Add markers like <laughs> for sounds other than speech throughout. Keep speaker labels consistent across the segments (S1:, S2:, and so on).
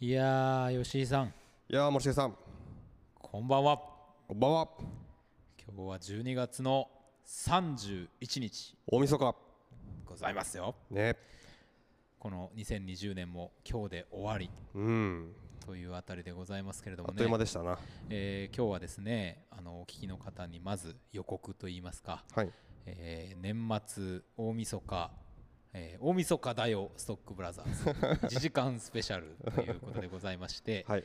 S1: いやー吉井さん
S2: いやー、森重さん、
S1: こんばんは
S2: こんばんは。
S1: 今日は12月の31日
S2: 大晦日。
S1: ございますよ
S2: ね。
S1: この2020年も今日で終わり
S2: うん。
S1: というあたりでございますけれど
S2: あ
S1: も
S2: っという間
S1: ね、
S2: でしたな。
S1: えー今日はですねあのお聞きの方にまず予告といいますか、
S2: はい。
S1: えー年末大晦日えー大晦日だよストックブラザー
S2: <laughs>
S1: ズ1時間スペシャルということでございまして、
S2: はい。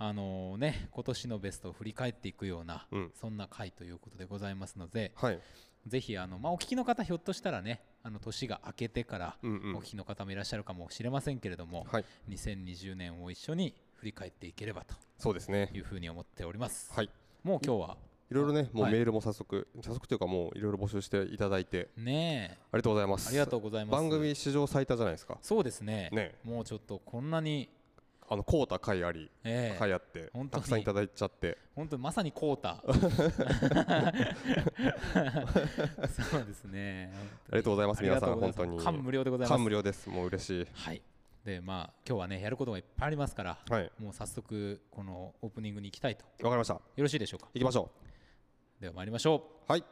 S1: あのね今年のベストを振り返っていくような、
S2: うん
S1: そんな回ということでございますので
S2: はい。
S1: ぜひあの、まあ、お聞きの方ひょっとしたらねあの年が明けてから
S2: うんう
S1: お
S2: ん
S1: 聞。きの方もいらっしゃるかもしれませんけれども、
S2: はい。
S1: 2020年を一緒に振り返っていければと
S2: そうですね。
S1: いうふうに思っております、
S2: はい。
S1: もう今日はい
S2: ろいろね、もう
S1: はい
S2: メールも早速、早速というか、もういろいろ募集していただいて、
S1: ねえ
S2: ありがとうございます。
S1: ありがと
S2: う
S1: うございます
S2: 番組史上最多じゃないですか。
S1: そうですね
S2: ね
S1: もうちょっとこんなに、
S2: あの、こうた回あり、
S1: ええ
S2: 回あって
S1: 本、当
S2: た
S1: に
S2: くさんいただいちゃって。
S1: 本当にまさにコー
S2: <laughs>
S1: タそうですね
S2: ありがとうございます、皆さ
S1: あ
S2: ん、
S1: りが
S2: 本
S1: とうござ
S2: 当
S1: い
S2: に
S1: ます。感無量でございます
S2: 感無量です。もう嬉しい。
S1: はいでまあ今日はねやることがいっぱいありますから
S2: はい。
S1: もう早速このオープニングに行きたいとよ
S2: わかりました。行
S1: ろしいでしょうか
S2: きましょ
S1: では参りましょう
S2: う。はい。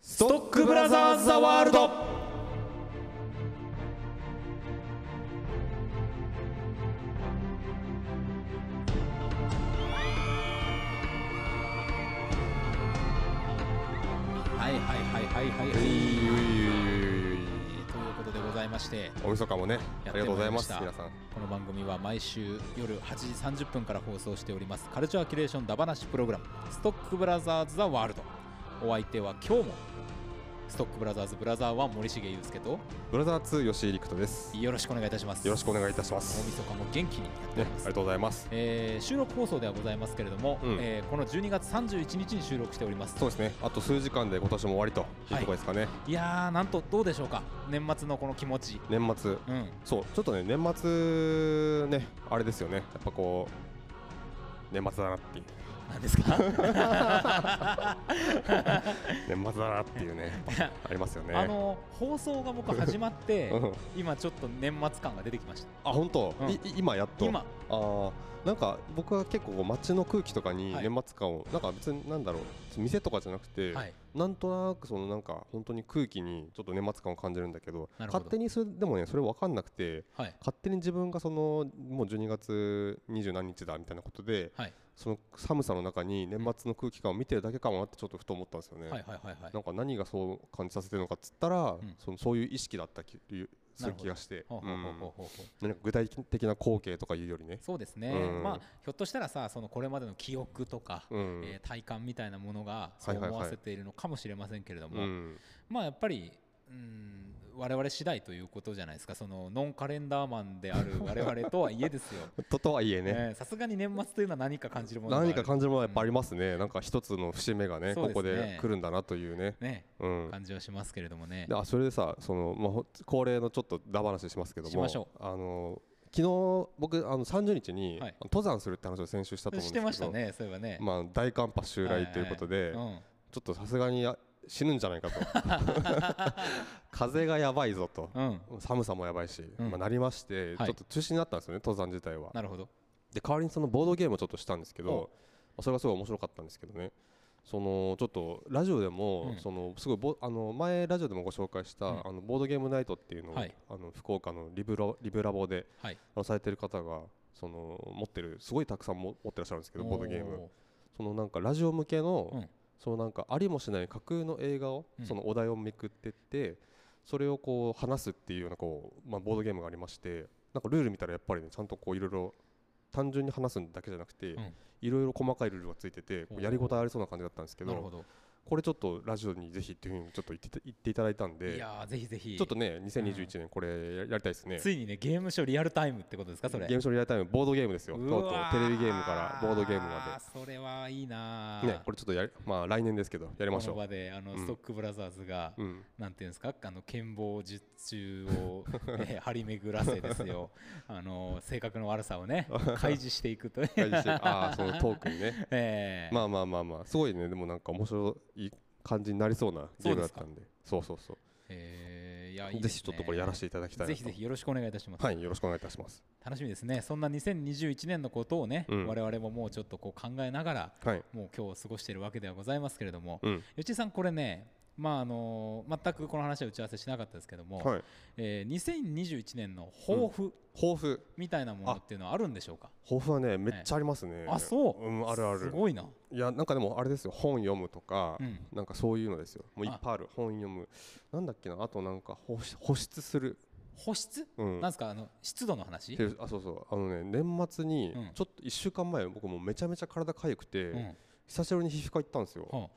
S1: ストックブラザーズ・ザ・ワールドはいはいはいはいはいはい、
S2: えいゆいゆいゆいゆ
S1: え
S2: い
S1: ーということでございまして
S2: おみそかもね、あ
S1: やってまいりました
S2: りがとうございます、皆さん。
S1: この番組は毎週夜8時30分から放送しておりますカルチャーキュレーションダバナシプログラム「ストックブラザーズ・ザ・ワールド」お相手は今日もストックブラザーズブラザー1森重裕介と
S2: ブラザー2吉井陸斗です。
S1: よろしくお願いいたします
S2: よろしくお願いいたしま
S1: 大
S2: す。
S1: 晦日も元気にやっております、
S2: ね、ありがとうございます。
S1: えー収録放送ではございますけれども、
S2: うん
S1: えーこの12月31日に収録しております
S2: そうですね。あと数時間で今年も終わりというところですかね。
S1: いやーなんとどうでしょうか年末のこの気持ち
S2: 年末、
S1: うん
S2: そう、ちょっとね、年末ね、あれですよね。やっぱこう年末だなっ
S1: <laughs>
S2: ていう、
S1: なんですか、
S2: 年末だなっていう <laughs> ね、ありますよね。
S1: あの放送が僕始まって
S2: うん
S1: 今ちょっと年末感が出てきまし
S2: あ、本当、
S1: うん
S2: いい今やったと。
S1: 今
S2: あーなんか僕は結構こう街の空気とかに
S1: はい
S2: 年末感を、なんか別になんだろう店とかじゃなくて、
S1: はい
S2: なんとなくそのなんか本当に空気にちょっと年末感を感じるんだけど
S1: なるほど
S2: 勝手にそれでもねそれ分かんなくて
S1: はい
S2: 勝手に自分がそのもう12月二十何日だみたいなことで
S1: はい
S2: その寒さの中に年末の空気感を見てるだけかもなってちょっとふと思ったんですよね、
S1: はいはいはいはい
S2: なんか何がそう感じさせてるのかっつったら、
S1: ん
S2: そのそういう意識だった気する気がして
S1: ほうほうほうほう
S2: うん
S1: ほうほう
S2: なんか具体的な光景とかいうよりね
S1: そうですね、
S2: うん
S1: まあひょっとしたらさそのこれまでの記憶とか、
S2: うん
S1: えー体感みたいなものがそう
S2: はいはい
S1: 思
S2: はい
S1: わせているのかもしれませんけれども、
S2: うん
S1: まあやっぱりうん我々次第ということじゃないですかそのノンカレンダーマンである我々とはいえですよ
S2: ととはいえね、
S1: えーさすがに年末というのは何か感じるものがある
S2: 何か感じるものはやっぱありますね、なんか一つの節目がね
S1: そう
S2: こ
S1: ですね
S2: こで来るんだなというね、
S1: ね
S2: うん、
S1: 感じはしますけれどもね
S2: であそれでさその、まあほ、恒例のちょっとダ話しますけども
S1: しましょ
S2: あの昨日僕あの30日に、
S1: はい
S2: 登山するって話を先週したと思うん
S1: し
S2: で
S1: て
S2: すけど
S1: ましたねそういえばね、
S2: まあ、大寒波襲来ということで、
S1: はいはいはいうん
S2: ちょっとさすがにあ死ぬんじゃない
S1: <laughs>
S2: かと風がやばいぞと、
S1: うん
S2: 寒さもやばいし、
S1: うん
S2: まあ、なりまして、
S1: はい
S2: ちょっと中止になったんですよね登山自体は
S1: なるほど
S2: で代わりにそのボードゲームをちょっとしたんですけ
S1: お
S2: ど、まあそれがすごい面白かったんですけどねそのちょっとラジオで
S1: う
S2: も、
S1: ん
S2: そのすごいボあの前ラジオでもご紹介した、
S1: うん
S2: あのボードゲームナイトっていうのを、
S1: はい
S2: あの福岡のリブラリブラボで
S1: はい
S2: あのされてる方がその持ってるすごいたくさんも持ってらっしゃるんですけどボードゲームそのなんかラジオ向けの、
S1: うん
S2: そのなんかありもしない架空の映画を、
S1: うん
S2: そのお題をめくってってそれをこう話すっていうようなこう、まあ、ボードゲームがありましてなんかルール見たらやっぱりねちゃんとこういろいろ単純に話すだけじゃなくて
S1: うん
S2: いろいろ細かいルールがついてて
S1: お
S2: こう
S1: ー
S2: やりごたえありそうな感じだったんですけ
S1: なるほ
S2: ど
S1: ど
S2: これちょっとラジオにぜひっていうふうにちょっと言って言っていただいたん
S1: い
S2: で
S1: やーぜひぜひ
S2: ちょっとね2021年これややりたいですね。
S1: ついにねゲームショーリアルタイムってことですかそれ
S2: ゲームショーリアルタイムボードゲームですよとう
S1: う
S2: とう
S1: わ
S2: テレビゲームからボードゲームま
S1: それはいいな
S2: でねこれちょっとやりまあ来年ですけどやりまし
S1: この
S2: ょ
S1: 場であの、
S2: うん
S1: ストックブラザーズが、
S2: う。うん
S1: なんていうんですかあの剣謀術中を、えー
S2: <laughs>
S1: 張り巡らせですよあの性格の悪さを
S2: <laughs>
S1: ね開示していくという、
S2: 大事にしてああそのトークにね
S1: <laughs> えー
S2: まあまあまあまあすごいねでもなんか面白い感じになりそうなゲームだったんでそうそうそう
S1: えーやいい
S2: ぜ
S1: です、ね、
S2: ひちょっとこれやらせていただきたいなと
S1: ぜひぜひよろしくお願いいたします、
S2: はいよろしくお願いいたします
S1: 楽しみですねそんな2021年のことをね、
S2: うん
S1: 我々ももうちょっとこう考えながら
S2: はい
S1: もう今日を過ごしているわけではございますけれども、
S2: うん
S1: 吉井さんこれねまああの全くこの話は打ち合わせしなかったですけども、
S2: はい
S1: えー2021年の抱負
S2: 抱負
S1: みたいなものっていうのはあるんでしょうか、
S2: 抱負はねめっちゃありますね、
S1: あそう、
S2: うんあるあ
S1: す
S2: る
S1: ごいな、
S2: いやなんかでもあれですよ本読むとか、
S1: うん、
S2: なんかそういうのですよもういっぱいある本読むなんだっけなあとなんか保湿保湿する
S1: 保湿、
S2: うん
S1: なんですかあの湿度の話、
S2: ていうあそうそうあのね年末に
S1: うん
S2: ちょっと1週間前僕もうめちゃめちゃ体かゆくて、
S1: うん
S2: 久しぶりに皮膚科行ったんですよ、
S1: は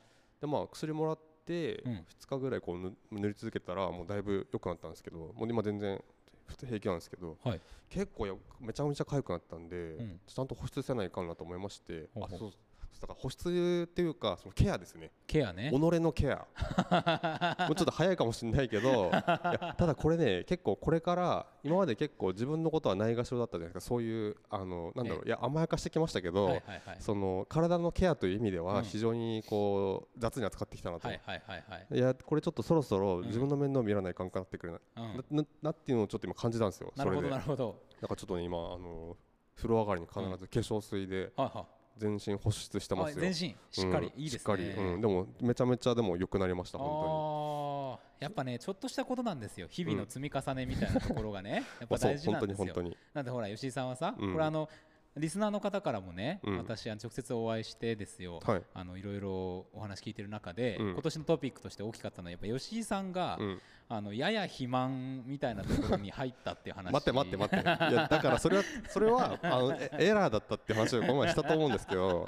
S2: でまあ薬もらって
S1: うん
S2: 2日ぐらいこうぬ塗り続けたらもうだいぶ良くなったんですけどもう今全然普通平気なんですけど、
S1: はい
S2: 結構やめちゃめちゃ痒くなったんで、
S1: ん
S2: ちゃんと保湿せないかんなと思いまして
S1: ほう
S2: あ
S1: ほう
S2: そうそうだから保湿っていうかそのケアですね
S1: ケアね
S2: 己のケアもうちょっと早いかもしれない
S1: <laughs>
S2: けどいやただこれね結構これから今まで結構自分のことはないがしろだったじゃないですかそういうあのなんだろういや甘やかしてきましたけど、
S1: はいはいはい
S2: その体のケアという意味で
S1: う
S2: は
S1: ん
S2: 非常にこう雑に扱ってきたなと、
S1: はい
S2: い、
S1: はいはいはい
S2: やこれちょっとそろそろ
S1: ん
S2: 自分の面倒見らない感覚になってくるな,、
S1: うん
S2: なななっていうのをちょっと今感じたんですよ
S1: なるほ
S2: そ
S1: ど
S2: れで
S1: な
S2: だ
S1: るほど
S2: からちょっとね今あの風呂上がりに必ず化粧水で
S1: はいはい
S2: 全身保湿してますよ、
S1: あ全身しっかり、
S2: うん
S1: いいですね
S2: しっかり、うん、でもめちゃめちゃでも良くなりました本
S1: ああやっぱねちょっとしたことなんですよ日々の積み重ねみたいなところが <laughs> ね、やっ
S2: 当
S1: ぱ大
S2: に、まあ、
S1: 事
S2: そう
S1: なん
S2: 本当
S1: で
S2: に
S1: す
S2: 本
S1: よ
S2: 当に
S1: なんでほら吉井さんはさ、
S2: うん
S1: これあのリスナーの方からもね、
S2: うん
S1: 私あの直接お会いしてですよ、
S2: はい、
S1: あのいろいろお話聞いてる中で、
S2: うん
S1: 今年のトピックとして大きかったのはやっぱ吉井さんが、
S2: うん、
S1: あのやや肥満みたいなところに入ったっていう話
S2: 待って待って待っていやだからそれはそれはあのえエラーだったって話をこの前したと思うんですけど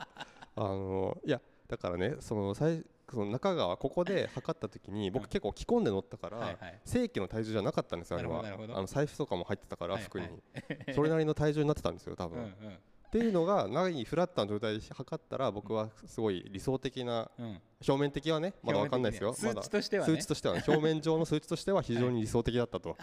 S2: あのいやだからねその最その中川ここで測った時に
S1: うん
S2: 僕結構着込んで乗ったから、
S1: はいはい
S2: 正規の体重じゃなかったんですよあれは
S1: なるほどなるほど
S2: あの財布とかも入ってたから
S1: はい
S2: 服
S1: <laughs>
S2: に、
S1: はい
S2: それなりの体重になってたんですよ多
S1: うん
S2: 分、
S1: うん
S2: っていうのがないフラットな状態で測ったら僕はすごい理想的な
S1: うん
S2: 表面的はねまだわかんないですよ
S1: 表面的には
S2: まだ
S1: 数値としてはね
S2: 数値としてはね表面上の数値としては非常に理想的だっ
S1: <laughs>
S2: たと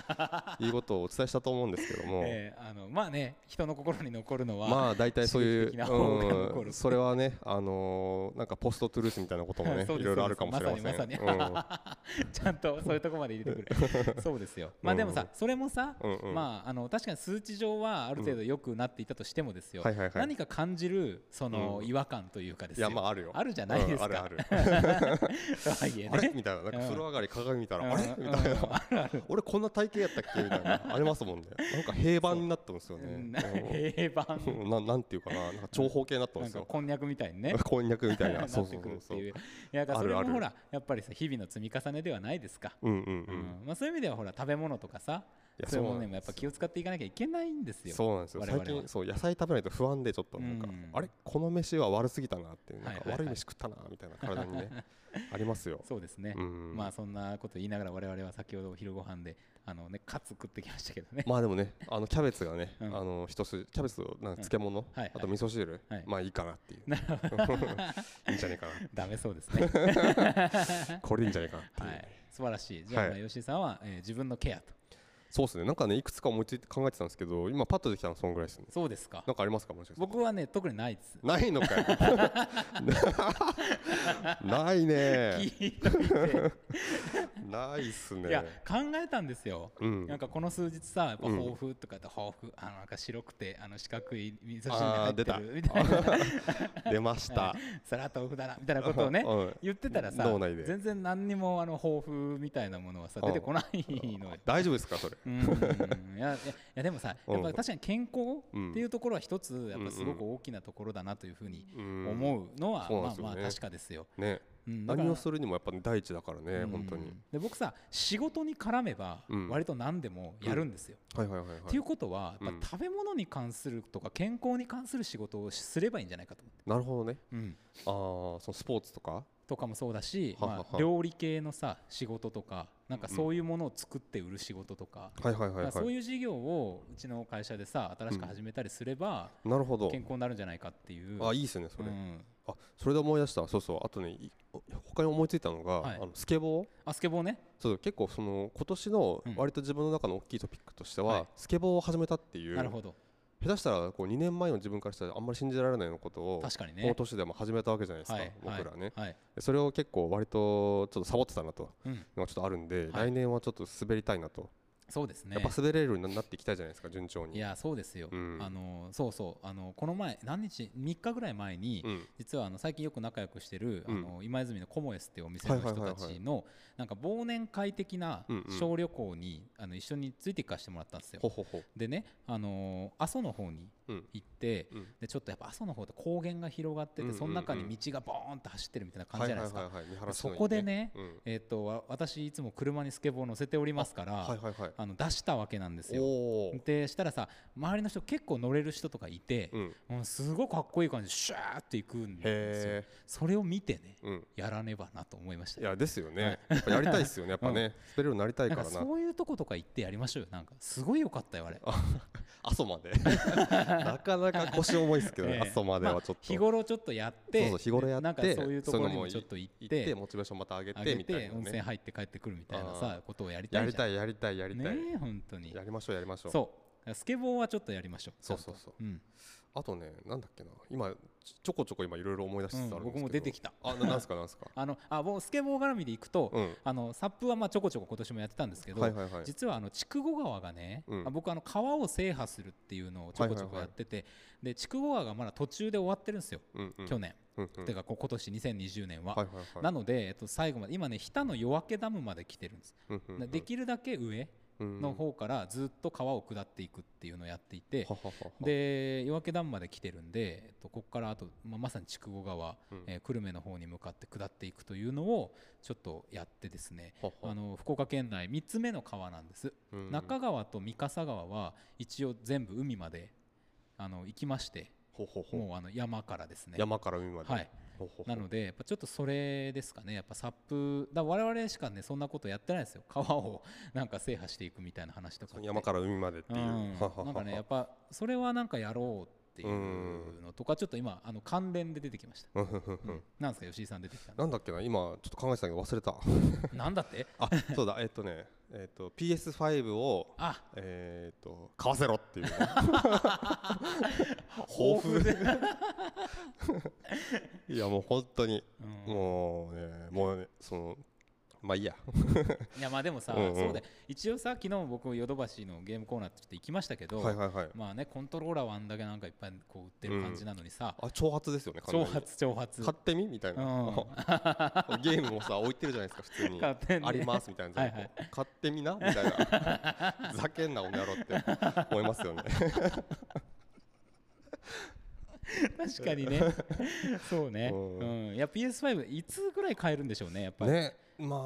S2: いうことをお伝えしたと思うんですけども、
S1: えーあのまあね人の心に残るのは、
S2: まあ大体そうい
S1: 刺激
S2: う
S1: 的な方が残
S2: う
S1: る
S2: ん、それはね、あのーなんかポストトゥルースみたいなことも
S1: <laughs>
S2: ね
S1: そうです
S2: いろいろあるかもしれません。
S1: まさに
S2: う
S1: まさ
S2: ん
S1: にちゃんとそういうとこまで入れてく
S2: <laughs>
S1: るそうですよまあでもさ、
S2: うん
S1: それもさ、
S2: うんう
S1: <laughs>
S2: ん
S1: まああの確かに数値上はある程度良くなっていたとしてもですよ、
S2: はいはいはい
S1: 何か感じるその
S2: うん
S1: 違和感というかです
S2: い
S1: よ
S2: やま
S1: <laughs>
S2: ああるよ。
S1: あるじゃないですか
S2: うん
S1: <laughs>
S2: あるある。
S1: とはいえ
S2: あれ
S1: ね
S2: みたいななんか風呂上がり鏡見たら、
S1: うん
S2: あれみたい
S1: うん
S2: な。俺こんな体型やったっけみたいなありますもんね。なんか平板になったんですよ
S1: う
S2: ね
S1: ん。平板
S2: <laughs> うんうんなんなんていうかななんか長方形になったん
S1: な
S2: で
S1: ん
S2: す
S1: か
S2: よ。
S1: こんにゃくみたいに
S2: <laughs>
S1: ね
S2: こんにゃくみた
S1: <laughs>
S2: い
S1: な
S2: な。
S1: っ
S2: そうそ
S1: て
S2: う
S1: くるっ
S2: そ
S1: て
S2: う
S1: いういやだからそれ
S2: あるあ
S1: も
S2: る
S1: ほらやっぱりさ日々の積み重ねではないですか、
S2: うんうんう
S1: う
S2: ん。
S1: んまあ、そういう意味ではほら食べ物とかさ
S2: いや
S1: そういうも
S2: そう
S1: の
S2: な
S1: に
S2: ん
S1: も
S2: です
S1: やっぱ気を使っていかなきゃいけないんですよ
S2: そうなんですよ
S1: 我々
S2: 最
S1: は
S2: 近そう野菜食べないと不安でちょっとなんか、
S1: うん
S2: あれこの飯は悪すぎたなっていうなん
S1: はい
S2: か
S1: はいはい
S2: 悪い飯食ったなみたいな体にね <laughs> ありますよ。
S1: そうですね、
S2: うん
S1: まあそんなこと言いながら我々は先ほどお昼ご飯であのねカツ食ってきましたけどね。
S2: まあでもねあのキャベツがね、
S1: うん
S2: あの一つキャベツとなんか漬物、
S1: はいはい
S2: あと味噌汁、
S1: はい
S2: まあいいかなっていう <laughs> いいんじゃないかな
S1: <laughs> ダメそうです
S2: <laughs>
S1: ね。
S2: これでいいんじゃないかなっていう、
S1: はい。素晴らしい。じゃあ、
S2: はい
S1: まあ吉井さんは、えー自分のケアと。
S2: そうですねなんかねいくつか思いついて考えてたんですけど今パッとできたのはそんぐらいですね
S1: そうですか。
S2: なんかありますかもしかして
S1: 僕はね特にないです。
S2: ないの
S1: <laughs>
S2: かよ <laughs> ないね
S1: 聞いといて
S2: ないっす
S1: <laughs>
S2: ね
S1: いや考えたんですよ。
S2: うん
S1: なんかこの数日さ、やっぱ
S2: うん
S1: 抱負とかって抱負、あのなんか白くてあの四角い味噌汁に
S2: あ
S1: 入
S2: ー
S1: って
S2: 出た
S1: るみたいな、
S2: 出ました、
S1: そら豆腐だなみたいなことをね
S2: <laughs> うん
S1: 言ってたらさ
S2: 脳内、で
S1: 全然何にもあの抱負みたいなものはさ
S2: うん
S1: 出てこないのよ。
S2: 大丈夫ですかそれ
S1: うんいやいやいやでもさ、
S2: うん
S1: やっぱ確かに健康
S2: うん
S1: っていうところは一つやっぱすごく大きなところだなというふうに
S2: 思
S1: 思うのは、
S2: そうなん
S1: ま
S2: で
S1: あまあ
S2: すよね
S1: 確かですよ。
S2: ね
S1: うん、だから
S2: 何をするにもやっぱね第一だからね
S1: うん
S2: 本当に
S1: で僕さ仕事に絡めば
S2: うん
S1: 割と何でもやるんですよ。
S2: はいはいはいは
S1: っていうことはやっ
S2: うん
S1: ぱ食べ物に関するとか健康に関する仕事をすればいいんじゃないかと思って。
S2: なるほどね
S1: うん
S2: ああそのスポーツとか
S1: とかもそうだし、
S2: ははは
S1: まあ、料理系のさ仕事とかなんかそういうものを作って売る仕事とか,、
S2: はいはいはい
S1: そう
S2: は
S1: いう事業をうちの会社でさ新しく始めたりすれば、
S2: いなるほど
S1: 健康になるんじゃないかっていう。
S2: あいいですねそれ
S1: うん
S2: あそれで思い出したそうそうあとねい他に思いついたのが
S1: はい
S2: あのスケボー
S1: あスケボーね。
S2: そう結構その今年の
S1: うん
S2: 割と自分の中の大きいトピックとして
S1: は
S2: はいスケボーを始めたっていう
S1: なるほど。
S2: 下手したらこう2年前の自分からしたらあんまり信じられないようなことを
S1: 確かにね
S2: この年でも始めたわけじゃないですか、
S1: はい
S2: 僕らね、
S1: はいはい
S2: でそれを結構割とちょっとサボってたなと
S1: うん、
S2: のがちょっとあるんで、
S1: はい
S2: 来年はちょっと滑りたいなと、
S1: そうですね
S2: やっぱ滑れるようになっていきたいじゃないですか順調に
S1: いやそうですよ、
S2: うん
S1: あのそうそうあのこの前何日3日ぐらい前に、
S2: うん
S1: 実はあの最近よく仲良くしてる、
S2: うん
S1: あの今泉のコモエスっていうお店の人
S2: はい
S1: た
S2: はいはいはい
S1: ちのなんか忘年会的な
S2: うんうん
S1: 小旅行にあの一緒についていかしてもらったんですよ
S2: ほ。ほほ
S1: でね、あのー阿蘇の方に
S2: うん
S1: 行って、
S2: うん
S1: でちょっとやっぱ阿蘇の方って高原が広がってて、
S2: うんうんうん
S1: その中に道がボーンと走ってるみたいな感じじゃないですか。
S2: はいはいはいはい見晴らし
S1: そ
S2: のいい
S1: こでね、
S2: うん
S1: えっ、とわ私いつも車にスケボー乗せておりますから、
S2: はいはいはい
S1: あの出したわけなんですよ。
S2: おー
S1: でしたらさ周りの人結構乗れる人とかいて、
S2: うん
S1: うん、すごいかっこいい感じでシャーっていくんですよ
S2: へえ
S1: それを見てね
S2: うん
S1: やらねばなと思いました
S2: い
S1: よ
S2: やですよねやっぱやりたいですよねやっぱね、滑れるようになりたい
S1: な
S2: か
S1: んから
S2: な
S1: そういうとことか行ってやりましょうよなんかすごい良かったよあれ
S2: <laughs> 阿蘇まで <laughs> なかなか腰重いですけどね
S1: <laughs> ええ
S2: 阿蘇まではちょっと
S1: 日頃ちょっとやって
S2: そうそう日頃やって
S1: なんかそういうところに
S2: そういうの
S1: も
S2: も
S1: ちょっと行っ
S2: 行って
S1: て
S2: モチベーションまた上げ
S1: あ
S2: て
S1: げ
S2: みたい
S1: て
S2: な
S1: 温泉
S2: ね
S1: 入って帰ってくるみたいな
S2: あ
S1: さ
S2: ー
S1: ことをやりた
S2: や
S1: い
S2: り
S1: じゃ
S2: た
S1: ん
S2: いやりたいやりたい
S1: ねえ本当に
S2: やりましょうやりましょう
S1: そうスケボーはちょっとやりましょう
S2: そうそうそう
S1: うん
S2: あとねなんだっけな今ちちょこちょこ今いろいろ思い出しつつあるんですけど、
S1: うん僕も出てきた
S2: あななんすかなんすか
S1: あのあもうスケボー絡みで行くと
S2: うん
S1: あのサップはまあちょこちょこ今年もやってたんですけど
S2: はいはいはい
S1: 実はあの筑後川がね、
S2: うん
S1: あ僕あの川を制覇するっていうのをちょこちょこやってて、で筑後川がまだ途中で終わってるんですよ、
S2: うんうん
S1: 去年、
S2: うんうん
S1: ていうかこ今年2020年は、
S2: はいはいはい
S1: なので、えっと、最後まで今ね日田の夜明けダムまで来てるんです、
S2: うんうんうん
S1: できるだけ上の方からずっと川を下っていくっていうのをやっていて、
S2: はははは
S1: で夜明けダムまで来てるんで、えっと、ここからあと、まあ、まさに筑後川、
S2: うん
S1: えー久留米の方に向かって下っていくというのをちょっとやってですね
S2: はは
S1: あの福岡県内3つ目の川なんです、
S2: うん
S1: 中川と三笠川は一応全部海まであの行きまして
S2: ほほほ
S1: もうあの山からですね
S2: 山から海まで
S1: はい
S2: ほほほ
S1: なのでやっぱちょっとそれですかねやっぱサップだ我々しかねそんなことやってないですよ川をなんか制覇していくみたいな話とかっ
S2: その
S1: て
S2: 山から海までっていうう、
S1: ん
S2: はははは
S1: なんかねやっぱそれはなんかやろうっていうのとかちょっと今あの関連で出てきました、
S2: うんうんうん
S1: う
S2: うんん
S1: なんですか吉井さん出てきたの
S2: なんだっけな今ちょっと考えてたけど忘れた
S1: なんだって
S2: あそうだえっとねえっと PS5 を
S1: あ
S2: えっと買わせろ
S1: <laughs>
S2: っていう
S1: 豊
S2: 豊
S1: 富で、
S2: <laughs> いやもう本当に
S1: うん
S2: もうねもうねそのまあいいや
S1: いやまあでもさ、
S2: うんうん
S1: そうだよ一応さ昨日も僕ヨドバシのゲームコーナーってちょっと行きましたけど、
S2: はいはいはい
S1: まあねコントローラーはあんだけなんかいっぱいこう売ってる感じなのにさ、
S2: あ挑発ですよね完全
S1: 挑
S2: に
S1: 発挑発
S2: 買ってみみたいな、 <laughs> ゲームもさ置いてるじゃないですか普通
S1: <laughs>
S2: に
S1: 買ってんね
S2: ありますみたいな、
S1: はいはい
S2: 買ってみなみたいな
S1: <laughs>
S2: ふざけんなおの野郎って思いますよね
S1: 確かにねそうね、う
S2: うんん
S1: いや PS5 いつぐらい買えるんでしょうねやっぱり、
S2: ねまあ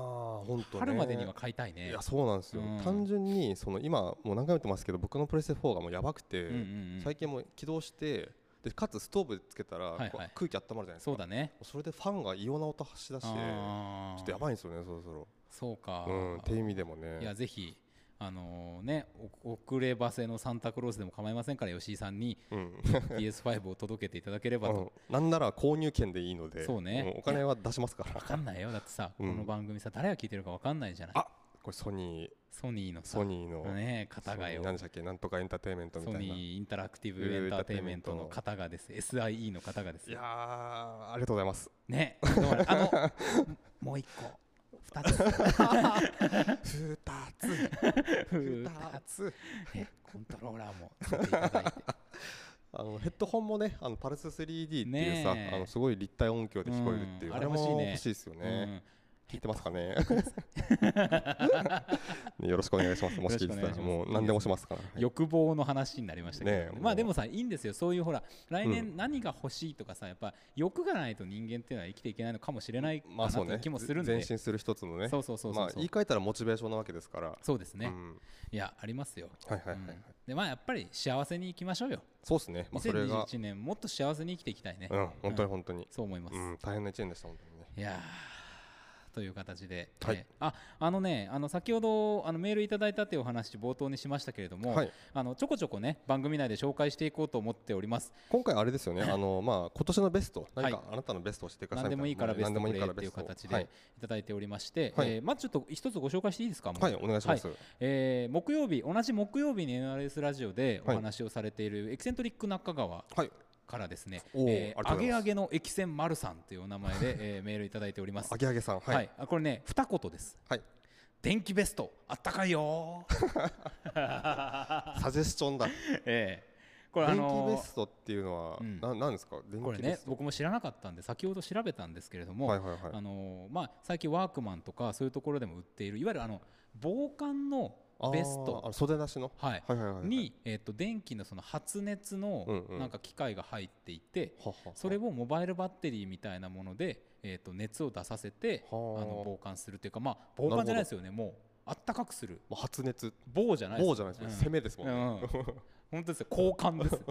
S2: 本当ね
S1: 春までには買いたいね
S2: いやそうなんですよ、
S1: うん
S2: 単純にその今もう何回も言ってますけど僕のプレステ4がもうやばく
S1: う
S2: て、
S1: んうんうん
S2: 最近もう起動してでかつストーブつけたら、
S1: はいはい
S2: こう空気温まるじゃないですか
S1: そうだね
S2: それでファンが異様な音発しだしてちょ
S1: あー
S2: っとやばいんですよねそろそろ
S1: そうか、
S2: うんっていう意味でもね
S1: いやぜひあのねお遅ればせのサンタクロースでも構いませんから吉井さん
S2: <laughs>
S1: に
S2: うん
S1: PS5 を届けていただければ
S2: う
S1: と
S2: んなんなら購入券でいいので
S1: そうね
S2: んお金は出しますから
S1: <laughs> わかんないよだってさ、
S2: うん
S1: この番組さ誰が聞いてるかわかんないじゃない
S2: あこれソニー
S1: ソニーのさ
S2: ソニーの
S1: ね
S2: ソ
S1: 方
S2: ニ
S1: が
S2: ー
S1: よ
S2: 何でしたっけなんとかエンターテインメントみた
S1: ソ
S2: いな
S1: ニ
S2: い
S1: ーインタラクティブエンターテインメントの方がです SIE の方がです
S2: やーありがとうござ
S1: <laughs>
S2: います <laughs>
S1: ねどうもあのもう一個二つ
S2: <laughs> 2つ
S1: <laughs> 二
S2: 2
S1: つ
S2: つ
S1: ねコントローラーもつけていただいて
S2: あのヘッドホンもねあのパルス 3D っていうさ、
S1: ねえ
S2: あのすごい立体音響で聞こえるっていう、
S1: うんあ
S2: あ
S1: れ
S2: れ
S1: 欲しいね
S2: も欲しいですよね、聞いてますかね <laughs> ねよろしくお願いしますもし聞いてた
S1: よろしくお願いしま
S2: ら
S1: す
S2: もう何でもしますから、
S1: うん欲望の話になりましたけど、
S2: ねえ
S1: ま
S2: も
S1: あ
S2: う
S1: でもさいいんですよそういうほら来
S2: う
S1: 年何が欲しいとかさやっぱ欲がないと人間っていうのは生きていけないのかもしれないか
S2: まあ
S1: な
S2: そう
S1: とい
S2: ね
S1: う気もするんで、
S2: 前進する一つのね
S1: そうそうそうそうそう、
S2: まあ言い換えたらモチベーションなわけですから
S1: そうですね、
S2: うん
S1: いやありますよ
S2: はいはいはい、はい
S1: うんでまあやっぱり幸せに生きましょうよ、
S2: そうですね、まあ、それが
S1: 2021年もっと幸せに生きていきたいね、
S2: うん本当に本当に、
S1: そう思います、
S2: うん、大変な一年でした本当にね
S1: いやーという形で、
S2: はい
S1: えーああのねあの先ほどあのメールいただいたというお話冒頭にしましたけれども、
S2: はい、
S1: あのちょこちょこね番組内で紹介していこうと思っております
S2: 今回あ
S1: <laughs>
S2: れですよね、あのまあ今年のベスト、何
S1: は
S2: かあなたのベストを教えてくださ
S1: 何で
S2: いみた
S1: もいい
S2: い
S1: から
S2: な。
S1: ベストプレー
S2: 何
S1: っていう
S2: もからベス
S1: 形
S2: トをは
S1: で
S2: い
S1: いただいておりまして、
S2: はい
S1: えーまずちょっと一つご紹介していいですかもう
S2: はい、お願いします。
S1: えー木曜日同じ木曜日に NRS ラジオでお
S2: はい
S1: 話をされているエキセントリック中川
S2: はい、
S1: からですね、
S2: おー
S1: え
S2: あ
S1: ー、
S2: りがとう
S1: あ
S2: ござい
S1: げ
S2: ます
S1: あげの駅船丸さんというお名前で、 <laughs> えーメールいただいております
S2: あ。げあげさん、はい、
S1: は
S2: はい
S1: い、、あこれね二言です。電気ベストあったかいよー。 <laughs>
S2: サジェスションだ。
S1: えー、これあ
S2: 電
S1: の
S2: 気
S1: ー
S2: ベストっていうのは、
S1: うん
S2: ななんですか、電
S1: これ
S2: 気ベ
S1: ね
S2: スト。
S1: 僕も知らなかったんで先ほど調べたんですけれども、
S2: はいはいはい。
S1: あのーまあ最近ワークマンとかそういうところでも売っているいわゆるあの防寒の
S2: あー
S1: ベスト
S2: あの袖なしの。
S1: はい
S2: はいはいはいはい。
S1: に、えっと電気のその発熱の
S2: うんうん
S1: なんか機械が入っていて、
S2: ははは、
S1: それをモバイルバッテリーみたいなもので、えっと熱を出させてあ
S2: はー
S1: の防寒するというか、まあ、防寒じゃないですよねもうあったかくする
S2: もう発熱、
S1: 棒じゃないです
S2: 棒じゃないですね、攻めですもんね。
S1: うんうん本当ですよ交換
S2: <laughs>
S1: です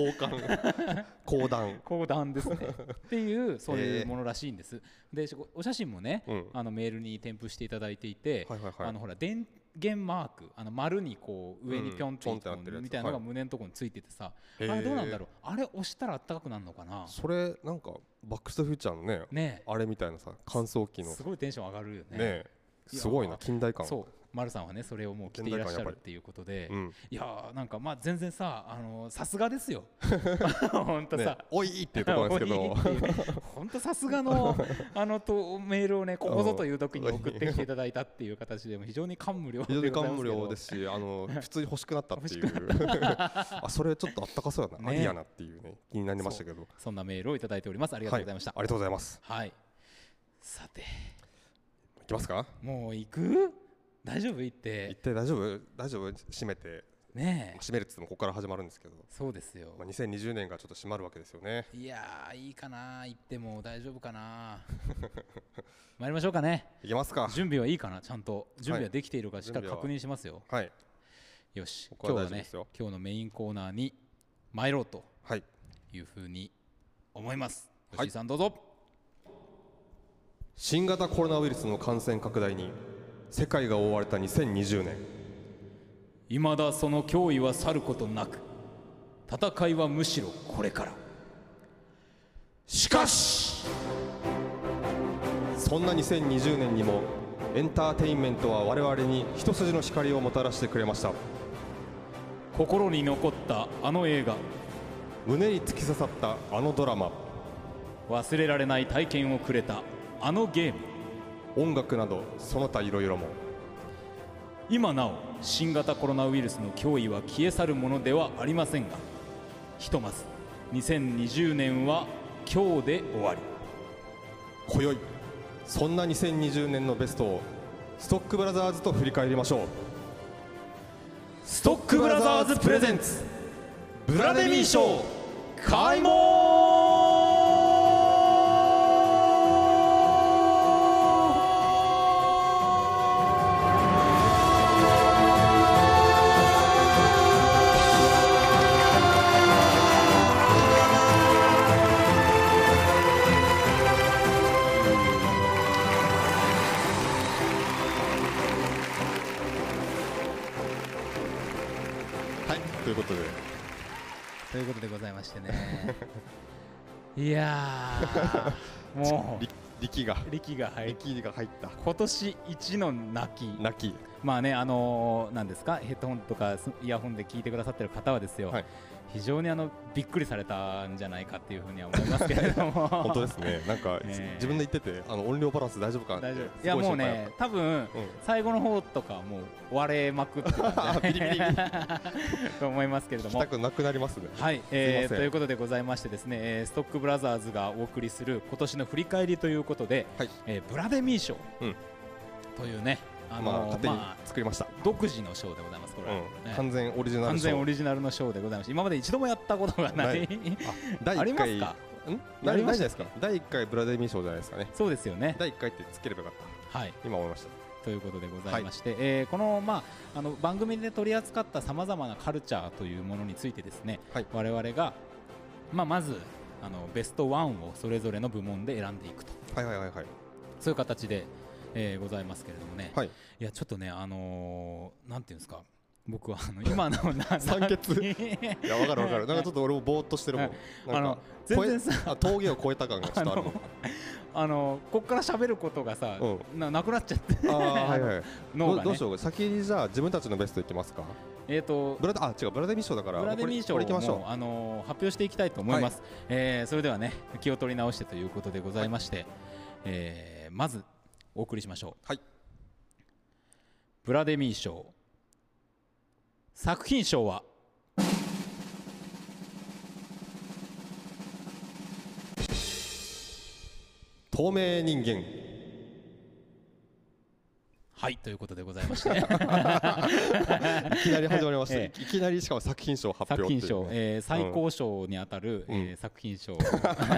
S2: 交換、
S1: <laughs>
S2: 交談。
S1: 交談ですねっていうそうい
S2: え
S1: う
S2: ー
S1: ものらしいんです、でしお写真もね、
S2: うん
S1: あのメールに添付していただいていて、
S2: はいはいはい。
S1: あのほら電源マークあの丸にこう上にぴょんって,、
S2: うんピョンってなってるやつ
S1: みたいなのが
S2: は
S1: 胸のところについててさ、
S2: へー
S1: あれどうなんだろうあれ押したらあったかくなるのかな
S2: それなんかバックストゥフューチャーのね、
S1: ね
S2: あれみたいなさ乾燥機
S1: え
S2: のね
S1: すごいテンション上がるよね
S2: え
S1: いやー
S2: すごいな近代感
S1: そう丸さんはねそれをもう着ていらっしゃるっていうことで、
S2: うん
S1: いやーなんかまあ全然さあのーさすがです
S2: <laughs>
S1: よ本当さ
S2: ね、おいっていうところなんですけど
S1: 本当さすが
S2: <laughs>
S1: のあのとメールをねここぞという時に送ってきていただいたっていう形でも非常に感無量
S2: 非常に感無量ですすし
S1: <laughs>
S2: あの普通に欲しくなったっていう
S1: 欲
S2: <laughs> あそれちょっとあったかそうやな、
S1: ね
S2: ありやなっていうね気になりましたけど
S1: そんなメールをいただいておりますありがとうございました
S2: はありがとうございます
S1: はい、さて
S2: いきますか
S1: もう行く大丈夫行っ
S2: 一
S1: て
S2: 体大丈夫大丈夫閉めて
S1: ねえ
S2: 閉めるっつってもここから始まるんですけど、
S1: そうですよ
S2: まあ、2020年がちょっと閉まるわけですよね
S1: いやーいいかな行っても大丈夫か
S2: <laughs>
S1: な参りましょうかね
S2: いきますか
S1: 準備はいいかなちゃんと準備はできているかしっかり
S2: 準備は
S1: 確認しますよ、
S2: はい
S1: よし
S2: 僕
S1: 今
S2: は
S1: 日は
S2: 大丈夫
S1: ね
S2: ですよ
S1: 今日のメインコーナーに参ろうと
S2: はい
S1: いうふうに思います
S2: は
S1: 吉
S2: い
S1: 井さんどうぞ、
S2: 新型コロナウイルスの感染拡大に世界が覆われた2020年
S1: い、まだその脅威は去ることなく戦いはむしろこれから
S2: しかしそんな2020年にもエンターテインメントは我々に一筋の光をもたらしてくれました
S1: 心に残ったあの映画
S2: 胸に突き刺さったあのドラマ
S1: 忘れられない体験をくれたあのゲーム
S2: 音楽などその他いろいろも
S1: 今なお新型コロナウイルスの脅威は消え去るものではありませんがひとまず2020年は今日で終わり
S2: 今宵そんな2020年のベストをストックブラザーズと振り返りましょう
S1: ストックブラザーズプレゼンツ
S2: ブ
S1: ブラデミー賞開門
S2: はいということで
S1: ということでございましてね <laughs> いや <laughs> ーも
S2: り力が
S1: う力が入り
S2: 力が入った
S1: 今年一の泣き
S2: 泣き
S1: まあねあのー、なんですかヘッドホンとかスイヤホンで聞いてくださってる方はですよ、
S2: はい
S1: 非常にあのびっくりされたんじゃないかっていうふうには思いますけれども
S2: <laughs> 本当ですねなんか、
S1: <laughs> ねえ
S2: 自分で言っててあの音量バランス大丈夫かな
S1: <laughs> 大
S2: って
S1: 丈夫い
S2: す
S1: や
S2: ごい
S1: もう
S2: 心配だった <laughs>
S1: ね多分
S2: うん
S1: 最後の方とかもう割れまくってたんじゃない
S2: ビリ
S1: <laughs>
S2: ビリビリ
S1: と思いますけれど
S2: <laughs> 聞き
S1: も
S2: たくなくなりますね。
S1: はい、えー
S2: すいません
S1: ということでございましてですね、えーストックブラザーズがお送りする今年の振り返りということで、
S2: はい
S1: えーブラデミー賞
S2: うん
S1: というね、あ
S2: まあ
S1: のー
S2: 勝手に
S1: まあ
S2: 作りました。
S1: 独自の賞でございますこれは、
S2: うん
S1: ね
S2: 完全オリジナル
S1: 完全オ
S2: リ
S1: リジナルの賞でございます今まで一度もやったことがない
S2: な第
S1: あり
S2: 一
S1: ま
S2: 回
S1: すか
S2: ん？
S1: や
S2: な
S1: り
S2: い
S1: ま
S2: な
S1: した
S2: いじゃないですか。第一回ブラデミー賞じゃないですかね。
S1: <laughs> そうですよね
S2: 第一回ってつければよかった。
S1: はい
S2: 今思いました。
S1: ということでございまして、えーこの,、まあ、あの番組で取り扱ったさまざまなカルチャーというものについてですね、
S2: はい
S1: 我々が、まあ、まずあのベストワンをそれぞれの部門で選んでいくと
S2: はいはいはいはい。
S1: そういう形で、えーございますけれどもね、
S2: はい
S1: いやちょっとねあのーなんていうんですか僕は <laughs> あの今
S2: <laughs>
S1: のな
S2: 酸欠いやわかる
S1: <laughs>
S2: わかるなんかちょっと俺もぼーっとしてるもん
S1: はい
S2: な
S1: あ
S2: ん
S1: の
S2: か
S1: 全然さ
S2: あ峠を越えた感がちょ
S1: <laughs>
S2: っとあるもん
S1: あのこっから喋ることがさ、
S2: う
S1: ななくなっちゃって
S2: あーはいはい
S1: 脳が、
S2: ど
S1: ね、
S2: どうしよう先にじゃあ自分たちのベストいきますか
S1: えー、と
S2: ブラデあ違うブラデミー賞だから
S1: ブラデミー賞
S2: これこれいきましょう
S1: も、あのー発表していきたいと思います、えーそれではね気を取り直してということでございまして、えーまずお送りしましょう、
S2: はい
S1: ブラデミー賞作品賞は
S2: 透明人間
S1: はいということでございまして
S2: いきなり始まりました、
S1: <laughs> え
S2: いきなりしかも作品賞発
S1: 作
S2: 表
S1: 品
S2: っていう
S1: 賞、
S2: ね
S1: えー最高賞にあたる、
S2: うん
S1: えー作品賞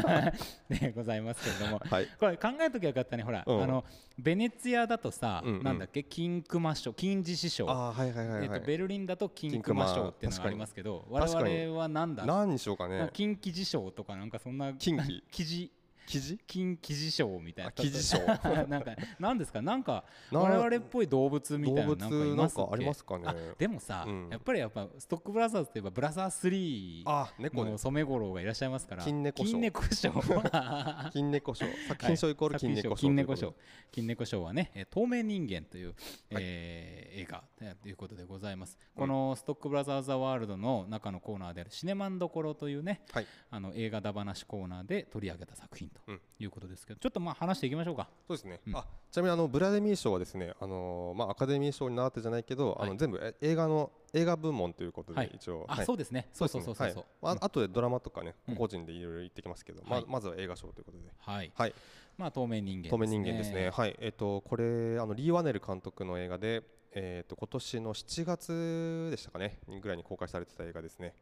S1: <laughs> でございますけれども
S2: はい
S1: これ考えときゃよかったねほら、
S2: うん
S1: あのベネツィアだとさ、
S2: うんうん
S1: なんだっけ金熊賞金獅子賞
S2: あーはいはいはい
S1: え
S2: は
S1: ー、
S2: い
S1: と、ベルリンだと金熊賞っていうのがありますけど
S2: 確かに
S1: 我々はなんだ
S2: 何にしようか
S1: なん
S2: ね
S1: か金記事賞とかなんかそんな
S2: 金記
S1: <laughs> 記事
S2: 記事
S1: 金記事賞みたいな
S2: あ記事賞
S1: <laughs> なんかなんですかなんか
S2: な
S1: 我々っぽい動物みたいなな
S2: 動
S1: んかい
S2: 物な
S1: ま
S2: ん
S1: すっ
S2: かあり
S1: け
S2: ますかね
S1: でもさ、
S2: うん
S1: やっぱりやっぱストックブラザーズといえばブラザー3
S2: あ猫ね
S1: の染五郎がいらっしゃいますから
S2: 金猫賞
S1: 金猫賞
S2: <laughs> 金猫賞作品賞イコール金猫賞
S1: 作品賞金猫賞金猫賞はね、えー透明人間という、えー映画えーということでございます、
S2: うん
S1: このストックブラザーズ・ザ・ワールドの中のコーナーであるシネマンどころというね
S2: はい
S1: あの映画だ話コーナーで取り上げた作品と
S2: うん
S1: いうことですけど、ちょっとまあ話していきましょうか
S2: そうですね、
S1: うん
S2: あちなみにあのブラデミー賞はですね、あのーまあ、アカデミー賞に習ってじゃないけど、あ
S1: は
S2: の全部え映画の映画部門ということで、
S1: はい
S2: 一応、
S1: あ、
S2: はい
S1: そうですねそうそうそうそうそう
S2: はい
S1: うん
S2: まあ後でドラマとかね、
S1: うん
S2: 個人でいろいろ言ってきますけど、
S1: はい
S2: ままずは映画賞ということで、
S1: はい、
S2: はい、
S1: まあ透明人間
S2: 透明人間ですね、はいえっとこれあのリー・ワネル監督の映画で、えっと今年の7月でしたかねにぐらいに公開されてた映画ですね。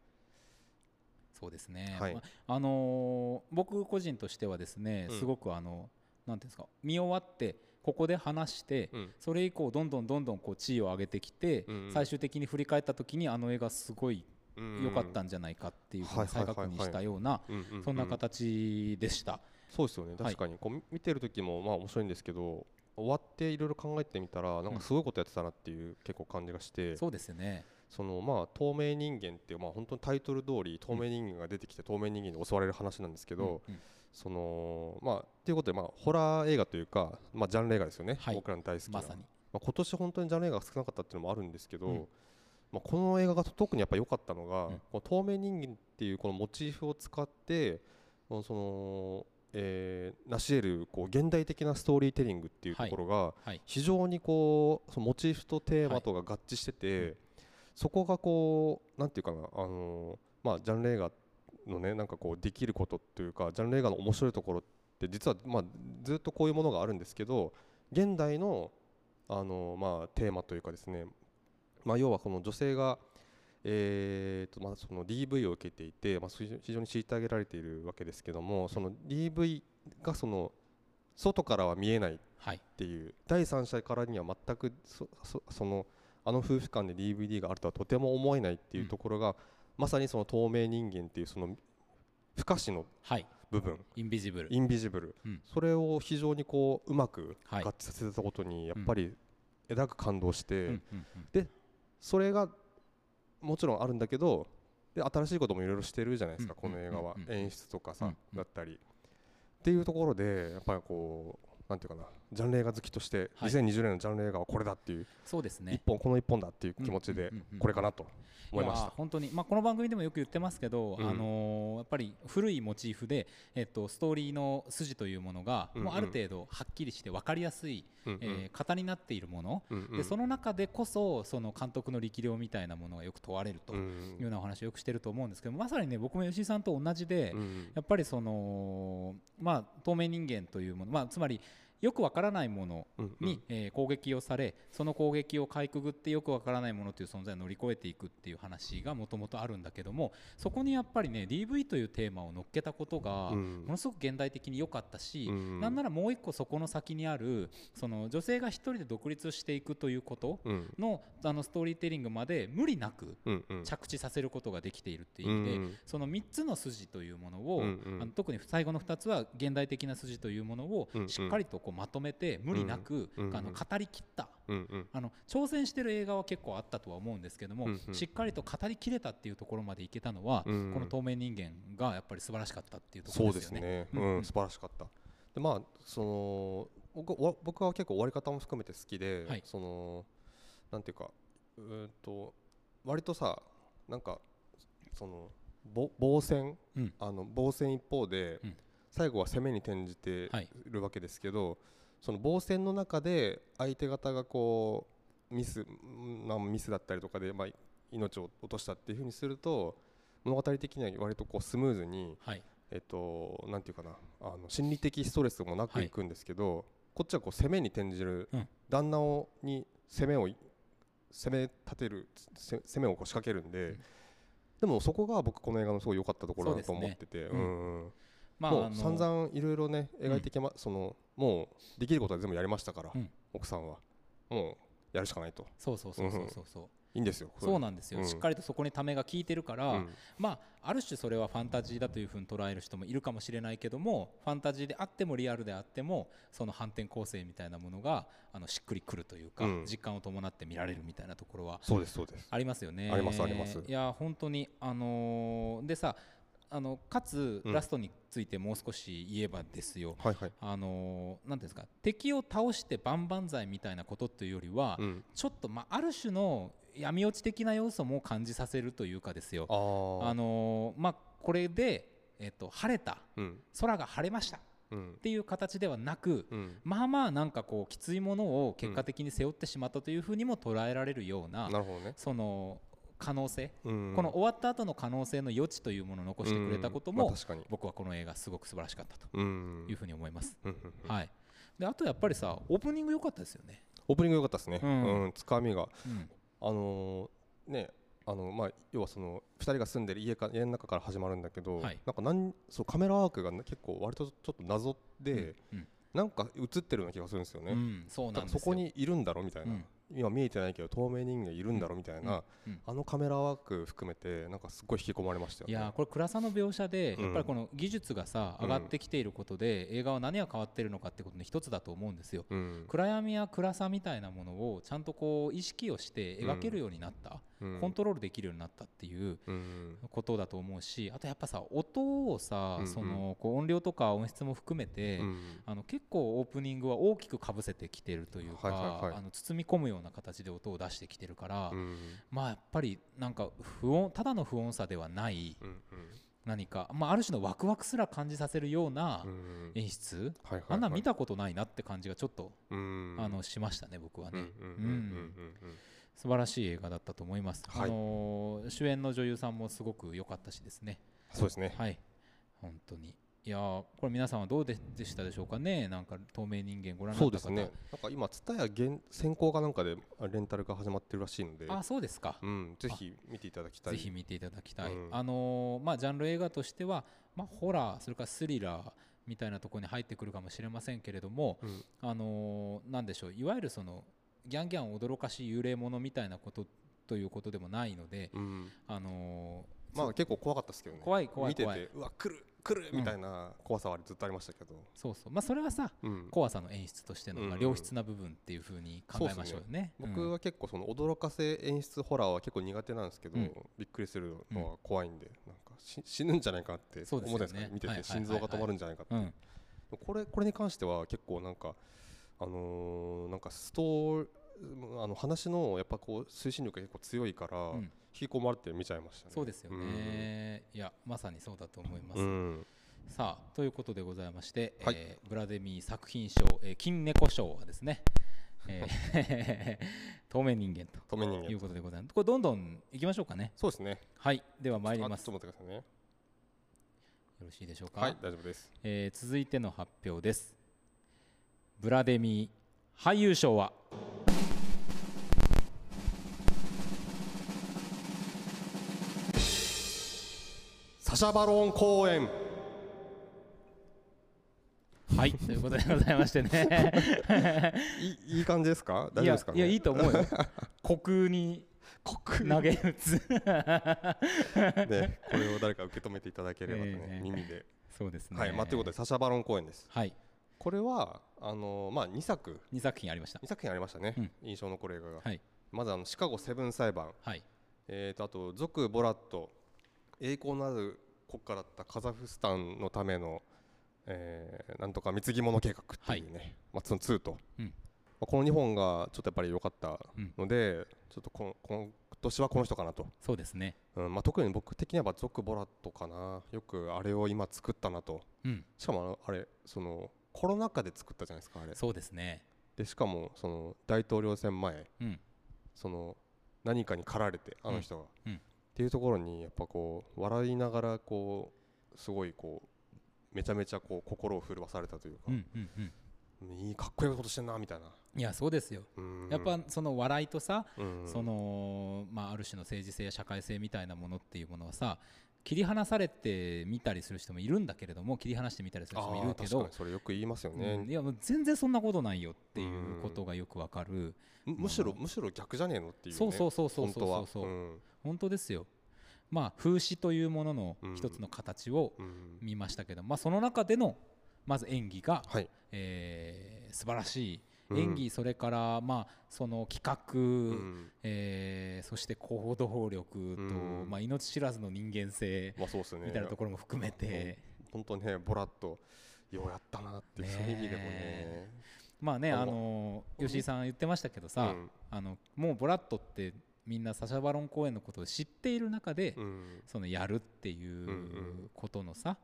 S1: そうですね、
S2: はい
S1: まあのー僕個人としてはですね、
S2: うん
S1: すごくあのなんていうんですか見終わってここで話して、
S2: うん
S1: それ以降どんどんどんどんこう地位を上げてきて、
S2: うんうん
S1: 最終的に振り返った時にあの映画すごい良かったんじゃないかっていうふう
S2: はい
S1: に
S2: は
S1: 再
S2: いはいはい
S1: 確認したような
S2: うんうんう
S1: そんな形でした。
S2: そうですよね
S1: は
S2: 確
S1: い
S2: かに、こうみ見てる時もまあ面白いんですけど終わっていろいろ考えてみたらなん
S1: うん
S2: かすごいことやってたなっていう結構感じがして、そ
S1: そうですよね。
S2: のまあ透明人間っていうまあ本当にタイトル通り透明人間が出てきて透明人間に襲われる話なんですけど、
S1: うんうん
S2: そのまあっていうことでまあホラー映画というかまあジャンル映画ですよね、
S1: はい
S2: 僕らの大好きな、
S1: まさに。
S2: まあ、今年本当にジャンル映画が少なかったっていうのもあるんですけど、
S1: うん
S2: まあ、この映画が特にやっぱ良かったのが、
S1: うん
S2: この透明人間っていうこのモチーフを使ってこのその、えー、成し得るこう現代的なストーリーテリングっていうところが
S1: はい
S2: 非常にこうそのモチーフとテーマとが合致してて、そこがこうなんていうかな、あのーまあ、ジャンル映画のねなんかこうできることというかジャンル映画の面白いところって実は、まあ、ずっとこういうものがあるんですけど現代の、あのーまあ、テーマというかですね、まあ、要はこの女性が、えーとまあ、その DV を受けていて、まあ、非常に非常に虐げられているわけですけどもその DV がその外からは見えない
S1: はい
S2: っていう第三者からには全くそそそのあの夫婦間で DVD があるとはとても思えないっていうところが、まさにその透明人間っていうその不可視の
S1: はい。
S2: 部分
S1: インビジブル。
S2: インビジブル、
S1: うん
S2: それを非常にこううまく合
S1: はい
S2: 致させたことにやっぱりえらく感動して、
S1: うんうんうん
S2: それがもちろんあるんだけどで新しいこともいろいろしてるじゃないですか、
S1: うん
S2: この映画は
S1: うん、うん
S2: 演出とかさ、
S1: うんうん
S2: だったりっていうところでやっぱりこうなんていうかなジャンル映画好きとして、
S1: はい
S2: 2020年のジャンル映画はこれだっていう、
S1: そうです
S2: 一
S1: ね。
S2: 本この一本だっていう気持ち
S1: うん
S2: で
S1: うんうんうん
S2: これかなと思いまし
S1: や
S2: た。
S1: 本当に、まあ、この番組でもよく言ってますけど、
S2: うん
S1: あのーやっぱり古いモチーフで、えっと、ストーリーの筋というものが、
S2: うんうん
S1: もうある程度はっきりして分かりやすい、
S2: うんうん
S1: えー型になっているもの、
S2: うんうん
S1: でその中でこそその監督の力量みたいなものがよく問われると
S2: う
S1: いうんようなお話をよくしてると思うんですけどまさにね僕も吉井さんと同じで、
S2: うん
S1: やっぱりその、まあ、透明人間というもの、まあ、つまりよくわからないもの
S2: うんうん
S1: に、えー攻撃をされその攻撃をかいくぐってよくわからないものという存在を乗り越えていくっていう話がもともとあるんだけどもそこにやっぱりね DV というテーマを乗っけたことがも
S2: うん
S1: のすごく現代的に良かったし、
S2: うん
S1: なんならもう一個そこの先にあるその女性が一人で独立していくということ
S2: うん
S1: のあのストーリーテリングまで無理なく
S2: うんうん
S1: 着地させることができているっていう意味で、
S2: うん
S1: その3つの筋というものを、
S2: うんうん
S1: あの特に最後の2つは現代的な筋というものを
S2: うんうん
S1: しっかりとこうこうまとめて無理なく、
S2: うんうん
S1: あの語りきった
S2: うんうん
S1: あの挑戦してる映画は結構あったとは思うんですけども、
S2: うんうん
S1: しっかりと語りきれたっていうところまでいけたのは、
S2: うんうん
S1: この透明人間がやっぱり素晴らしかったっていうとこ
S2: そ
S1: ろ
S2: う
S1: で
S2: ですす
S1: よね。
S2: ね、
S1: う
S2: うんん素晴らしかったでまあその僕は僕は結構終わり方も含めて好きで、
S1: はい
S2: そのなんていうかうーんと割とさなんかそのぼ防戦、
S1: うん
S2: あの防戦一方で、
S1: うん
S2: 最後は攻めに転じて
S1: はい
S2: るわけですけど、その防戦の中で相手方がこうミスんまあミスだったりとかで、まあ、命を落としたっていうふうにすると物語的には割とこうスムーズに
S1: はい、
S2: えっと、なんていうかなあの心理的ストレスもな
S1: は
S2: く
S1: い
S2: いくんですけど、こっちはこう攻めに転じる、
S1: うん
S2: 旦那をに攻めをい攻め立てるせ攻めをこう仕掛けるんで、
S1: うん
S2: でもそこが僕この映画のすごい良かったところだと
S1: そうです
S2: 思
S1: ね
S2: ってて、
S1: う
S2: うんんうん
S1: ま
S2: も
S1: あ
S2: う散々いろいろね描いてきま、そのもうできることは全部やりましたから、
S1: うん
S2: 奥さんはもうやるしかないと
S1: そうそうそうそうそうそう、
S2: いいんですよ
S1: そうなんですよ、
S2: うん
S1: しっかりとそこにためが効いてるから、
S2: うん
S1: まあある種それはファンタジーだというふうに捉える人もいるかもしれないけどもファンタジーであってもリアルであってもその反転構成みたいなものがあのしっくりくるというか、
S2: うん
S1: 実感を伴って見られるみたいなところは
S2: そうですそうです
S1: ありますよね。
S2: ありますあります
S1: いや本当にあのーでさあのかつ
S2: うん
S1: ラストについてもう少し言えばですよ。
S2: はいはい、
S1: あのーなんていうんですか敵を倒して万々歳みたいなことというよりは、
S2: うん、
S1: ちょっとまあある種の闇落ち的な要素も感じさせるというかですよ。
S2: あー
S1: あのーまあこれでえっと晴れた
S2: うん
S1: 空が晴れましたっ
S2: うん
S1: ていう形ではなく。
S2: うん
S1: まあまあなんかこうきついものを結果的に背負ってしまったというふうにも捉えられるような、
S2: なるほどね、
S1: その可能性、
S2: うん
S1: この終わった後の可能性の余地というものを残してくれたことも、
S2: うんまあ確かに
S1: 僕はこの映画すごく素晴らしかったと
S2: うん
S1: いうふうに思います、
S2: うんうんうん
S1: はいであとやっぱりさオープニング良かったですよね、
S2: オープニング良かったですね、
S1: う
S2: うんんつかみが
S1: うん
S2: あのーねあのまあ要はその2人が住んでる家か家の中から始まるんだけど、
S1: はい
S2: なんかなんそうカメラワークがね結構割とちょっと謎で、
S1: うん
S2: なんか映ってるような気がするんですよ
S1: う
S2: ね、
S1: ん、そう
S2: だ
S1: な
S2: か
S1: ん
S2: ら
S1: ですよ
S2: そこにいるんだろみたいな、
S1: うん
S2: 今見えてないけど透明人間いるんだろみたいな、
S1: うんうん
S2: あのカメラワーク含めてなんかすごい引き込まれましたよ
S1: い
S2: ね
S1: やーこれ暗さの描写で
S2: うん
S1: やっぱりこの技術がさ上がってきていることで映画は何が変わっているのかってことの一つだと思うんですよ
S2: うん
S1: 暗闇や暗さみたいなものをちゃんとこう意識をして描けるようになった、
S2: うん
S1: コントロールできるようになったっていう
S2: うん
S1: ことだと思うしあとやっぱさ音をさ、
S2: うんうん
S1: そのこう音量とか音質も含めて、
S2: うん
S1: あの結構オープニングは大きくかぶせてきてるというか、
S2: はいはいはい
S1: あの包み込むような形で音を出してきてるから、
S2: うん
S1: まあやっぱりなんか不穏ただの不穏さではない
S2: うん
S1: 何か、まあ、ある種のワクワクすら感じさせるような
S2: うんうん
S1: 演出、
S2: はいはいはい
S1: あんなん見たことないなって感じがちょっと、
S2: うん
S1: あのしましたね僕は
S2: う
S1: ね。
S2: んうん
S1: う
S2: うん
S1: ん
S2: うんうん
S1: 素晴らしい映画だったと思います、
S2: はい
S1: あのー主演の女優さんもすごく良かったしですね
S2: そうですね。
S1: はい、本当に。いやーこれ皆さんはどうででしたでしょうかね、なんか透明人間ご覧に
S2: そ
S1: な
S2: う
S1: っ
S2: で
S1: た方、
S2: すね。なんか今、蔦屋限先行かなんかであレンタルが始まってるらしいので、
S1: あそうですか、
S2: うん、ぜひ見ていただきたい。
S1: ぜひ見ていただきたい、
S2: うん
S1: あのーまあ、ジャンル映画としては、まあ、ホラー、それからスリラーみたいなところに入ってくるかもしれませんけれども、
S2: うん
S1: あのーなんでしょう、いわゆるそのギャンギャン驚かしい幽霊ものみたいなことということでもないので、
S2: うん、
S1: あのー
S2: まあ結構怖かったですけどね。
S1: 怖い怖い
S2: 見て
S1: 怖い
S2: て、うわ、来る来る
S1: うん
S2: みたいな怖さはずっとありましたけど。
S1: そうそう、まあ、それはさ、
S2: うん
S1: 怖さの演出としての、まあ
S2: うん
S1: 良質な部分っていうふうに考えましょうよね。
S2: 僕は結構その驚かせ演出ホラーは結構苦手なんですけど、
S1: うん
S2: びっくりするのは怖いんで、なんかし死ぬんじゃないかなって
S1: そう
S2: 思っ
S1: で
S2: た
S1: す
S2: ん
S1: よね
S2: ですか、ね、見て
S1: はい
S2: て
S1: はいはいは
S2: 心
S1: い
S2: 臓が止まるんじゃないかって、
S1: うん、うん
S2: これこれに関しては結構なんかあのーなんかストーあの話のやっぱこう推進力が結構強いから、
S1: うん
S2: 引き込まれて見ちゃいましたね。
S1: そうですよね、いやまさにそうだと思います、
S2: うん。うん
S1: さあということでございまして、
S2: はい
S1: えーブラデミー作品賞、えー金猫賞はですね、えー <laughs> 透明人間と
S2: 透明人
S1: いう
S2: 間。
S1: ことでございますこれどんどん行きましょうかね
S2: そうですね。
S1: はいでは参りま
S2: あ
S1: す
S2: ち
S1: よ
S2: ょっと待ってくださいね。
S1: ろしいでしょうか、
S2: はい、大丈夫です。
S1: えー続いての発表ですブラデミー俳優賞は
S2: サシャバロン公演。
S1: はいということでございましてね
S2: いいいい感じですか？ <laughs> 大丈夫ですかね？
S1: いやいやいいと思う
S2: <laughs>
S1: よ虚空に投げ打つ
S2: ね、
S1: <laughs>
S2: これを誰か受け止めていただければとね、
S1: ええ
S2: 耳で。
S1: そうですね
S2: はい、まあということでサシャバロン公演です。
S1: はい
S2: これはあのまあ2作
S1: 2作品ありました
S2: 2作品ありましたね、
S1: うん
S2: 印象残る映画が、
S1: はい
S2: まずあのシカゴセブン裁判、
S1: はい
S2: えー、とあと「続ボラット」栄光のある国家だったカザフスタンのための、えーなんとか貢ぎ物計画っていうね、まあ、その2と、
S1: うん
S2: まあ、この2本がちょっとやっぱり良かった
S1: うん
S2: ので、ちょっとこのこの今年はこの人かなと、
S1: そうですね
S2: うんまあ、特に僕的には「続ボラット」かなよくあれを今作ったなと
S1: うん
S2: しかもあのあれそのコロナ禍で作ったじゃないですかあれ
S1: そうですね
S2: でしかもその大統領選前
S1: うん
S2: その何かに駆られてあの人が、
S1: うんうん
S2: っていうところにやっぱこう笑いながらこうすごいこうめちゃめちゃこう心を震わされたというか
S1: う、んうんうん
S2: いいかっこいいことしてんなみたいない
S1: やそうですよ
S2: うん
S1: やっぱその笑いとさ、
S2: うん
S1: そのまあ、ある種の政治性や社会性みたいなものっていうものはさ切り離されてみたりする人もいるんだけれども切り離してみたりする
S2: あ
S1: 人もい
S2: ー
S1: るけ
S2: 確か
S1: ど
S2: に、それよく言いますよ
S1: うん
S2: ね
S1: い、やもう全然そんなことないよっていうことがよくわかる、
S2: むむしろむしろ逆じゃねえのっていう、ね、
S1: そうそうそうそう
S2: 本
S1: そう
S2: 当は
S1: そうそう、
S2: ん
S1: 本当ですよまあ風刺というものの一つの形を
S2: うん
S1: 見ましたけど、まあ、その中でのまず演技が、
S2: はい
S1: えー素晴らし
S2: う
S1: い
S2: ん
S1: 演技、それからまあその企画、
S2: うん
S1: えーそして行動力と、
S2: うん
S1: まあ、命知らずの人間性
S2: まあそうですね
S1: みたいなところも含めて、
S2: 本当ねボラッとようやったなっていう、そういう意味でもね
S1: ねまあね
S2: あ
S1: あの吉井さん言ってましたけどさ、
S2: うん
S1: あのもうボラットってみんなサシャバロン公演のことを知っている中で、
S2: うん
S1: そのやるって
S2: んう
S1: いうんことのさ、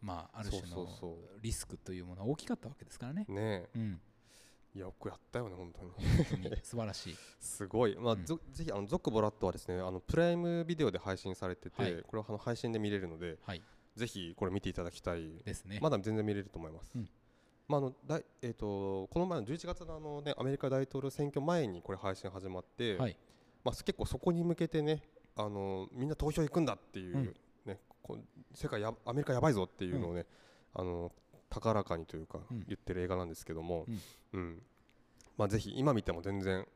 S1: まあ、ある種
S2: そう
S1: の
S2: そうそ
S1: リスクというものは大きかったわけですからね。
S2: ね
S1: うん、
S2: えよくやったよね本当に
S1: 本当に素晴らしい。
S2: すごい、まあ
S1: うん
S2: ぞぜひあのゾックボラットはですねあのプライムビデオで配信されてて、
S1: はい
S2: これはあの配信で見れるので
S1: はい、
S2: ぜひこれ見ていただきたい、
S1: です
S2: <laughs>
S1: ね。
S2: まだ全然見れると思います、
S1: うん
S2: まああのだいえー、とこの前の11月のあの、ね、アメリカ大統領選挙前にこれ配信始まって、
S1: はい、
S2: まあ、結構そこに向けてねあのみんな投票行くんだっていう、
S1: うん
S2: ね、こう世界やアメリカやばいぞっていうのをね、あの高らかにというか
S1: うん
S2: 言ってる映画なんですけども、
S1: うん
S2: うんまあ、ぜひ今見ても全然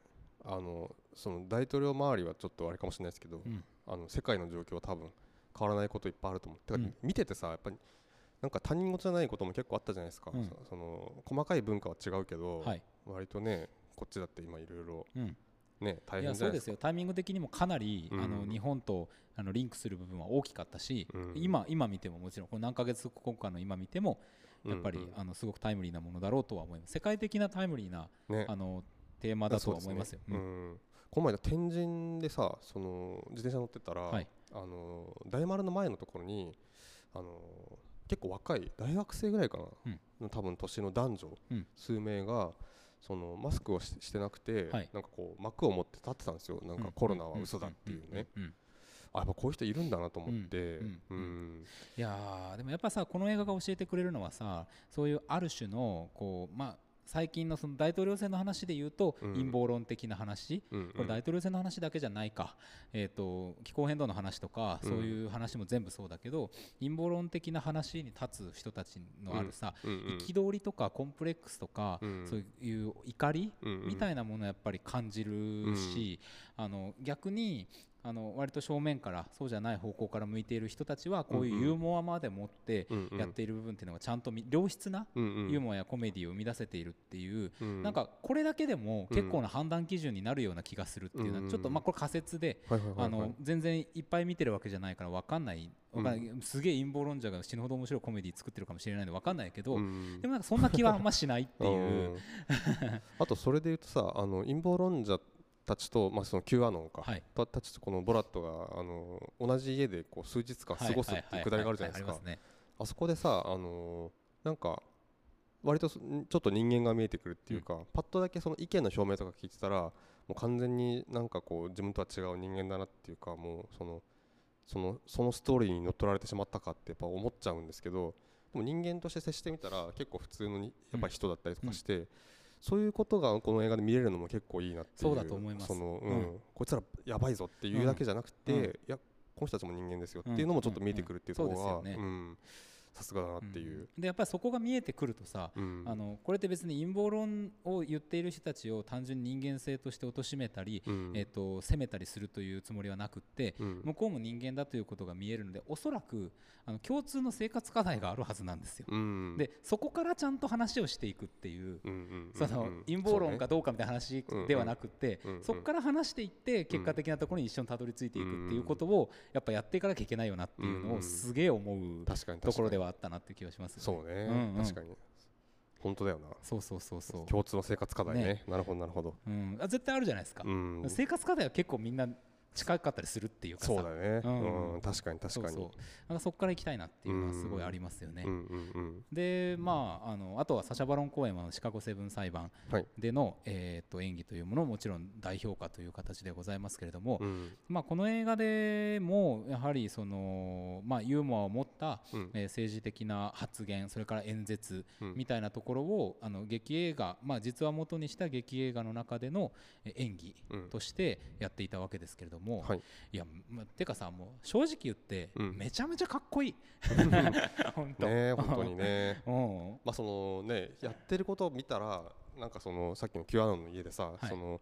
S2: あのその大統領周りはちょっとあれかもしれないですけど、
S1: うん
S2: あの世界の状況は多分変わらないこといっぱいあると思う。てか
S1: うん
S2: 見ててさやっぱりなんか他人事じゃないことも結構あったじゃないですか、
S1: うん
S2: そその細かい文化は違うけど、
S1: はい
S2: 割とねこっちだって今いろいろ
S1: うん、
S2: ね大
S1: いや
S2: 変じゃ
S1: そ
S2: な
S1: う
S2: いで
S1: ですすよタイミング的にもかなり、
S2: うん
S1: あの日本とあのリンクする部分は大きかったし、
S2: うん
S1: 今今見てももちろんこの何ヶ月後かの今見ても
S2: か
S1: やっぱり、
S2: うんうん
S1: あのすごくタイムリーなものだろうとは思います世界的なタイムリーな
S2: ね
S1: あのテーマだとは思いますよ。
S2: そうですねうんこの前の天神でさその自転車乗ってたら、
S1: はい
S2: あの大丸の前のところにあの結構若い大学生ぐらいかな、
S1: うん
S2: の多分年の男女、
S1: うん
S2: 数名がそのマスクをししてなくて、
S1: はい
S2: なんかこう幕を持って立ってたんですよなん
S1: うん
S2: かコロナは嘘だっていうね、。
S1: んんんん
S2: あやっぱこういう人いるんだなと思って、
S1: うんうん
S2: うん
S1: いやーでもやっぱさこの映画が教えてくれるのはさそういうある種のこうまあ最近のその大統領選の話で言うと
S2: うん
S1: 陰謀論的な話、
S2: うんうん
S1: これ大統領選の話だけじゃないか、えー、と気候変動の話とか
S2: うん
S1: そういう話も全部そうだけど、陰謀論的な話に立つ人たちのあるさ
S2: うんうん
S1: 憤、りとかコンプレックスとか、
S2: うん
S1: そういう怒り
S2: うんうん
S1: みたいなものをやっぱり感じるし、あの逆にあの割と正面からそうじゃない方向から向いている人たちはこういうユーモアまで持って
S2: うんうん
S1: やっている部分っていうのがちゃんとみ良質な
S2: うんうん
S1: ユーモアやコメディを生み出せているっていう。
S2: うん
S1: なんかこれだけでも結構な判断基準になるような気がするっていうの
S2: うん
S1: はちょっとまあこれ仮説で
S2: はいはいはいはい
S1: あの全然いっぱい見てるわけじゃないからわかんないわかんないすげえ陰謀論者が死ぬほど面白いコメディ作ってるかもしれないんでわかんないけど
S2: うん
S1: でもなんかそんな気はあんましないっていう
S2: うんあとそれで言うとさあの陰謀論者たちと、まあ、その Q アノンか、
S1: はい
S2: たたちとこのボラットがあの同じ家でこう数日間過ごすっていうくだりがあるじゃない
S1: はははははあり
S2: ですか
S1: ますね
S2: あそこでさあのなんか割とそんちょっと人間が見えてくるっていうか、パッとだけその意見の表明とか聞いてたらもう完全になんかこう自分とは違う人間だなっていうかもうそのそのそのストーリーに乗っ取られてしまったかってやっぱ思っちゃうんですけどでも人間として接してみたら結構普通のにやっぱり人だったりとかして、そういうことがこの映画で見れるのも結構いいなっていう
S1: そうだと思います
S2: その、うん
S1: う
S2: こいつらやばいぞっていうだけじゃなくて、
S1: うんうん
S2: いやこの人たちも人間ですよっていうのもちょっと見えてくるっていうところが、
S1: うんうんそうですよね
S2: うんさすがだなっていう、
S1: でやっぱりそこが見えてくるとさ、
S2: うん
S1: あのこれって別に陰謀論を言っている人たちを単純に人間性として貶めたり、
S2: うん
S1: えっと責めたりするというつもりはなくって、
S2: うん
S1: 向こうも人間だということが見えるのでおそらくあの共通の生活課題があるはずなんですよ。
S2: うん
S1: でそこからちゃんと話をしていくっていう。
S2: うんうんうん
S1: その
S2: うん
S1: 陰謀
S2: そう
S1: 論
S2: ね
S1: かどうかみたいな話
S2: うんうん
S1: ではなくて
S2: うんうん
S1: そこから話していって結果的なところに一緒にたどり着いていくっていうことをやっぱやっていかなきゃいけないよなっていう
S2: うん
S1: の
S2: う
S1: を
S2: ん
S1: すげえ思う
S2: 確かに確か
S1: と
S2: に
S1: ころではあったなっていう気がしますよね
S2: そうね、
S1: うんうん
S2: 確かに本当だよな
S1: そうそうそうそう
S2: 共通の生活課題ねなるほどなるほど
S1: うん、あ絶対あるじゃないですか、
S2: うん
S1: 生活課題は結構みんな近かったりするっていうかさ
S2: そうだね
S1: う
S2: うんん、確かに確か
S1: そ
S2: に
S1: うそうなんかそこから行きたいなっていうのはすごいありますよね、
S2: うんうんうん
S1: でまああのあとはサシャ・バロン公演はシカゴセブン裁判
S2: はい
S1: での、えー、と演技というものももちろん代表歌という形でございますけれども、
S2: うん
S1: まあ、この映画でもやはりその、まあ、ユーモアを持った、
S2: うん
S1: えー政治的な発言それから演説
S2: うん
S1: みたいなところをあの劇映画、まあ、実話元にした劇映画の中でのえー演技
S2: うん
S1: としてやっていたわけですけれども、
S2: はい
S1: いや、ま、てかさもう正直言って
S2: うん
S1: めちゃめちゃかっ
S2: <laughs>
S1: こいい本当、
S2: ね本当にね
S1: うん
S2: まあそのねやってることを見たらなんかそのさっきの Q アノンの家でさ、
S1: い
S2: その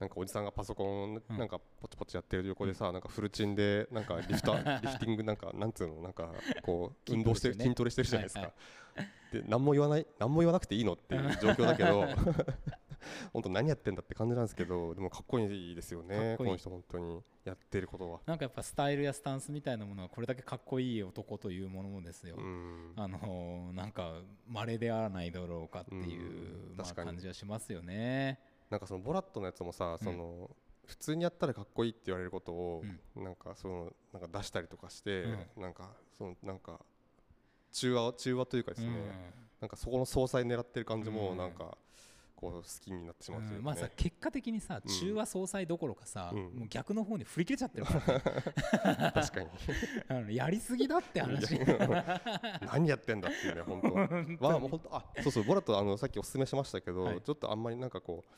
S2: なんかおじさんがパソコン
S1: うん
S2: なんかポチポチやってる横でさ、なんかフルチンでなんかリ
S1: <laughs>
S2: フタリフティングなんかなんつうのなんかこう運動してる
S1: 筋
S2: 筋
S1: ト
S2: トレしてるじゃないで
S1: <laughs>
S2: す
S1: は
S2: か
S1: い。
S2: で何も言わない何も言わなくていいのっていう状況だ
S1: <laughs>
S2: けど本当何やってんだって感じなんですけどでもかっこいいですよ
S1: かっ
S2: ね
S1: こ
S2: こ
S1: いい
S2: の人本当にやってることは。
S1: なんかやっぱスタイルやスタンスみたいなものはこれだけかっこいい男というものもですよ、
S2: うん
S1: あのーなんか稀であらないだろうかっていう、
S2: うん
S1: まあ、
S2: 確かに
S1: 感じはしますよね。
S2: なんかそのボラットのやつもさ、
S1: うん
S2: その普通にやったらかっこいいって言われることを、なんかそのなんか出したりとかして、なんかそのなんか中和中和というかですね、なんかそこの総裁狙ってる感じ
S1: う
S2: も
S1: ん
S2: なんかこう好きになってし
S1: うん
S2: まうという
S1: ま
S2: か
S1: あさ
S2: ね、
S1: 結果的にさ
S2: うん
S1: 中和総裁どころかさ、
S2: うん
S1: もう逆の方に振り切れちゃってる
S2: <laughs>
S1: からね
S2: 確かに
S1: あのやりすぎだって話
S2: いや <laughs> 何やってんだっていうね本当
S1: <laughs>
S2: まあもう本当あそうそうボラットあのさっきおすすめしましたけど、
S1: はい
S2: ちょっとあんまりなんかこう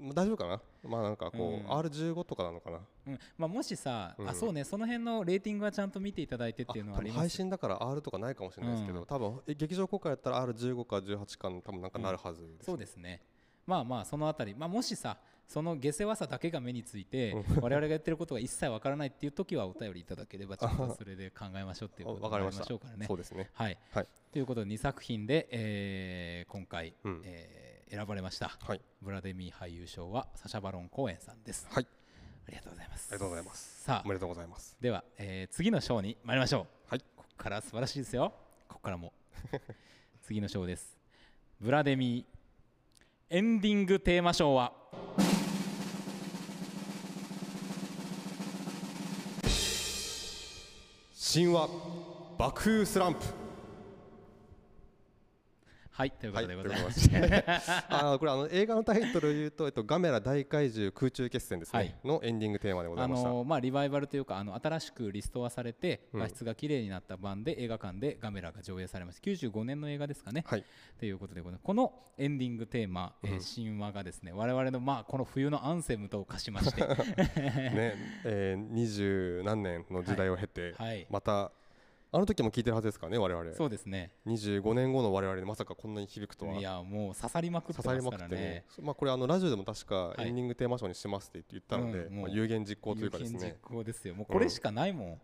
S2: まあ大丈夫かなまあなんかこう、
S1: うん
S2: R15 とかなのかな
S1: うんまあ、もしさ、
S2: うん
S1: あそうねその辺のレーティングはちゃんと見ていただいてっていうのはあ
S2: 多
S1: り
S2: 分
S1: ま
S2: 配
S1: す
S2: 信だから R とかないかもしれないですけど、
S1: うん
S2: 多分え劇場公開やったら R15 か18かの多分なんかなるはずです、
S1: そうですねまあまあそのあたり、まあ、もしさその下世話さだけが目について
S2: う
S1: 我々がやってることが一切わからないっていう時はお便りいただければちょっとそれで考えましょうっていう
S2: あ
S1: こと
S2: わ
S1: にな
S2: か
S1: り
S2: りま
S1: ま
S2: した
S1: しょうからね
S2: そう。ですね
S1: はい、
S2: はい
S1: ということで2作品で、えー今回、
S2: うん
S1: えー選ばれました
S2: はい
S1: ブラデミー俳優賞はサシャ・バロン公演さんです
S2: はい
S1: ありがとうございます
S2: ありがとうございます
S1: さ
S2: お
S1: あ
S2: めでとうございます
S1: では、えー次の賞に参りましょう
S2: はい
S1: ここから素晴らしいですよここからも <laughs> 次の賞ですブラデミーエンディングテーマ賞は
S2: 神話爆風スランプ
S1: はいというこ
S2: はい
S1: と
S2: と
S1: でご
S2: いう
S1: ざ
S2: こ
S1: いま
S2: と
S1: す、
S2: でございますあーこれあの映画のタイトルを言うと、えっと、ガメラ大怪獣空中決戦ですね、
S1: はい
S2: のエンディングテーマでござ
S1: あ
S2: いました、
S1: のーまあ、リバイバルというかあの新しくリストアされて
S2: うん
S1: 画質が綺麗になった版で映画館でガメラが上映されました95年の映画ですかね、
S2: はい
S1: ということでこのこのエンディングテーマ、えー
S2: うん
S1: 神話がですね我々のまあこの冬のアンセムと化しまして
S2: <laughs> ねえー、20何年の時代を経て、
S1: はい
S2: またあの時も聞いてるはずですからね我々
S1: そうですね
S2: 25年後の我々でまさかこんなに響くとはい
S1: やもう刺さりまくって
S2: 刺さ
S1: ま
S2: り
S1: す
S2: ま
S1: か
S2: くっ
S1: ら
S2: てね
S1: ね。
S2: まあこれあのラジオでも確か
S1: い
S2: エンディングテーマショーにしますって言ったので、
S1: うんもう
S2: まあ有言実行というか
S1: 有
S2: です
S1: 言実
S2: ね。
S1: 行ですよもうこれしかないもん、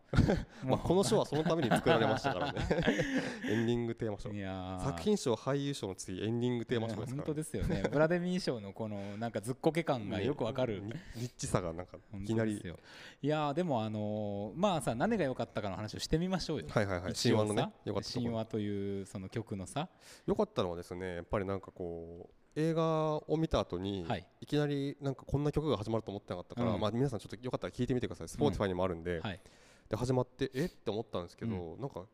S2: まあこの賞はそのために作られましたからね。
S1: <laughs>
S2: エンディングテーマ賞
S1: い。やー
S2: 作品賞、俳優賞の次エンディングテーマ賞で
S1: 本
S2: すか
S1: 当
S2: らね。
S1: ですよねブラデミー賞のこのなんかずっこけ感がよくわかる、
S2: ねニニッチさがなんかい
S1: 本
S2: き
S1: 当
S2: な
S1: です
S2: り。
S1: よいやーでもあのーまあさ何が良かったかの話をしてみましょうよ、
S2: はいはいはい。
S1: 一
S2: 神
S1: 応
S2: 話のね
S1: さ、
S2: 良かったとこ
S1: 神
S2: ろ。
S1: 話というその曲のさ
S2: 良かったのはですね、やっぱりなんかこう映画を見た後に
S1: はい
S2: いきなりなんかこんな曲が始まると思ってなかったから、
S1: うん
S2: まあ皆さんちょっとよかったら聞いてみてください。Spotify にもあるんで。
S1: はい
S2: で始まってえって思ったんですけど、なんか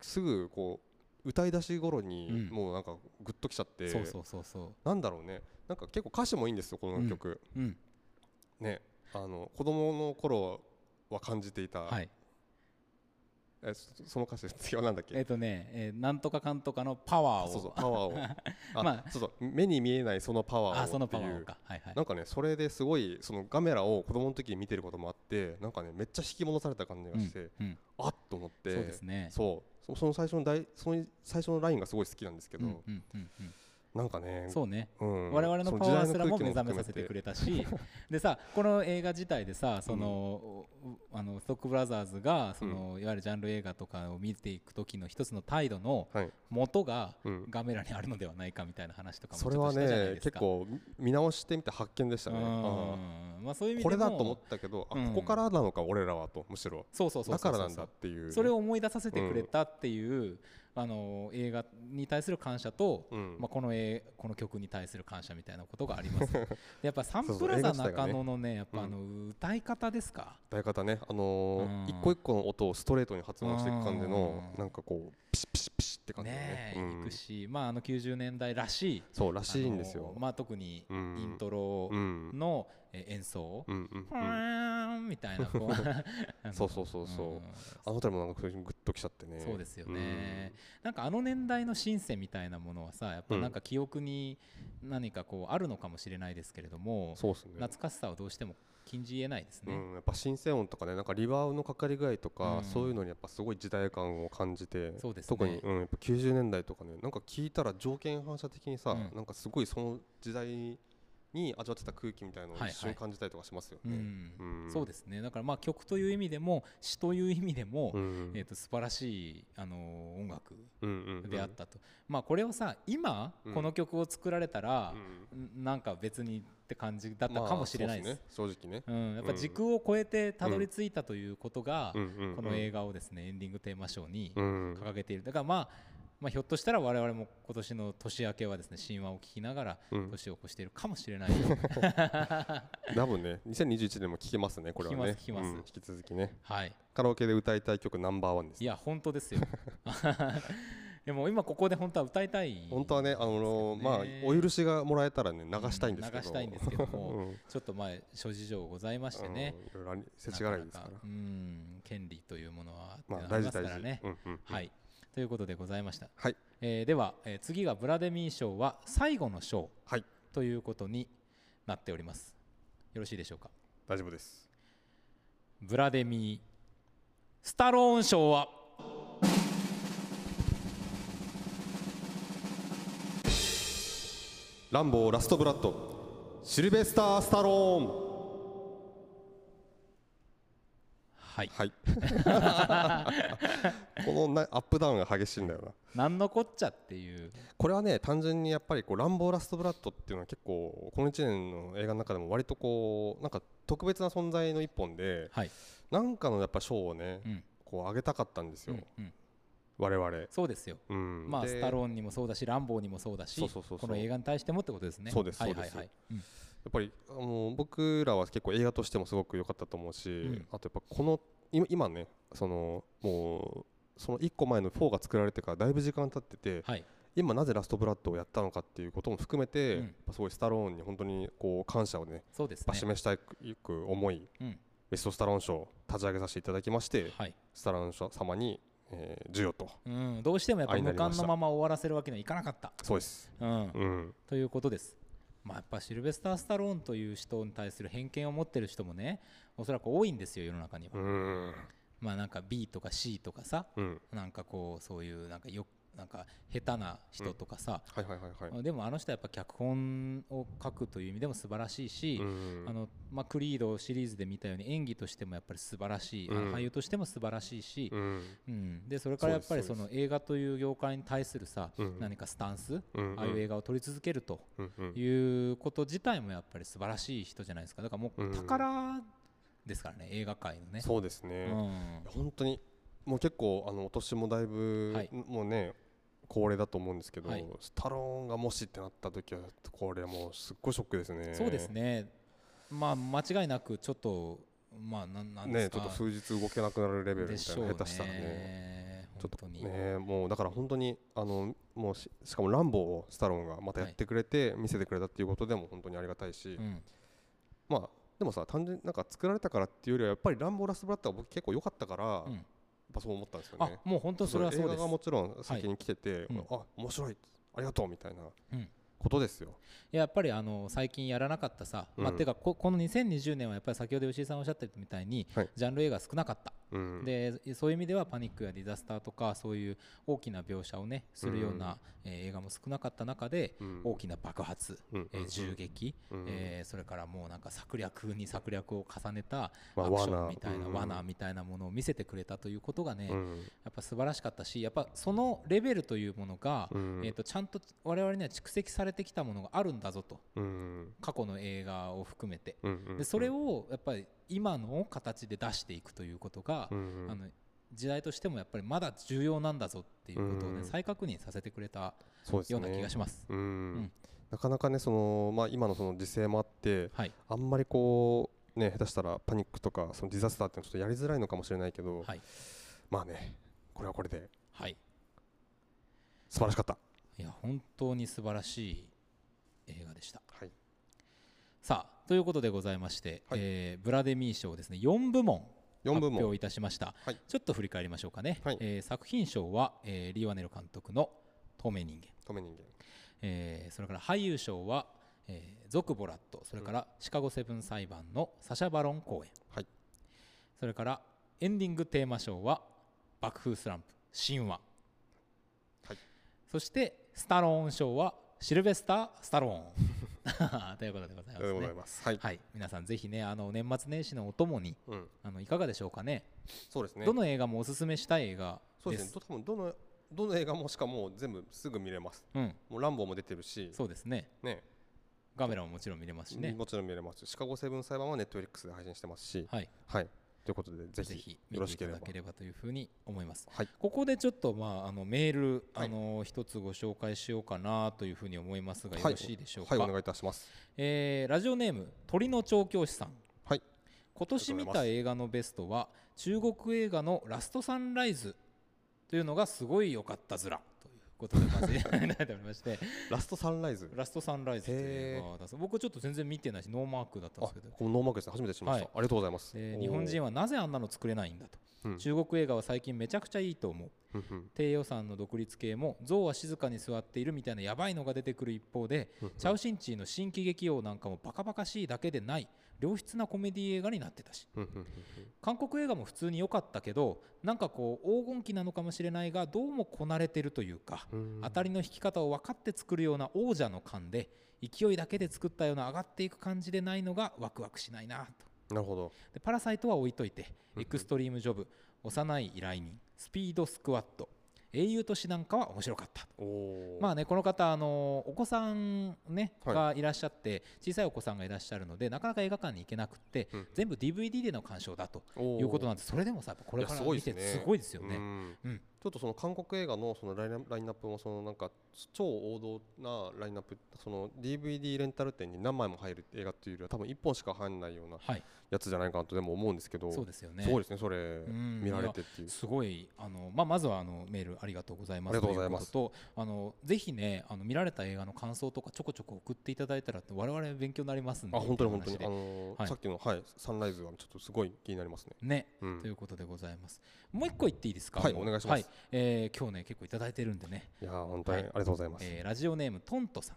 S2: すぐこう歌い出し頃に
S1: うん
S2: もうなんかグッときちゃって、
S1: そうそうそうそ
S2: なんだろうねなんか結構歌詞もいいんですよこの曲、
S1: ううん
S2: ねあの子供の頃は感じていた、
S1: はい
S2: えそその歌詞次はなんだっけ
S1: えっ、とね、えーなんとかかんとかのパワーを
S2: そうそうパ
S1: <laughs>
S2: ワーをあ、
S1: ま
S2: そうそう目に見えないそのパワーを
S1: あその
S2: って
S1: パ
S2: い
S1: ワ
S2: う
S1: ーをかはいはい
S2: なんかねそれですごいそのガメラを子供の時に見てることもあってなんかねめっちゃ引き戻された感じがして、
S1: うんうん
S2: あっと思って
S1: そうですね
S2: そうそその最初の大その最初のラインがすごい好きなんですけど、
S1: うんうんうんうん
S2: なんかね
S1: そうね
S2: うん
S1: 我々のパワーすらも目覚め
S2: その
S1: させ
S2: 時代
S1: て
S2: の
S1: く
S2: 空気も含
S1: れたし <laughs> でさこの映画自体でさその、うあのストックブラザーズがその、いわゆるジャンル映画とかを見ていく時の一つの態度の
S2: はい
S1: 元が
S2: うん
S1: ガメラにあるのではないかみたいな話とかもちょ
S2: そ
S1: っ
S2: れは
S1: としたじゃない
S2: ね
S1: です
S2: 結
S1: か。
S2: 構見直してみて発見でしたねあ
S1: うんまあそういう意味でも
S2: あこれだと思ったけどあ
S1: うん
S2: ここからなのか俺らはとむしろ
S1: そうそうそう
S2: だ
S1: そ
S2: か
S1: うそ
S2: らな
S1: うん
S2: だっていう
S1: それを思い出させてくれたっていう、あの映画に対する感謝と、
S2: うん
S1: まあ、この絵この曲に対する感謝みたいなことがあります
S2: <laughs>
S1: でやっぱサン
S2: そう
S1: プラザ
S2: 映画自体が
S1: 中
S2: ね
S1: 野のねやっぱあの歌い方ですか、
S2: 歌い方ねあのー
S1: うん
S2: 一個一個の音をストレートに発音していく感じの
S1: うん
S2: なんかこうピシピシピシって感じの
S1: ね
S2: ね
S1: え、
S2: うん
S1: いくし、まあ、あの90年代らしい
S2: そうらしいんです
S1: あ
S2: よ
S1: のまあ、特にイ
S2: うん
S1: ントロ
S2: うん
S1: のえ演奏、
S2: うんうん
S1: ふ
S2: うん
S1: ーんみたいなこうあの
S2: <laughs> そうそうそうそう
S1: うん
S2: あの辺りもなんかグッときちゃってね
S1: そうですよね、なんかあの年代のシンセみたいなものはさやっぱなんか記憶に何かこうあるのかもしれないですけれど
S2: う
S1: も
S2: ん、そうですね
S1: 懐かしさをどうしても禁じ得ないですね、
S2: うん、やっぱ新鮮音とかねなんかリバーブのかかり具合とか、
S1: うん
S2: そういうのにやっぱすごい時代感を感じて
S1: そうですね
S2: 特に、うん、やっぱ90年代とかねなんか聞いたら条件反射的にさ、
S1: うん
S2: なんかすごいその時代に味わってた空気みたいのを
S1: はいはい
S2: 一瞬感じたりとかしますよ
S1: う
S2: ね。
S1: ん
S2: うん
S1: そうですねだからまあ曲という意味でも詩という意味でも、
S2: うん
S1: えー、と素晴らしい、あのー音楽
S2: うんうんうん
S1: であったと、まあこれをさ今、
S2: うん
S1: この曲を作られたら
S2: う、ん
S1: んなんか別にって感じだったかもしれないです,、
S2: まあそうっすね正直ね、
S1: うん、やっぱ時空を超えてたどり着いたということが、
S2: うんうんうん
S1: この映画をですねエンディングテーマ賞に
S2: うん
S1: 掲げているだからまあまあ、ひょっとしたら我々も今年の年明けはですね神話を聞きながら
S2: うん
S1: 年を越しているかもしれ
S2: <laughs>
S1: ない、
S2: 多分ね2021年も聴けますねこれはね
S1: 聞きます聞きます
S2: うん引き続きね
S1: はい
S2: カラオケで歌いたい曲ナンバーワンです
S1: いや本当
S2: <laughs>
S1: ですよでも今ここで本当は歌いたい
S2: 本当はねあの
S1: ですけど
S2: まあ
S1: ね
S2: お許しがもらえたらね流したいんですけど、
S1: 流したいんですけども、
S2: うん
S1: ちょっとまあ諸事情ございましてね、
S2: うん、いろいろあり世知辛いですから
S1: なかなかうん権利というものは
S2: まあ
S1: あ
S2: 大
S1: り
S2: 事
S1: ます
S2: 大
S1: か
S2: 事
S1: らね、
S2: うんうんうん
S1: はいということでございました、
S2: はい
S1: えーでは、えー次がブラデミー賞は最後の賞
S2: はい
S1: ということになっておりますよろしいでしょうか
S2: 大丈夫です
S1: ブラデミースタローン賞は
S2: ランボーラストブラッドシルベスター・スタローン
S1: はい <laughs>
S2: はいこのなアップダウンが激しいんだよな
S1: 何のこっちゃっていう
S2: これはね単純にやっぱりこう「ランボー・ラスト・ブラッド」っていうのは結構この1年の映画の中でも割とこうなんか特別な存在の一本で
S1: はい、
S2: なんかのやっぱ賞をね、
S1: うん
S2: こう上げたかったんです
S1: う
S2: よ、
S1: んうん、
S2: 我々、
S1: そうですよ
S2: うん、
S1: まあ、
S2: で
S1: スタローンにもそうだし、ランボーにもそうだし、
S2: そうそうそう
S1: こ
S2: そう
S1: の映画に対してもってことですね。
S2: そうです
S1: はいはい
S2: そう
S1: はい
S2: で。
S1: うん
S2: やっぱりあの僕らは結構映画としてもすごく良かったと思うし、
S1: うん
S2: あとやっぱこの今今ねそのもうその1個前の4が作られてからだいぶ時間経ってて、
S1: はい、
S2: 今なぜラストブラッドをやったのかっていうことも含めて、
S1: うん
S2: やっぱすごいスタローンに本当にこう感謝をねやっ
S1: そうです
S2: ぱ
S1: ね。
S2: 示したいく思い
S1: うん、
S2: ベストスタローン賞を立ち上げさせていただきまして、
S1: はい。
S2: スタローン賞様に、えー、授与と
S1: うん、どうしてもやっぱ
S2: あにな
S1: 無
S2: りま
S1: 冠
S2: した
S1: のまま終わらせるわけにはいかなかった。
S2: そうです、
S1: うん、
S2: うん、
S1: ということです。まあ、やっぱシルベスター・スタローンという人に対する偏見を持ってる人もね、おそらく多いんですよ、世の中には。
S2: うん
S1: まあ、なんか B とか C とかさ、
S2: うん
S1: なんかこう、そういう、なんかよ、なんか下手な人とかさ、
S2: はいはいはいはい、
S1: でもあの人はやっぱ脚本を書くという意味でも素晴らしいし、
S2: うん
S1: あのまあ、クリードシリーズで見たように演技としてもやっぱり素晴らしい、あの
S2: うん
S1: 俳優としても素晴らしいし、
S2: うん
S1: うんでそれからやっぱり
S2: そ
S1: そう
S2: です
S1: の映画という業界に対するさ、
S2: うん
S1: 何かスタンス、
S2: うん
S1: ああいう映画を撮り続けると
S2: うんうん
S1: いうこと自体もやっぱり素晴らしい人じゃないですかだからも
S2: う
S1: うん宝ですからね、映画界のね。
S2: そうですね、
S1: うん
S2: 本当にもう結構あのお年もだいぶ、
S1: はい
S2: もうね高齢だと思うんですけど、
S1: はい
S2: スタローンがもしってなった時はこれもうすっごいショックですね
S1: そうですね、まあ、間違いなくちょっと、まあ、なんなんで
S2: ね
S1: す
S2: ちょっと
S1: か、
S2: 数日動けなくなるレベル
S1: で
S2: みた
S1: し
S2: い
S1: ょ
S2: な、
S1: うね
S2: 下手したらねち
S1: 本
S2: ょっと
S1: 当に、
S2: ねもうだから本当にあのもうししかも「ランボー」をスタローンがまたやってくれて、見せてくれたっていうことでも本当にありがたいし、
S1: うん
S2: まあでもさ単純になんか作られたからっていうよりはやっぱり「ランボー・ラスト・ブラッド」は僕結構良かったから、
S1: うん
S2: ぱそう思ったんですよ
S1: あ
S2: ね
S1: もう本当それはそう
S2: 映
S1: で
S2: 画
S1: す
S2: がもちろん先に来てて、
S1: うん
S2: あ面白いありがとうみたいな
S1: うん
S2: ことですよ、
S1: いややっぱりあの最近やらなかったさ、まあ、
S2: うん
S1: てかここの2020年はやっぱり先ほど吉井さんおっしゃってたみたいに、
S2: はい
S1: ジャンル映画少なかった、
S2: うん、
S1: でそういう意味ではパニックやディザスターとかそういう大きな描写をねするような、えー映画も少なかった中で
S2: うん
S1: 大きな爆発、
S2: うん
S1: えー銃撃、
S2: うん
S1: えーそれからもうなんか策略に策略を重ねた
S2: まあ
S1: アクションみたい
S2: 罠
S1: な
S2: うん
S1: 罠みたいなものを見せてくれたということがね、
S2: う
S1: や
S2: ん
S1: っぱ素晴らしかったしやっぱそのレベルというものが、
S2: うん
S1: えー、とちゃんと我々には蓄積されてきたものがあるんだぞと
S2: うん
S1: 過去の映画を含めて
S2: うんうん
S1: でそれをやっぱり今の形で出していくということが、
S2: うんうん
S1: あの時代としてもやっぱりまだ重要なんだぞっていうことを、ね
S2: うん
S1: 再確認させてくれた
S2: そうです
S1: よ
S2: ね
S1: うな気がします。
S2: うん
S1: ん
S2: なかなかねその、まあ、今のその時勢もあって
S1: はい、
S2: あんまりこうね下手したらパニックとかそのディザスターってのちょっとやりづらいのかもしれないけど、
S1: はい、
S2: まあねこれはこれで
S1: はい、
S2: 素晴らしかった、
S1: いや本当に素晴らしい映画でした。
S2: はい、
S1: さあということでございまして、
S2: はい
S1: えーブラデミー賞ですね4部門
S2: 4
S1: 発
S2: 部門
S1: 表いたしました、
S2: はい
S1: ちょっと振り返りましょうかね、
S2: はい
S1: えー作品賞は、えーリー・ワネル監督の「透明人間」
S2: 透明人間
S1: えーそれから俳優賞は、えーゾク・ボラットそれからシカゴセブン裁判のサシャ・バロン公演、
S2: はい
S1: それからエンディングテーマ賞は爆風スランプ神話、
S2: はい
S1: そしてスタローン賞はシルベスター・スタローン <laughs> ということでございま
S2: ありがと
S1: す
S2: うござ
S1: ね
S2: いますはい、
S1: はい皆さんぜひねあの年末年始のお供に
S2: うん、
S1: あのいかがでしょうかね
S2: そうですね
S1: どの映画もおすすめしたい映画
S2: そう
S1: で
S2: です
S1: す
S2: ねど多分どのどの映画もしかもう全部すぐ見れます
S1: うん
S2: もうランボーも出てるし
S1: そうですね
S2: ね
S1: ガメラももちろん見れますしね
S2: もちろん見れますシカゴセブン裁判はネットフリックスで配信してますし
S1: はい
S2: はいということでぜ
S1: ぜ
S2: ひ
S1: ひ見
S2: よろ
S1: てい
S2: したければ
S1: だければというふうに思います。
S2: はい
S1: ここでちょっと、まあ、あのメール、
S2: はい
S1: あの一つご紹介しようかなというふうに思いますが、よろしいでしょうか。
S2: はい、お願いいたします。
S1: えーラジオネーム鳥の調教師さん。
S2: はい。
S1: 今年見た映画のベストは中国映画のラストサンライズというのがすごい良かったずらということでまずいただいておりま
S2: <laughs>
S1: して、
S2: ラストサンライズ。
S1: ラストサンライズという映画だそう僕ちょっと全然見てないしノーマークだったん
S2: あ、
S1: です
S2: こ
S1: けど。
S2: のノーマークですね。初めて知りました。
S1: はい
S2: ありがとうございます。
S1: で日本人
S2: は、
S1: はなぜあんなの作れないんだと、
S2: うん
S1: 中国映画は最近めちゃくちゃいいと思う
S2: うんうん
S1: 低予算の独立系も象は静かに座っているみたいなやばいのが出てくる一方で、
S2: うん
S1: チャウシンチーの新喜劇王なんかもバカバカしいだけでない良質なコメディ映画になってたし
S2: うんうんうん
S1: 韓国映画も普通に良かったけどなんかこう黄金期なのかもしれないがどうもこなれてるというか、
S2: うんうん
S1: 当たりの引き方を分かって作るような王者の勘で勢いだけで作ったような上がっていく感じでないのがワクワクしないなと。
S2: なるほど。
S1: でパラサイトは置いといてエクストリームジョブ幼い依頼人スピードスクワット英雄都市なんかは面白かった
S2: おお。
S1: ま
S2: あ、
S1: あねこの方あのお子さんね
S2: はい
S1: がいらっしゃって小さいお子さんがいらっしゃるのでなかなか映画館に行けなくって
S2: うん
S1: 全部 DVD での鑑賞だと
S2: お
S1: いうことなんんですそれでもさやっぱこれから
S2: いやすごい
S1: 見
S2: で
S1: て
S2: すね
S1: すごいですよ
S2: う
S1: ね
S2: ん
S1: うん
S2: ちょっとその韓国映画のそのラインナラインナップもそのなんか超王道なラインナップその DVD レンタル店に何枚も入る映画っていうよりは多分1本しか入んないような
S1: はい
S2: やつじゃないかなとでも思うんですけど
S1: そうですよね
S2: すごいですねそれ
S1: ん
S2: 見られてっていう
S1: すごいあの、まあ、まずはあのメールありがとうございます
S2: ありがとうございます
S1: とうこととあのぜひねあの見られた映画の感想とかちょこちょこ送っていただいたらって我々勉強になりますんで
S2: あ本当に本当
S1: っ
S2: にあ
S1: ていう話で
S2: のー
S1: はい
S2: さっきのはいサンライズはちょっとすごい気になりますね
S1: ね、
S2: うん
S1: ということでございますもう一個言っていいですか
S2: はい
S1: もう
S2: お願いします
S1: はえー今日ね結構いただいてるんでね、
S2: いやー本当に
S1: は
S2: あ
S1: い
S2: りがとうございます。
S1: えーラジオネームトントさん、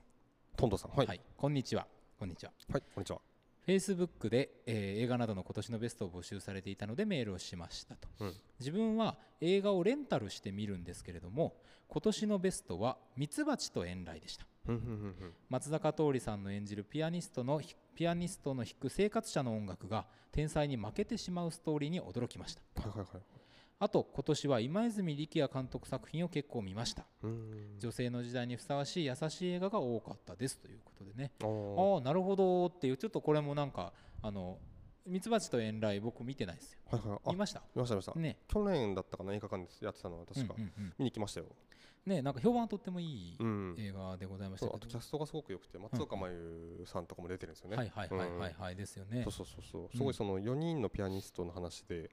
S2: トントさん、はい、はい、
S1: こんにちはこんにちは
S2: こんにちは。
S1: Facebook で、えー映画などの今年のベストを募集されていたのでメールをしましたと
S2: うん、
S1: 自分は映画をレンタルして見るんですけれども今年のベストは「ミツバチと遠雷」でした
S2: うん、うん、うん、
S1: 松坂桃李さんの演じるピアニストのひピアニストの弾く生活者の音楽が天才に負けてしまうストーリーに驚きました
S2: はい、はい、はい。
S1: あと今年は今泉力也監督作品を結構見ました
S2: うん、
S1: 女性の時代にふさわしい優しい映画が多かったですということでね
S2: あ
S1: ああ
S2: ー
S1: ーなるほどっていうちょっとこれもなんかあのミツバチと遠雷僕見てないですよ
S2: はい、はい、あ、
S1: 見
S2: 見
S1: ました
S2: ました、見ました。
S1: ね
S2: 去年だったかな、映画館でやってたのは確か、
S1: うんうんうん
S2: 見に行きましたよ。
S1: ねなんか評判はとってもいい
S2: うん、
S1: 映画でございました
S2: そう、
S1: け
S2: あとキ
S1: ど
S2: ャストがすごく良くて、松岡真優さんとかも出てるんですよね。
S1: はいはいはいはい
S2: うん
S1: はいですよね
S2: そうそうそうそうすごいその4人のピアニストの話で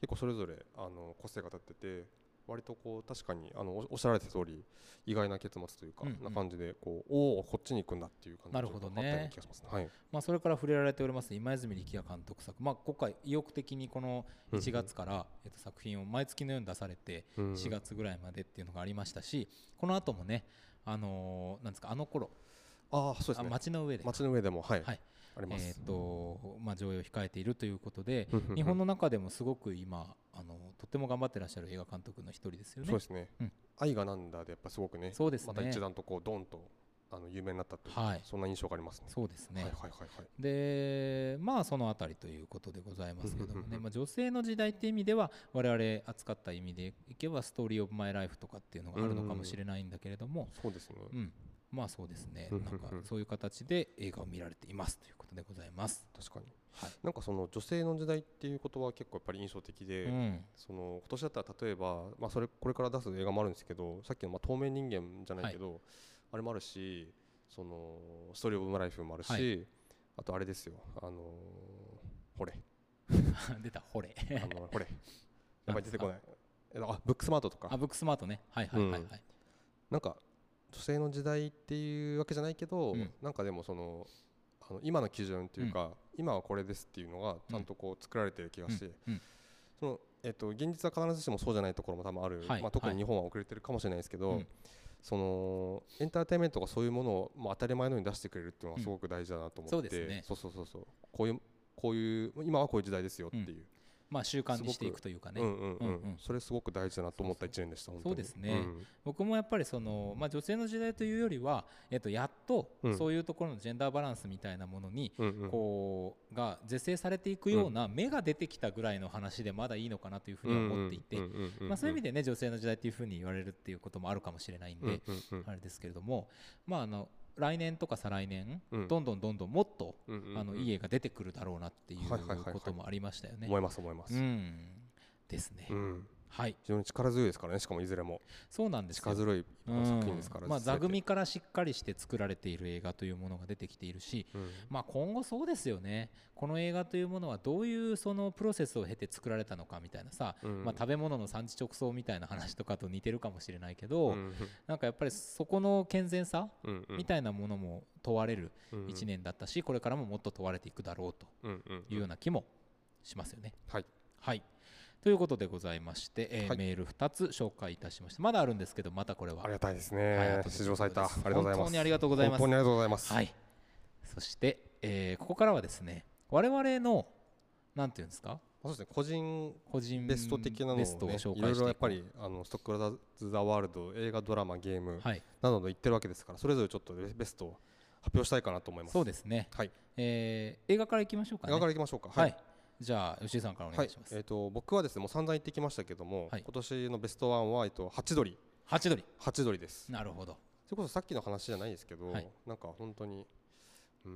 S2: 結構それぞれあの個性が立ってて割とこう確かにあのおおっしゃられた通り意外な結末というか、
S1: うんうん
S2: な感じでこうおおこっちに行くんだっていう感じ
S1: なるほどね
S2: があったような気がしますね。はい、
S1: まあ、それから触れられております今泉力也監督作、まあ、今回意欲的にこの
S2: うん
S1: 1月から、えっと、作品を毎月のように出されて
S2: うん
S1: 4月ぐらいまでっていうのがありましたしこの後もねあのーなんですかあの頃
S2: ああそうです
S1: あ
S2: ね。
S1: 街の上で、
S2: 街の上でもはい、
S1: はい
S2: ありま
S1: え
S2: す。
S1: っとまあ、上映を控えているということで
S2: うんうんうん
S1: 日本の中でもすごく今あのとっても頑張ってらっしゃる映画監督の一人ですよね。
S2: そうですね、
S1: うん
S2: 愛がなんだでやっぱすごくね
S1: そうですね
S2: また一段とこうドンとあの有名になったという、
S1: はい
S2: そんな印象がありますね。
S1: そうですね、
S2: はいはいはいはい。
S1: でまあそのあたりということでございますけども
S2: うんうんうん
S1: ね、
S2: うん
S1: まあ、女性の時代っていう意味では我々扱った意味でいけば「ストーリー・オブ・マイ・ライフ」とかっていうのがあるのかもしれないんだけれども、
S2: そうですね。
S1: うんまあそうですね
S2: う
S1: なん
S2: うんうん
S1: んかそういう形で映画を見られていますということでございます。
S2: 確かに、
S1: はい
S2: なんかその女性の時代っていうことは結構やっぱり印象的で、
S1: うん
S2: その今年だったら例えば、まあ、それこれから出す映画もあるんですけどさっきの、まあ「透明人間」じゃないけど、あれもあるし「そのストーリー・オブ・マイ・ライフ」もあるし、
S1: は
S2: あとあれですよあのー
S1: <laughs>
S2: ほれ
S1: 出た「ほれ」
S2: あの
S1: <laughs>
S2: ほれやっぱり出てこないえあブックスマートと
S1: あ「
S2: か
S1: ブックスマートね」はいはいはいはい、
S2: なんか女性の時代っていうわけじゃないけど、
S1: うん
S2: なんかでもそのあの今の基準というか、今はこれですっていうのがちゃんとこう作られてる気がして、
S1: うんうん
S2: そのえっと現実は必ずしもそうじゃないところも多分ある、
S1: はい
S2: まあ、特
S1: はい
S2: に日本は遅れてるかもしれないですけど、
S1: うん
S2: そのエンターテインメントがそういうものをもう当たり前のように出してくれるっていうのはすごく大事だなと思って、
S1: うんそうですね
S2: そうそうそうそうこういうこういう今はこういう時代ですよっていう、
S1: まあ習慣にしていくというかね、
S2: うんうんうん
S1: うんうん
S2: それすごく大事だなと思った一年でした
S1: そうそう
S2: 本当に
S1: そうですね僕もやっぱりその、まあ、女性の時代というよりは、えっと、やっと
S2: うん
S1: そういうところのジェンダーバランスみたいなものに
S2: うんうんうん
S1: こうが是正されていくような芽が出てきたぐらいの話でまだいいのかなというふうには思っていて、まあ、そういう意味で
S2: で、
S1: ね女性の時代っていうふうに言われるっていうこともあるかもしれないん
S2: うん
S1: で、
S2: うんうん
S1: あれですけれども、まあ、あの来年とか再来年、
S2: うん
S1: どんどんどんどんもっと、
S2: うんうんうん
S1: あのいい絵が出てくるだろうなっていう
S2: はいはいはいはい
S1: こともありましたよね。
S2: 思います思います、
S1: うんですね、
S2: うん
S1: はい
S2: 非常に力強いですからねしかもいずれも
S1: そうなんです
S2: 力
S1: よ
S2: 強い作品ですから、
S1: うんまあ、
S2: 実
S1: 座
S2: 際って
S1: 組からしっかりして作られている映画というものが出てきているし、
S2: うん
S1: まあ、今後そうですよねこの映画というものはどういうそのプロセスを経て作られたのかみたいなさ、
S2: うん
S1: まあ、食べ物の産地直送みたいな話とかと似てるかもしれないけど、
S2: うん
S1: なんかやっぱりそこの健全さ
S2: うんうん
S1: みたいなものも問われる
S2: うん
S1: 1年だったしこれからももっと問われていくだろうと
S2: うんうん
S1: いうような気もしますよね。
S2: はい
S1: はいということでございまして、えー
S2: はい
S1: メール2つ紹介いたしましたまだあるんですけどまたこれは
S2: ありがたいです
S1: はい
S2: ね
S1: 後で
S2: 史上最多あ
S1: とい
S2: りが
S1: うこ
S2: とうご
S1: とで本
S2: ざいます
S1: 当にありがとうございま
S2: 本当
S1: す
S2: に。ありがとうございます
S1: はい、そして、えーここからはですね我々のなんていうんですか
S2: そうですね個人
S1: 個人
S2: ベスト的なのを,、ね
S1: ベストを紹
S2: いろ
S1: 介
S2: い
S1: してい
S2: ろやっぱりあのストックブラザーズ・ザ・ワールド映画ドラマゲーム
S1: はい、
S2: などの言ってるわけですからそれぞれちょっとベストを発表したいかなと思います
S1: そうですね、
S2: はい
S1: えー映画からいきましょうか
S2: 映
S1: ね
S2: 画からいきましょうか
S1: はい、じゃあ吉井さんからお願いします、
S2: えー、と僕はですねもう散々言ってきましたけども、
S1: はい
S2: 今年のベストワンは、えっと、ハチドリ
S1: ハチドリ
S2: ハチドリです
S1: なるほど
S2: それこそさっきの話じゃないですけど、
S1: はい
S2: なんか本当にうーん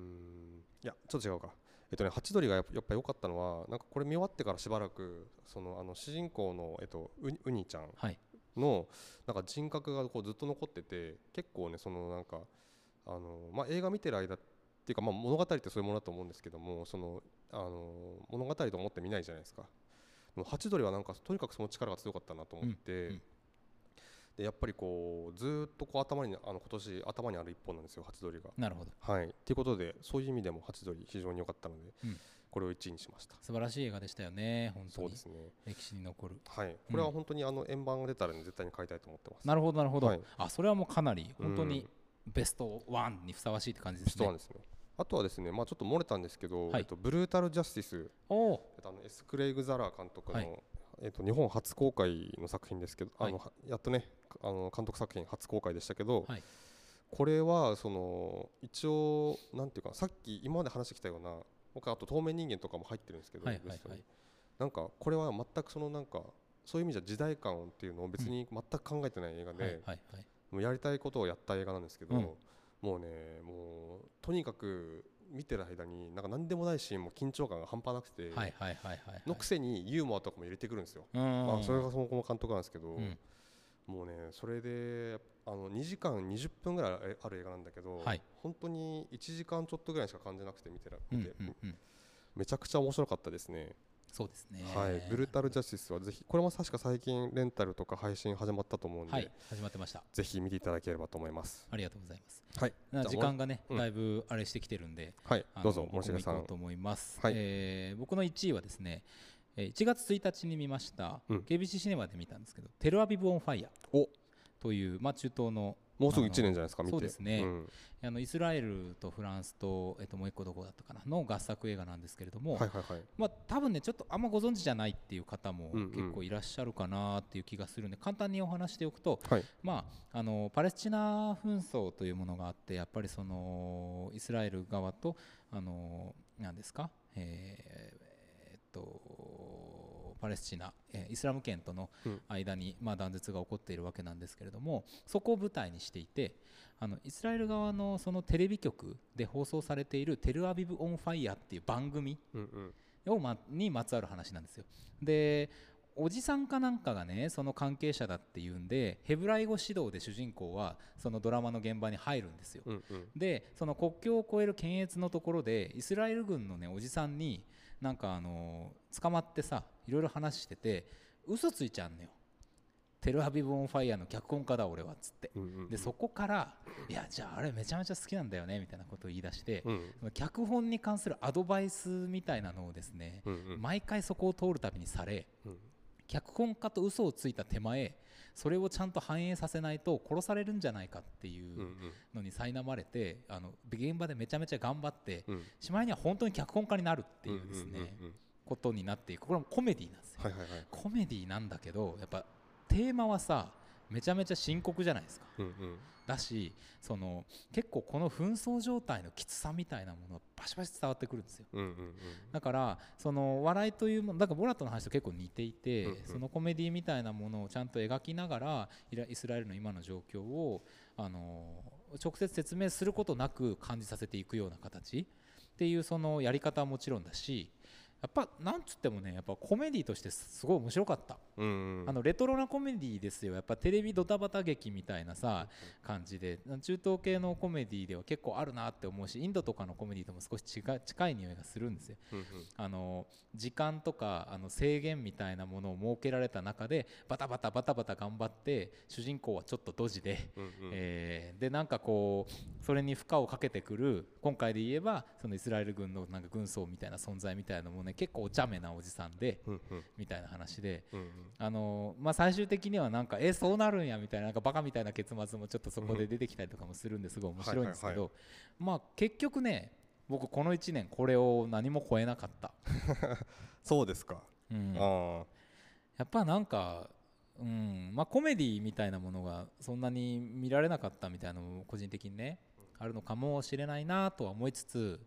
S2: いやちょっと違うかえっとねハチドリがやっぱやっぱ良かったのはなんかこれ見終わってからしばらくそのあの主人公のえっとウニウニちゃん
S1: はい
S2: のなんか人格がこうずっと残ってて結構ねそのなんかあのまあ映画見てる間っていうかまあ物語ってそういうものだと思うんですけどもそのあの物語と思って見ないじゃないですか。でもハチドリはなんかとにかくその力が強かったなと思って、
S1: うんうん
S2: でやっぱりこうずーっとこう頭にあの今年頭にある一本なんですよハチドリが。
S1: なるほど
S2: はいということでそういう意味でもハチドリ非常に良かったので、
S1: うん
S2: これを1位にしました。
S1: 素晴らしい映画でしたよね本当
S2: そう
S1: に
S2: ですね。
S1: 歴史に残る
S2: はい、これは本当にあの円盤が出たらね絶対に買いたいと思ってます。
S1: なるほどなるほど、
S2: はい
S1: あそれはもうかなり本当
S2: う
S1: に
S2: ん
S1: ベストワンにふさわしいって感じで
S2: ベ
S1: す
S2: ストワン
S1: ね
S2: ですね。あとはですね、まあ、ちょっと漏れたんですけど、
S1: はい
S2: えっと、ブルータル・ジャスティス、
S1: おお
S2: えっと、あのエス・クレイグ・ザラー監督の、
S1: はい
S2: えっと、日本初公開の作品ですけど、あの
S1: は
S2: やっとねあの監督作品初公開でしたけど、
S1: はい
S2: これはその一応なんていうかさっき今まで話してきたような僕あと透明人間とかも入ってるんですけど、
S1: はいは
S2: ベ
S1: い
S2: スト
S1: は
S2: に
S1: い
S2: なんかこれは全くそのなんかそういう意味じゃ時代感っていうのを別に全く考えてない映画で、
S1: はいはいはい
S2: もうやりたいことをやった映画なんですけど、
S1: うん
S2: もうねもうとにかく見てる間になんか何でもないシーンも緊張感が半端なく
S1: は
S2: て、
S1: いはいはいはいはい
S2: のくせにユーモアとかも入れてくるんですよ、
S1: うん
S2: あそれがそのこの監督なんですけど、
S1: うん
S2: もうねそれであの2時間20分ぐらいある映画なんだけど、
S1: はい
S2: 本当に1時間ちょっとぐらいしか感じなくて見てら
S1: う
S2: 見
S1: ん
S2: て、
S1: うんうん
S2: めちゃくちゃ面白かったですね
S1: そうですね
S2: はい、ブルータル・ジャスティスはぜひこれも確か最近レンタルとか配信始まったと思うんで、
S1: はい始まってました
S2: ぜひ見ていただければと思います
S1: ありがとうございます
S2: はい
S1: な時間がね、
S2: うん
S1: だいぶあれしてきてるんで
S2: はい
S1: あの
S2: どうぞ
S1: 僕も
S2: 森重さ
S1: 行こ
S2: ん
S1: うと思います、
S2: はい
S1: えー僕の1位はですねえー1月1日に見ました、
S2: うん
S1: KBC シネマで見たんですけど「テルアビブ・オン・ファイヤー
S2: お」
S1: という、まあ、中東の
S2: もうすぐ1年じゃないですか
S1: あの
S2: 見て
S1: そうですね
S2: ん
S1: あのイスラエルとフランスと、えっと、もう一個どこだったかなの合作映画なんですけれども、
S2: はいはいはい
S1: まあ、多分ねちょっとあんまご存知じゃないっていう方も
S2: うんうん
S1: 結構いらっしゃるかなっていう気がするんで、簡単にお話しておくと、
S2: はい
S1: まあ、あのパレスチナ紛争というものがあってやっぱりそのイスラエル側とあのなんですか、えーえーっとパレスチナ、えーイスラム圏との
S2: うん
S1: 間に、まあ、断絶が起こっているわけなんですけれどもそこを舞台にしていてあのイスラエル側のそのテレビ局で放送されている「テルアビブ・オン・ファイヤー」っていう番組
S2: うんうん
S1: を、ま、にまつわる話なんですよ。でおじさんかなんかがねその関係者だっていうんでヘブライ語指導で主人公はそのドラマの現場に入るんですよ。
S2: うんうん
S1: でその国境を越える検閲のところでイスラエル軍のねおじさんになんかあの捕まってさいろいろ話してて嘘ついちゃうんのよ。テルアビブ・オン・ファイヤーの脚本家だ俺はっつって
S2: うんうん
S1: でそこから「いやじゃああれめちゃめちゃ好きなんだよね」みたいなことを言い出して
S2: うん
S1: その脚本に関するアドバイスみたいなのをですね
S2: うんうん
S1: 毎回そこを通るたびにされ
S2: うん
S1: 脚本家と嘘をついた手前それをちゃんと反映させないと殺されるんじゃないかってい
S2: うんう
S1: うんのに苛まれてあの現場でめちゃめちゃ頑張って
S2: うんっ
S1: しまいには本当に脚本家になるっていうですねことになっていくこれもコメディなんですよ
S2: はいはいはい
S1: コメディなんだけどやっぱテーマはさめちゃめちゃ深刻じゃないですか
S2: うんうん
S1: だしその結構この紛争状態のきつさみたいなものはバシバシ伝わってくるんですよ
S2: うんうん
S1: だからその笑いというものだからボラットの話と結構似ていて、
S2: うんうん
S1: そのコメディみたいなものをちゃんと描きながらイライスラエルの今の状況をあの直接説明することなく感じさせていくような形っていうそのやり方はもちろんだしやっぱなんつってもねやっぱコメディとしてすごい面白かった。
S2: うんうん
S1: あのレトロなコメディですよやっぱテレビドタバタ劇みたいなさ感じで中東系のコメディでは結構あるなって思うしインドとかのコメディとも少し近い近い匂いがするんですよ
S2: うんうん
S1: あの時間とかあの制限みたいなものを設けられた中でバタバタバタバタ頑張って主人公はちょっとドジで、
S2: うんうん
S1: えーでなんかこうそれに負荷をかけてくる今回で言えばそのイスラエル軍のなんか軍曹みたいな存在みたいなもね結構お茶目なおじさんで
S2: うんうん
S1: みたいな話で。
S2: うんうん
S1: あのまあ、最終的にはなんかえそうなるんやみたいななんかバカみたいな結末もちょっとそこで出てきたりとかもするんですごい面白いんですけ
S2: はいはい
S1: どまあ結局ね僕この1年これを何も超えなかった、
S2: そうですか
S1: うん、や
S2: あ
S1: っぱなんか、うんまあ、コメディみたいなものがそんなに見られなかったみたいなのも個人的にねあるのかもしれないなとは思いつつ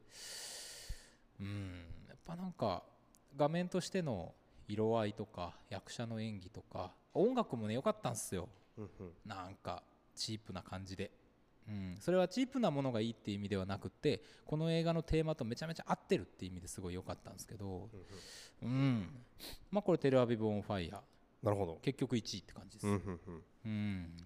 S1: うんやっぱなんか画面としての色合いとか役者の演技とか音楽もね良かったんですよ
S2: ーうんうん
S1: なんかチープな感じで、うん、それはチープなものがいいっていう意味ではなくてこの映画のテーマとめちゃめちゃ合ってるっていう意味ですごい良かったんですけど
S2: うんうん
S1: うんまあこれ「テルアビブ・オン・ファイヤー
S2: なるほど」
S1: 結局1位って感じです、
S2: うんうんうん
S1: うん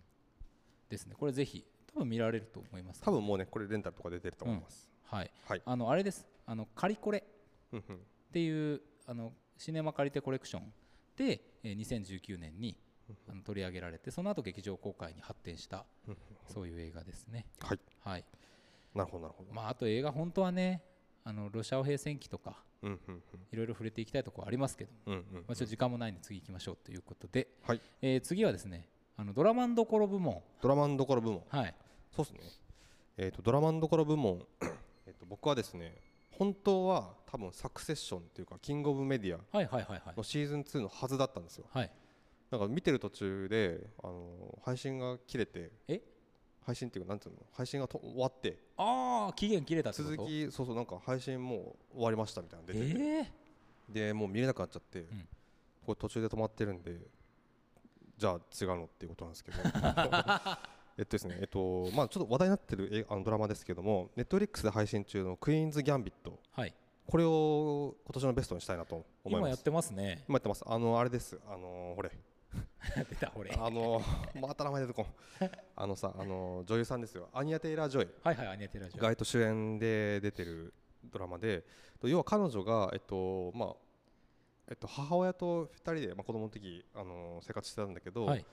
S1: ですねこれぜひ多分見られると思います
S2: 多分もうねこれレンタルとか出てると思います
S1: はい
S2: はい
S1: あのあれですあのカリコレ
S2: うんうん
S1: っていうあのシネマ借り手コレクションで、えー2019年にあの取り上げられてその後劇場公開に発展した
S2: うん
S1: そういう映画ですね
S2: はい
S1: はい
S2: なるほどなるほど
S1: まあ、あと映画本当はねあのロシア平戦期とか
S2: うんうん
S1: いろいろ触れていきたいところありますけども、
S2: うんうんうん
S1: まあ、ちょっと時間もないんで次行きましょうということで、
S2: はい
S1: えー次はですねあのドラマンどころ部門
S2: ドラマンどころ部門
S1: はい
S2: そうですね。えっ、とドラマのところ部門、えっと僕はですね、本当は多分サクセッションっていうかキングオブメディア
S1: はいはいはいはい
S2: のシーズン2のはずだったんですよ。
S1: はい
S2: だから見てる途中であの配信が切れて、
S1: え
S2: 配信っていうかなんつうの、配信がと終わって
S1: ああ期限切れたってこと
S2: 続きそうそうなんか配信もう終わりましたみたいなの
S1: え
S2: 出てて、
S1: ー
S2: でもう見れなくなっちゃって、
S1: ん
S2: これ途中で止まってるんで。じゃあ違うのっていうことなんですけ
S1: <laughs>
S2: どえっとですねえっとまあちょっと話題になってるえあのドラマですけどもネットフリックスで配信中の「クイーンズ・ギャンビット
S1: はい」
S2: これを今年のベストにしたいなと思い
S1: 今
S2: ます
S1: やってますね <laughs>
S2: 今やってますあのあれですあのーほれ
S1: 出た俺
S2: あ
S1: <laughs>
S2: のーまた名前出てこんあのさあのー女優さんですよアニア・テイラー・ジョイ
S1: はいはいアニエテラジオ
S2: ガイト主演で出てるドラマでと要は彼女がえっとまあえっと、母親と2人で、まあ、子供の時、あのー生活してたんだけど、
S1: はい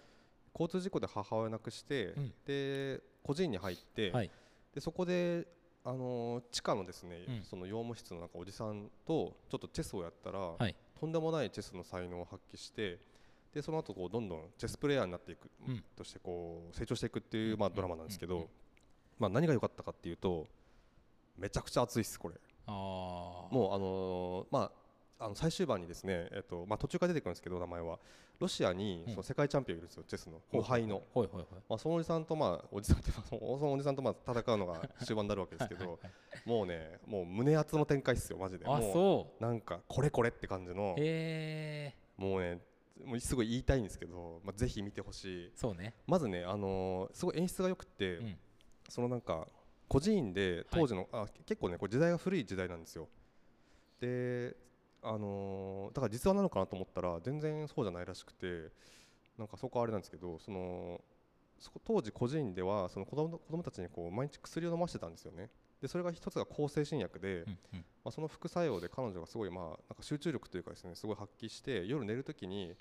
S2: 交通事故で母親亡くして、
S1: うん
S2: で個人に入って、
S1: はい
S2: でそこで、あのー地下のですね、
S1: うん
S2: その養務室のなんかおじさんとちょっとチェスをやったら、
S1: はい
S2: とんでもないチェスの才能を発揮してでその後こうどんどんチェスプレイヤーになっていく、
S1: うん
S2: としてこう成長していくっていう、まあ、ドラマなんですけど、
S1: うんうん
S2: まあ、何が良かったかっていうとめちゃくちゃ熱いですこれ。
S1: あー
S2: もうあのーまああの最終盤にですね、えっとまあ、途中から出てくるんですけど名前はロシアに
S1: うん
S2: その世界チャンピオンいるんですよ、チェスの
S1: ほう
S2: 後輩の、
S1: ほいほいほい
S2: まあ、そのおじさんとまあおじさんってまあそのそのおじさんとまあ戦うのが終盤になるわけですけどもうねもう胸熱の展開っすよマジで
S1: あ
S2: も
S1: そう
S2: なんかこれこれって感じの
S1: うへえ
S2: もうねもうすごい言いたいんですけど、まあ、ぜひ見てほしい
S1: そうね
S2: まずね、あのーすごい演出が良くて、
S1: うん
S2: そのなんか孤児院で当時の、あ結構ねこれ時代が古い時代なんですよであのーだから実話なのかなと思ったら全然そうじゃないらしくてなんかそこはあれなんですけどそのそこ当時孤児院ではその子供子供たちにこう毎日薬を飲ましてたんですよねでそれが一つが向精神薬で、
S1: うんうん
S2: まあ、その副作用で彼女がすごい、まあ、なんか集中力というかですねすごい発揮して夜寝るときに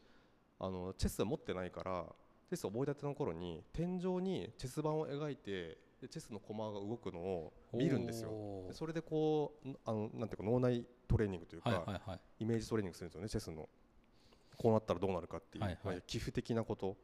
S2: あのチェスを持ってないからチェス覚えたての頃に天井にチェス盤を描いてでチェスの駒が動くのを見るんですよ
S1: お
S2: で
S1: ー
S2: それでこうんあのなんていうか脳内トレーニングというか、
S1: はいはいはい
S2: イメージトレーニングするんですよねチェスのこうなったらどうなるかっていう、
S1: はいはい
S2: まあ寄付的なことっ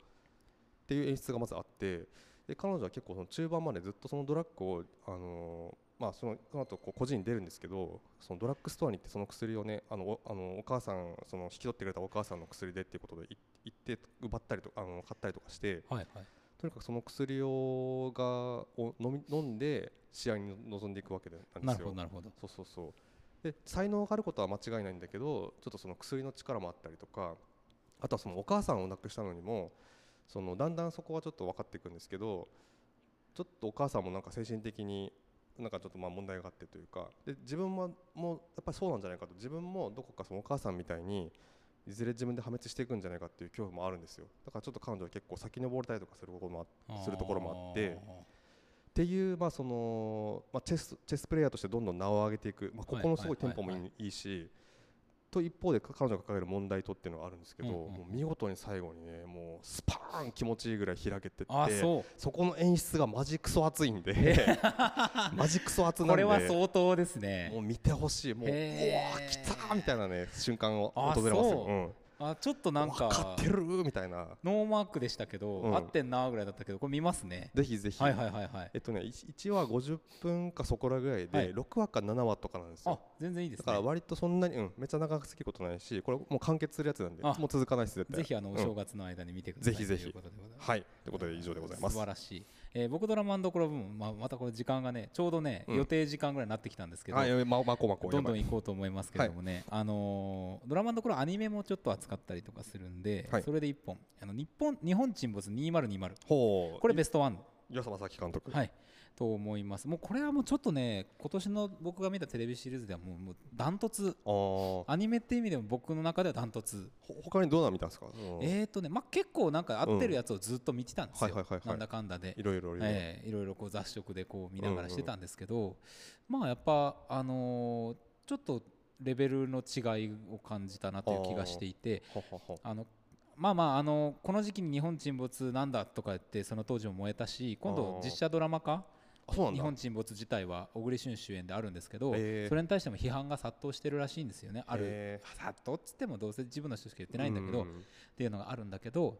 S2: ていう演出がまずあってで彼女は結構その中盤までずっとそのドラッグを、あのーまあ、そのその後こう個人に出るんですけどそのドラッグストアに行ってその薬をねあのおあのお母さんその引き取ってくれたお母さんの薬でっていうことでい行って奪ったりとあの買ったりとかして
S1: はいはい
S2: とにかくその薬をがを飲み飲んで試合に臨んでいくわけでなんで
S1: な
S2: す
S1: るほ
S2: よ
S1: ど。なるほど
S2: そうそうそうで才能があることは間違いないんだけどちょっとその薬の力もあったりとかあとはそのお母さんを亡くしたのにもそのだんだんそこはちょっと分かっていくんですけどちょっとお母さんもなんか精神的になんかちょっとまあ問題があってというかで自分ももうやっぱりそうなんじゃないかと自分もどこかそのお母さんみたいにいずれ自分で破滅していくんじゃないかっていう恐怖もあるんですよだからちょっと彼女は結構先登れたりとかすることもあってするところもあってっていう、まあそのまあ、チェスチェスプレイヤーとしてどんどん名を上げていく、まあ、ここのすごいテンポもいい,、
S1: はいはい
S2: しと一方でか彼女が抱える問題とっていうのがあるんですけど、
S1: うんうんうん
S2: もう見事に最後にねもうスパーン気持ちいいぐらい開けてって
S1: あーあそう
S2: そこの演出がマジクソ熱いんで <laughs> マジクソ熱なんで
S1: これは相当ですね
S2: もう見てほしいもううわ
S1: へー
S2: ー来たーみたいなね瞬間を
S1: あ
S2: 訪れます
S1: そう
S2: よ、
S1: あちょっと
S2: うん、
S1: なん
S2: 分か
S1: か
S2: ってるーみたいな
S1: ノーマークでしたけど、
S2: うん
S1: 合ってんなーぐらいだったけどこれ見ますね
S2: ぜひぜひ、
S1: はいはいはいはい
S2: えっとね、1話50分かそこらぐらい
S1: はい
S2: で、六6話か7話とかなんですよ
S1: あ全然いいで
S2: だ
S1: す
S2: か
S1: ね
S2: ら割とそんなに、うん、めっちゃ長くすきことないしこれもう完結するやつなんで
S1: あ
S2: もう続かないです絶対
S1: ぜひあの
S2: うん
S1: お正月の間に見てください、
S2: ぜひぜひ
S1: ということでございます
S2: はいということで以上でございます
S1: 素晴らしい、えー僕ドラマコロ部門、まあ、またこれ時間がねちょうどね、
S2: うん
S1: 予定時間ぐらいになってきたんですけど、
S2: あやべままこまこ
S1: どんどん
S2: やばい
S1: 行こうと思いますけれどもね、あのードラマのところアニメもちょっと扱ったりとかするんで、
S2: はい
S1: それで一本あの日本日本沈没2020
S2: ほう
S1: これベストワン
S2: 岩佐正樹監督、
S1: はい、と思います。もうこれはもうちょっとね、今年の僕が見たテレビシリーズではもうもうダントツ、
S2: あー
S1: アニメっていう意味でも僕の中ではダントツ。
S2: ほ他にどうなん見たんですか、うん
S1: えーとね、まあ結構なんか合ってるやつをずっと見てたんです
S2: うんはい
S1: よ
S2: はいはい。は
S1: な
S2: い
S1: んだかんだで
S2: い。ろいろいろいろ、
S1: ええいろいろこう雑食でこう見ながらしてたんですけど、まあやっぱあのーちょっとレベルの違いを感じたなという気がしていて、
S2: ほほほ
S1: あのまあまああのこの時期に日本沈没なんだとか言ってその当時も燃えたし、今度
S2: あー
S1: 実写ドラマ化
S2: あそうなんだ
S1: 日本沈没自体は小栗旬主演であるんですけど、
S2: えー
S1: それに対しても批判が殺到してるらしいんですよねある、
S2: え
S1: 殺到っつってもどうせ自分の人しか言ってないんだけど、
S2: う
S1: っ、ていうのがあるんだけど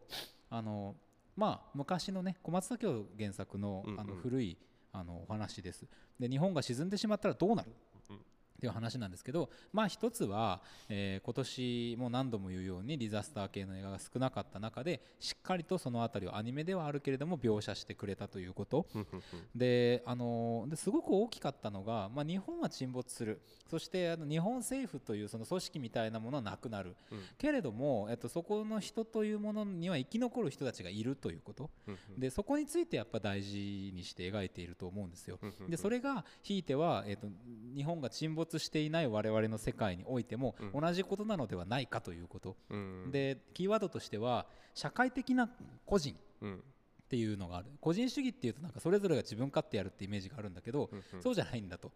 S1: あのまあ昔のね小松左京原作の
S2: うんうん
S1: あの古いあのお話ですで日本が沈んでしまったらどうなる
S2: うん
S1: っていう話なんですけど、まあ、一つは、えー今年も何度も言うようにディザスター系の映画が少なかった中でしっかりとその辺りをアニメではあるけれども描写してくれたということ、
S2: うんうんうん
S1: であのですごく大きかったのが、まあ、日本は沈没するそしてあの日本政府というその組織みたいなものはなくなる
S2: うん
S1: けれども、えっと、そこの人というものには生き残る人たちがいるということ
S2: うんうん
S1: でそこについてやっぱ大事にして描いていると思うんですよ。
S2: うんうんうん
S1: でそれがひいては、えっと日本が沈没していない我々の世界においても
S2: うん
S1: 同じことなのではないかということ、
S2: うん
S1: でキーワードとしては社会的な個人
S2: うん
S1: っていうのがある個人主義っていうとなんかそれぞれが自分勝手やるってイメージがあるんだけど、そうじゃないんだと、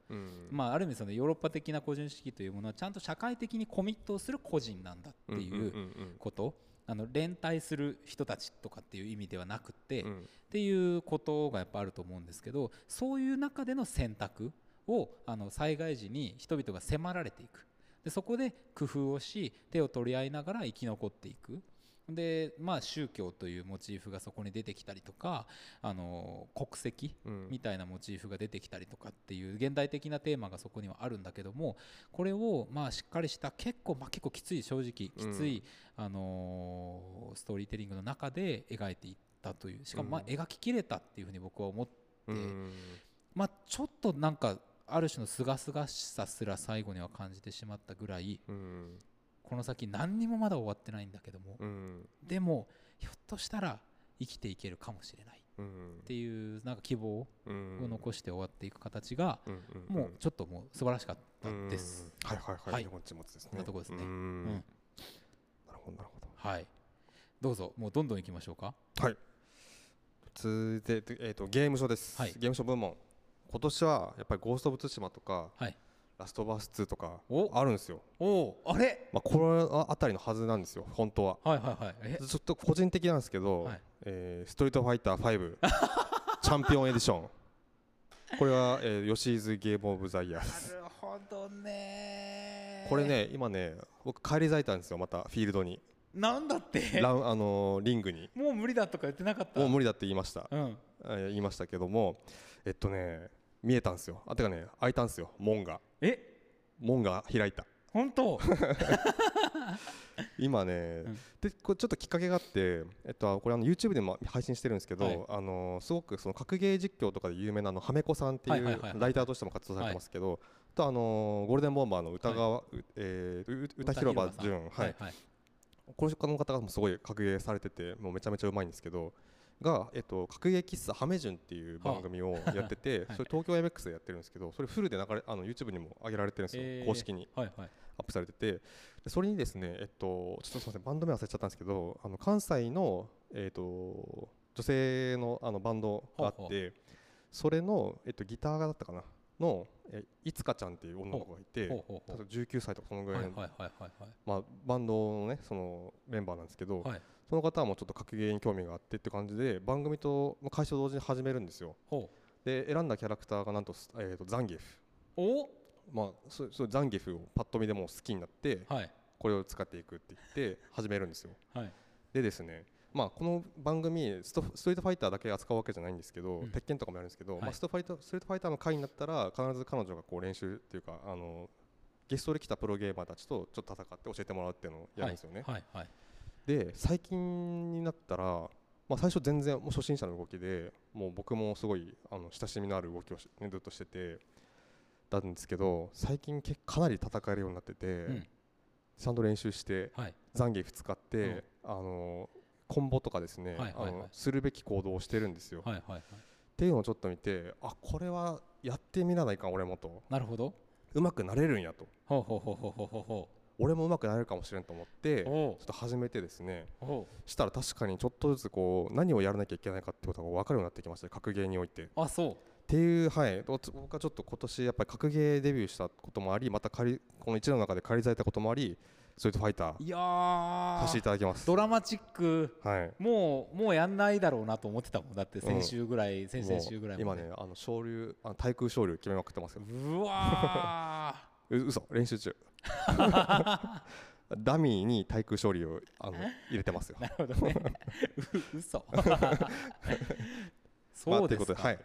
S1: まあ、ある意味そのヨーロッパ的な個人主義というものはちゃんと社会的にコミットをする個人なんだっていうことあの連帯する人たちとかっていう意味ではなくて、っていうことがやっぱあると思うんですけどそういう中での選択をあの災害時に人々が迫られていくでそこで工夫をし手を取り合いながら生き残っていくで、まあ、宗教というモチーフがそこに出てきたりとかあの国籍みたいなモチーフが出てきたりとかっていう現代的なテーマがそこにはあるんだけどもこれをまあしっかりした結構まあ結構きつい正直きつい、あのーストーリーテリングの中で描いていったというしかもまあ
S2: うん
S1: 描ききれたっていうふうに僕は思って、まあ、ちょっとなんかある種の清々しさすら最後には感じてしまったぐらいこの先何にもまだ終わってないんだけどもでもひょっとしたら生きていけるかもしれないっていうなんか希望を残して終わっていく形がもうちょっともう素晴らしかったです。
S2: はいはい
S1: は
S2: はいい。日本沈没ですね。
S1: こんなとこですね
S2: う
S1: うんん
S2: なるほどなるほど。
S1: はいどうぞもうどんどん行きましょうか
S2: 続いてえっとゲームショーです。
S1: はい
S2: ゲームショー部門。今年はやっぱりゴーストオブツシマとか
S1: はい
S2: ラストバース2とか
S1: お
S2: あるんですよ。
S1: おおあれ
S2: まあこれあたりのはずなんですよ本当は。
S1: はいはいはいえ
S2: ちょっと個人的なんですけど、
S1: はい
S2: えーストリートファイター5
S1: <laughs>
S2: チャンピオンエディションこれは、えー、吉井ズゲームオブザイヤーです
S1: なるほどね
S2: これね今ね僕帰り咲いたんですよまたフィールドに
S1: なんだって
S2: ラウンあのーリングに
S1: もう無理だとか言ってなかった
S2: もう無理だって言いました、
S1: うん
S2: えー言いましたけどもえっとね見えたんですよあてかね開いたんですよ門が
S1: え
S2: 門が開いた
S1: 本当
S2: 今ね、
S1: ん
S2: でこれちょっときっかけがあって、えっと、これあの YouTube でも配信してるんですけど、
S1: はい
S2: あのすごくその格ゲー実況とかで有名なあのハメコさんって
S1: はいいはいは
S2: う
S1: いはい
S2: ライターとしても活動されてますけど、あとあのゴールデンボンバーの歌川、うえーう歌広場
S1: 歌広場さん
S2: 純、はい
S1: はいはい
S2: この方がもうすごい格ゲーされててもうめちゃめちゃうまいんですけどが、えっと、格ゲー喫茶ハメジュンっていう番組をやってて、
S1: はい
S2: それ東京 MX でやってるんですけどそれフルで流れあの YouTube にも上げられてるんですよ、
S1: えー
S2: 公式に。
S1: はいはい
S2: アップされててでそれにですねえっとちょっとすみませんバンド名忘れちゃったんですけどあの関西のえっと女性のあのバンドがあって
S1: ほうほ
S2: それのえっとギターだったかなのえいつかちゃんっていう女の子がいて
S1: ほうほうほ
S2: 多
S1: う
S2: 分19歳とかそのぐ
S1: は
S2: ら
S1: い
S2: い
S1: は
S2: の、
S1: いはいはいはい
S2: まあ、バンドのねそのメンバーなんですけど、
S1: はい
S2: その方はもうちょっと格ゲーに興味があってって感じで番組との開始を同時に始めるんですよ
S1: ほう
S2: で選んだキャラクターがなんと,、えっとザンギエフ
S1: お
S2: まあそそうザンギエフをパッと見でもう好きになって、
S1: はい
S2: これを使っていくって言って始めるんですよ
S1: はい
S2: でですねまあこの番組ストストリートファイターだけ扱うわけじゃないんですけど、
S1: うん
S2: 鉄拳とかもやるんですけど、
S1: はい
S2: まあ、ストファイターストリートファイターの回になったら必ず彼女がこう練習っていうかあのゲストで来たプロゲーマーたちとちょっと戦って教えてもらうっていうのをやるんですよね、
S1: はいはい
S2: で最近になったら、まあ、最初全然もう初心者の動きでもう僕もすごいあの親しみのある動きをし、ね、ずっとしててたんですけど最近けかなり戦えるようになってて、
S1: うん
S2: ちゃんと練習して
S1: はい
S2: ザンギエフ使って、あのコンボとかですね、
S1: はいはいはい
S2: あのするべき行動をしてるんですよ、
S1: はいはいはい
S2: っていうのをちょっと見てあこれはやってみらないかん俺もと
S1: なるほど
S2: うまくなれるんやと
S1: ほうほうほうほうほうほうほ
S2: 俺もうまくなれるかもしれんと思って
S1: う
S2: ち
S1: お
S2: ょ
S1: う
S2: っと始めてですね
S1: おう
S2: したら確かにちょっとずつこう何をやらなきゃいけないかってことが分かるようになってきました格ゲーにおいてっ
S1: あそう
S2: ていうはいおつ僕はちょっと今年やっぱり格ゲーデビューしたこともありまた仮この1年の中で借りされたこともありそういったファイター
S1: いや
S2: させてい
S1: ー
S2: ただきます
S1: ドラマチック
S2: はい
S1: もうもうやんないだろうなと思ってたもんだって先週ぐらい、先
S2: もう
S1: 々週ぐらい
S2: 今
S1: まで
S2: ねあの昇竜あの対空昇竜決めまくってますよ
S1: うわ
S2: う嘘練
S1: <laughs>
S2: 習中ダミーに対空昇竜をあの入れてますよ
S1: ーなるほどね <laughs> う
S2: <laughs>
S1: 嘘そうですか、
S2: まあということではい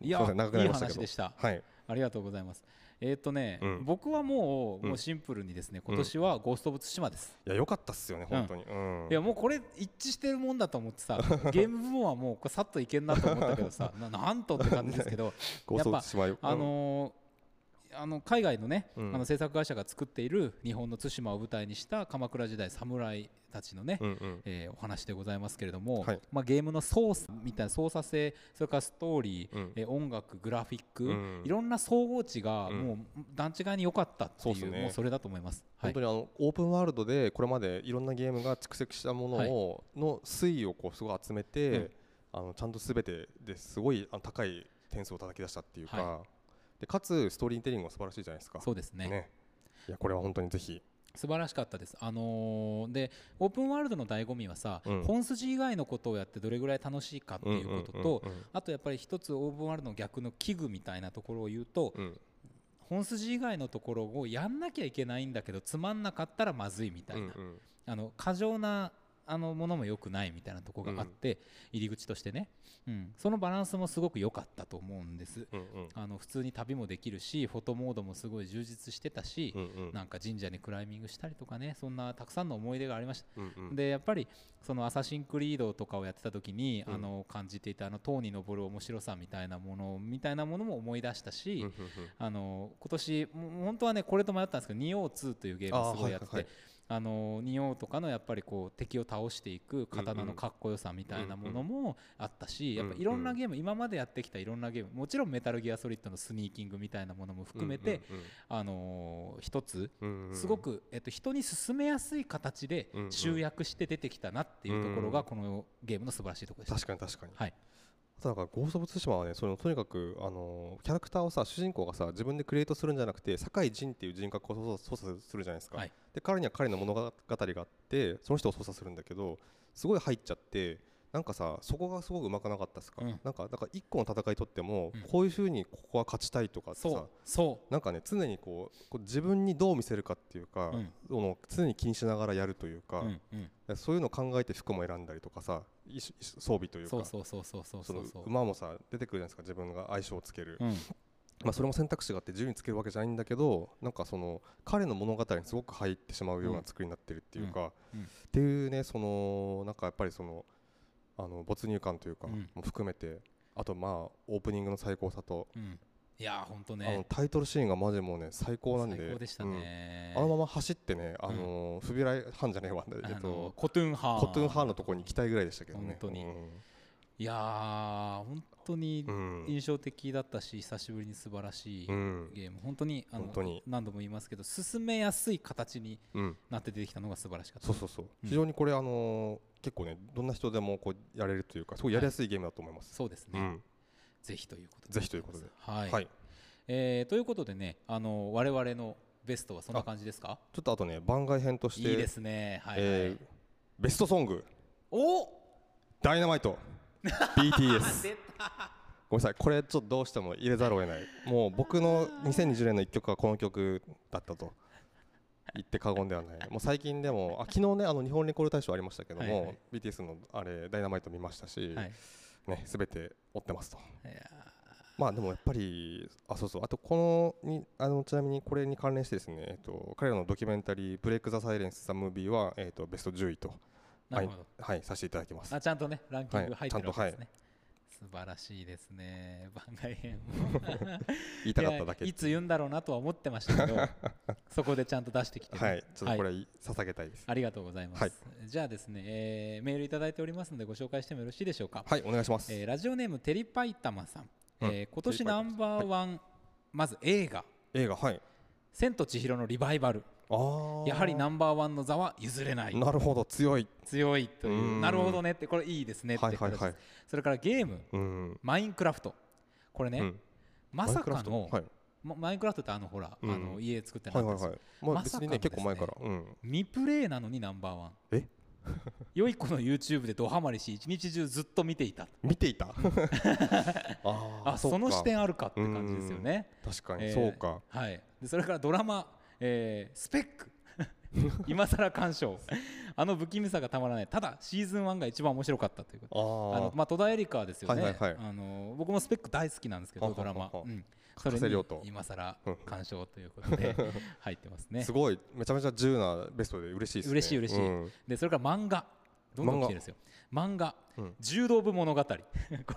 S1: いや
S2: すません長くないり
S1: い
S2: ましたけ
S1: 話
S2: ど
S1: でした
S2: はい
S1: ありがとうございますえーっとね、
S2: うん
S1: 僕はもう
S2: うん
S1: もうシンプルにですね、今年はゴースト・オブ・ツシマです、
S2: いや良かったっすよね本当にうん、
S1: いやもうこれ一致してるもんだと思ってさゲーム部門はもうこれさっといけんなと思ったけど
S2: <laughs>
S1: さななんとって感じですけど
S2: ゴースト
S1: やっぱ
S2: しまい
S1: あのーあの海外のね、
S2: うん
S1: あの制作会社が作っている日本の対馬を舞台にした鎌倉時代侍たちのね、
S2: うんうん
S1: えーお話でございますけれども、
S2: はい
S1: まあ、ゲームの操作みたいな操作性それからストーリー、
S2: うん
S1: えー音楽グラフィック、
S2: うん
S1: いろんな総合値が
S2: うん
S1: もう段違いに良かったってい,、
S2: そううっすね
S1: もうそれだと思います。は
S2: 本
S1: い
S2: 当にあのオープンワールドでこれまでいろんなゲームが蓄積したものを、の推移をこうすごい集めて、ああのちゃんと全てですごいあの高い点数を叩き出したっていうか、
S1: は
S2: でかつストーリーテリングも素晴らしいじゃないですか。
S1: そうですね
S2: いやこれは本当にぜひ、
S1: 素晴らしかったです、あのーでオープンワールドの醍醐味はさ、
S2: うん
S1: 本筋以外のことをやってどれぐらい楽しいかっていうことと、
S2: うんうん
S1: あとやっぱり一つオープンワールドの逆の器具みたいなところを言うと、
S2: うんうん
S1: 本筋以外のところをやんなきゃいけないんだけどつまんなかったらまずいみたいな、
S2: うんうん
S1: あの過剰なあのものも良くないみたいなところがあって、入り口としてね、うん、そのバランスもすごく良かったと思うんです
S2: うんうん
S1: あの普通に旅もできるしフォトモードもすごい充実してたし、
S2: うんうん
S1: なんか神社にクライミングしたりとかねそんなたくさんの思い出がありました、
S2: うんうん
S1: でやっぱりその「アサシン・クリード」とかをやってた時に、
S2: うん
S1: あの感じていたあの塔に登る面白さみたいなものみたいなものも思い出したし、
S2: うんうん
S1: あの今年も本当はねこれと迷ったんですけど「ニオー2」というゲームをすごいやって
S2: あーはいはい
S1: て
S2: は。
S1: あのニオーとかのやっぱりこう敵を倒していく刀のかっこよさみたいなものもあったし
S2: う
S1: や
S2: ん
S1: っぱいろんなゲーム今までやってきたいろんなゲームもちろんメタルギアソリッドのスニーキングみたいなものも含めて、あのー一つ
S2: うんうんうん
S1: すごく、えっと、人に勧めやすい形で
S2: うんうん
S1: 集約して出てきたなっていうところ
S2: う
S1: が
S2: ん
S1: このゲームの素晴らしいところでし
S2: 確かに確かに。
S1: はい
S2: あとなんかゴースト・オブ・ツシマはねそのとにかくあのーキャラクターをさ主人公がさ自分でクリエイトするんじゃなくて酒井仁っていう人格を操操作するじゃないですか、
S1: はい
S2: で彼には彼の物語があってその人を操作するんだけどすごい入っちゃってなんかさそこがすごくうまくなかったですか、
S1: うん
S2: なんかだから一個の戦いとっても、
S1: うん
S2: こういうふうにここは勝ちたいとかったてさ
S1: そうそ
S2: なんかね常にこうこう自分にどう見せるかっていうか、
S1: うん
S2: その常に気にしながらやるという
S1: う
S2: か、
S1: うんうん
S2: そういうのを考えて服も選んだりとかさいし装備というか
S1: そうそうそうそうそう
S2: そ
S1: そ
S2: の
S1: うそう
S2: 馬もさ出てくるじゃないですか自分が相性をつける、
S1: うん
S2: まあ、それも選択肢があって自由につけるわけじゃないんだけどなんかその彼の物語にすごく入ってしまうような作りになってるっていうか、
S1: うんうん
S2: っていうねそのなんかやっぱりそのあの没入感というか
S1: うん
S2: も含めて、あとまあオープニングの最高さと、
S1: うんいやーほんと
S2: あの
S1: ね
S2: タイトルシーンがマジもうね最高なんで
S1: 最高でした
S2: う
S1: ね
S2: ん、あのまま走ってねあのーフビライハンじゃねえわ、えっ
S1: あの
S2: と
S1: コトゥンハーン
S2: コトゥンハーンのところに行きたいぐらいでしたけどね
S1: 本当に
S2: うん
S1: いやー本当に
S2: うん
S1: 印象的だったし久しぶりに素晴らしい
S2: うん
S1: ゲーム本当にあの
S2: 本当に
S1: 何度も言いますけど進めやすい形に
S2: うん
S1: なって出てきたのが素晴らしかった
S2: そうそうそう、非常にこれあのー結構ねどんな人でもこうやれるというかすごいやりやすいゲームだと思います、
S1: そうですね、
S2: うん
S1: ぜひということで
S2: ぜひということで
S1: は、
S2: はいい、
S1: えーということでねあの我々のベストはそんな感じですか
S2: ちょっとあとね番外編として
S1: いいですねはい、はい
S2: えーベストソング
S1: お
S2: 「ダイナマイト
S1: <laughs>
S2: BTS
S1: 出」
S2: ごめんなさいこれちょっとどうしても入れざるを得ないもう僕の2020年の1曲はこの曲だったと言って過言で
S1: <laughs>
S2: はないもう最近でもあ昨日ねあの日本レコード大賞ありましたけども、
S1: はいはい
S2: BTS のあれ「ダイナマイト」見ましたし、
S1: はい
S2: ね全て追ってますと
S1: いや
S2: まあでもやっぱり、あ、そうそう、あとこのに、あのちなみにこれに関連してですね、えっと、彼らのドキュメンタリー、ブレイク・ザ・サイレンス・ザ・ムービーは、えっと、ベスト10位と、
S1: ーなるほど、
S2: はい、はい、させていただきます。
S1: あちゃんとねランキング入ってるわけ
S2: は
S1: で
S2: い
S1: す
S2: ちゃ
S1: ね、素晴らしいです
S2: <laughs>
S1: ね番外編も
S2: 言いたかっただけ。
S1: いやいつ言うんだろうなとは思ってましたけ
S2: <laughs>
S1: どそこでちゃんと出してきてね、
S2: はい、ちょっとこれ、捧げたいです。
S1: ありがとうございます、
S2: はい
S1: じゃあですね、えーメールいただいておりますのでご紹介してもよろしいでしょうか、
S2: はい、お願いします。
S1: えーラジオネームテリパイタマさん、
S2: うん
S1: えー今年ナンバーワン、まず映画
S2: 映画、はい。
S1: 「千と千尋のリバイバル」
S2: あー
S1: やはりナンバーワンの座は譲れない
S2: なるほど、強い。
S1: 強いといううんなるほどねってこれいいですねって
S2: はい
S1: 形
S2: はい
S1: です、
S2: はい。
S1: それからゲーム
S2: う
S1: 「
S2: ん。
S1: マインクラフト」これね、
S2: うん
S1: まさかの
S2: マインクラフトはい
S1: まマインクラフトってあのほら、
S2: うん
S1: あの家作ってな
S2: は
S1: か
S2: い
S1: った
S2: はい
S1: です
S2: はい。ま
S1: まさ
S2: あ、別
S1: か
S2: に
S1: の
S2: ね、結構前
S1: です
S2: か
S1: ね
S2: ら。うん。
S1: 未プレイなのにナンバーワン
S2: え
S1: 良い子の YouTube でドハマりし一日中ずっと見ていた
S2: 見ていた <laughs> あー
S1: あその
S2: っか
S1: 視点あるかって感じですよね、
S2: 確か
S1: えー
S2: に、そうか。
S1: はい、でそれからドラマ、えースペック <laughs> 今更鑑賞あの不気味さがたまらないただシーズン1が一番面白かったということ
S2: あ
S1: あの
S2: ー
S1: まあ、戸田恵梨香ですよね、
S2: はいはいはい
S1: あの僕もスペック大好きなんですけど
S2: は
S1: ド
S2: はは
S1: ラマ
S2: は、
S1: うん、そ
S2: 加瀬
S1: れに
S2: 亮と
S1: 今更鑑賞ということで入ってますね
S2: すごいめちゃめちゃ自由なベストで嬉しいですね
S1: 嬉しい嬉しい
S2: うん
S1: でそれから漫画どんどん来てるんですよ漫画
S2: うん
S1: 柔道部物語 <laughs> こ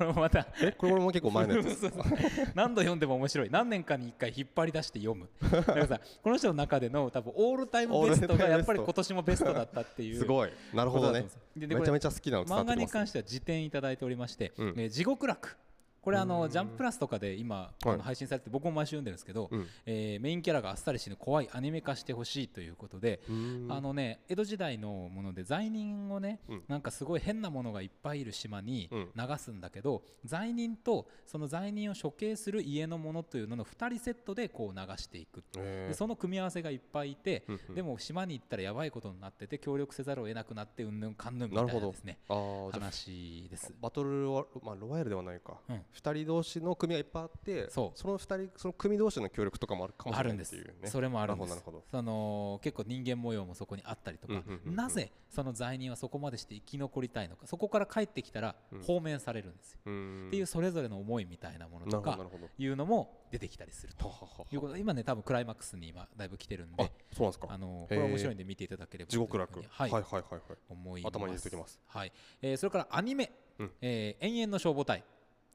S1: れもまた
S2: えこれ俺も結構前
S1: <laughs>
S2: のやつ
S1: そうそうそう何度読んでも面白い何年かに1回引っ張り出して読むだから
S2: <laughs>
S1: さこの人の中での多分オールタイムベストがやっぱり今年もベストだったっていう
S2: <laughs> すごいなるほどね
S1: ことだと思うんですよでで
S2: めちゃ
S1: こ
S2: めちゃ好きなの
S1: れ
S2: 伝
S1: 漫
S2: わって
S1: 画
S2: き
S1: に
S2: ます
S1: 関しては辞典いただいておりまして「
S2: うん
S1: えー地獄楽」これあ
S2: う
S1: の
S2: ん
S1: ジャンププラスとかで今あ
S2: はい
S1: の配信されてて僕も毎週読んでるんですけど、
S2: うん
S1: えーメインキャラがあっさり死ぬ怖いアニメ化してほしいということで、
S2: うん
S1: あのね江戸時代のもので罪人をね、
S2: うん
S1: なんかすごい変なものがいっぱいいる島に
S2: うん
S1: 流すんだけど、罪人とその罪人を処刑する家のものというのの2人セットでこう流していく、
S2: へ
S1: で
S2: ー
S1: その組み合わせがいっぱいいて、
S2: うんうん
S1: でも島に行ったらやばいことになってて協力せざるを得なくなってうんぬんかんぬんみた
S2: ないるほ
S1: な
S2: ど
S1: ですね
S2: あーじゃあ
S1: 話です。
S2: バトルは、まあ、ロワイヤルではないか、
S1: うん
S2: 二人同士の組がいっぱいあって
S1: そう
S2: の二人その組同士の協力とかもあるかもし
S1: あ
S2: れ
S1: る
S2: なん
S1: で
S2: いっ
S1: す
S2: ていうね
S1: それもあるんです
S2: なるほどなる
S1: その結構人間模様もそこにあったりとか、
S2: うんうんうんうん
S1: なぜその罪人はそこまでして生き残りたいのかそこから帰ってきたら
S2: うん
S1: 放免されるんですよ、
S2: ほどうん
S1: っていうそれぞれの思いみたいなもの
S2: なる
S1: と
S2: ほどな
S1: か
S2: るほど
S1: いうのも出てきたりすると
S2: はははは
S1: いうことで今ね多分クライマックスに今だいぶ来てるん
S2: あ
S1: で
S2: そうなんです
S1: あ
S2: か
S1: のこ
S2: へー
S1: れは面白いんで見ていただければ
S2: 地獄楽
S1: というふうに
S2: は
S1: はいい
S2: はいはいはい
S1: 思い
S2: 頭に入れておきます
S1: はいえーそれからアニメ
S2: うん
S1: 「えー永遠の消防隊」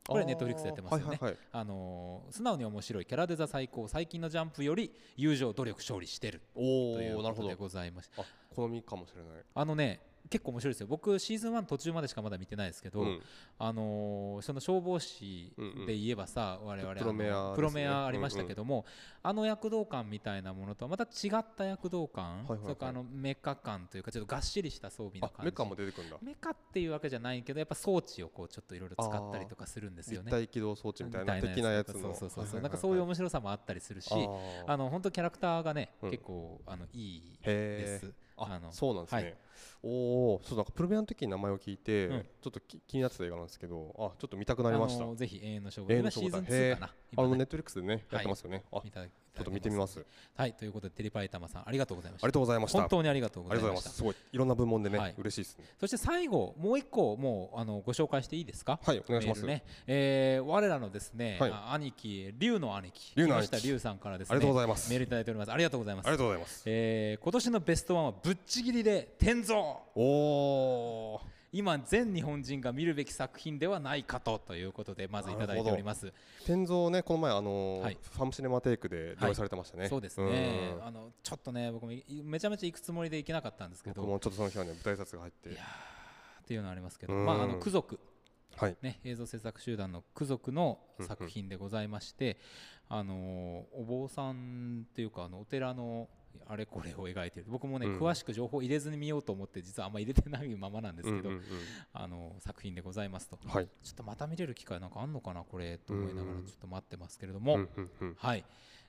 S1: これ
S2: あー
S1: ネットフリックスでやってますよね、
S2: はいはいはい
S1: あのー素直に面白いキャラデザ最高最近のジャンプより友情努力勝利してる
S2: お
S1: という
S2: お
S1: こ
S2: なるほ
S1: とで
S2: ど
S1: ございました
S2: あ好みかもしれない
S1: あのね結構面白いですよ僕シーズン1途中までしかまだ見てないですけど、
S2: うん
S1: あのーその消防士で言えばさ、我々
S2: プロメア
S1: あの
S2: ですね
S1: プロメアありましたけども、あの躍動感みたいなものとはまた違った躍動感、
S2: はいはいはい
S1: それからあのメカ感というかちょっとがっしりした装備の
S2: あ
S1: 感じ
S2: メカも出てくるんだ
S1: メカっていうわけじゃないけどやっぱ装置をこうちょっといろいろ使ったりとかするんですよ
S2: 立
S1: ね。
S2: 体起動装置みたいな的なやつの
S1: そうそうそうそうなんかそういう面白さもあったりするしあ
S2: の
S1: の本当キャラクターがね、
S2: うん
S1: 結構あのいいで
S2: へえ
S1: す。あ
S2: あ
S1: の
S2: そうなんです
S1: はい
S2: ねおおそうなんかプロメアの時に名前を聞いて
S1: うん
S2: ちょっとき気になってた映画なんですけどあちょっと見たくなりました
S1: あ
S2: あ
S1: のぜひ永遠の勝負
S2: 永遠
S1: 今
S2: の
S1: シ
S2: 勝
S1: ーズ
S2: 負
S1: ン
S2: だ
S1: 2かな今
S2: の
S1: ね
S2: ネットフリックスでねやってますよねあ
S1: 見
S2: ち
S1: ただ
S2: ょっと見てみますあ
S1: はいということでテレパイタマさんありがとうございまし
S2: りが
S1: た
S2: とうございましたあ
S1: 本当
S2: りが
S1: にありがとうござ
S2: とう
S1: い
S2: ござい
S1: ま
S2: ま
S1: し
S2: す
S1: た
S2: すごいいろんな部門で
S1: はい
S2: ね嬉しいですね
S1: そして最後もう一個もうあのご紹介していいですか
S2: はいお願いします
S1: メールね、えー我らのですね、
S2: はい
S1: あ兄貴龍の兄貴
S2: 龍の兄貴
S1: 木下龍さんからですね
S2: ありがとうございます
S1: メールいただいておりますありがとうございま
S2: あ
S1: す
S2: りがとうございます
S1: えー今年のベストワンはぶっちぎりで天蔵
S2: おお
S1: 今全日本人が見るべき作品ではないかとということでまずいただいております
S2: 天蔵ねこの前あの
S1: はい
S2: ーファムシネマテイクで上映されてましたね
S1: そうですねあのちょっとね僕もいめちゃめちゃ行くつもりで行けなかったんですけ
S2: 僕
S1: ど
S2: もちょっとその日はね舞台挨拶が入っ
S1: い
S2: て
S1: やーっていうのありますけど、
S2: うん
S1: まあ、あのク族、
S2: はい
S1: ね、映像制作集団のク族の
S2: うんうん
S1: 作品でございまして、あのーお坊さんというかあのお寺のあれこれを描いてる僕もね、
S2: うん
S1: 詳しく情報入れずに見ようと思って実はあんま入れてないままなんですけど、
S2: うんうん
S1: あのー作品でございますとち
S2: う
S1: ょ
S2: んはい
S1: っとまた見れる機会なんかあんのかなこれと思いながら
S2: うん
S1: ちょっと待ってますけれども、
S2: うんうんうん
S1: はい、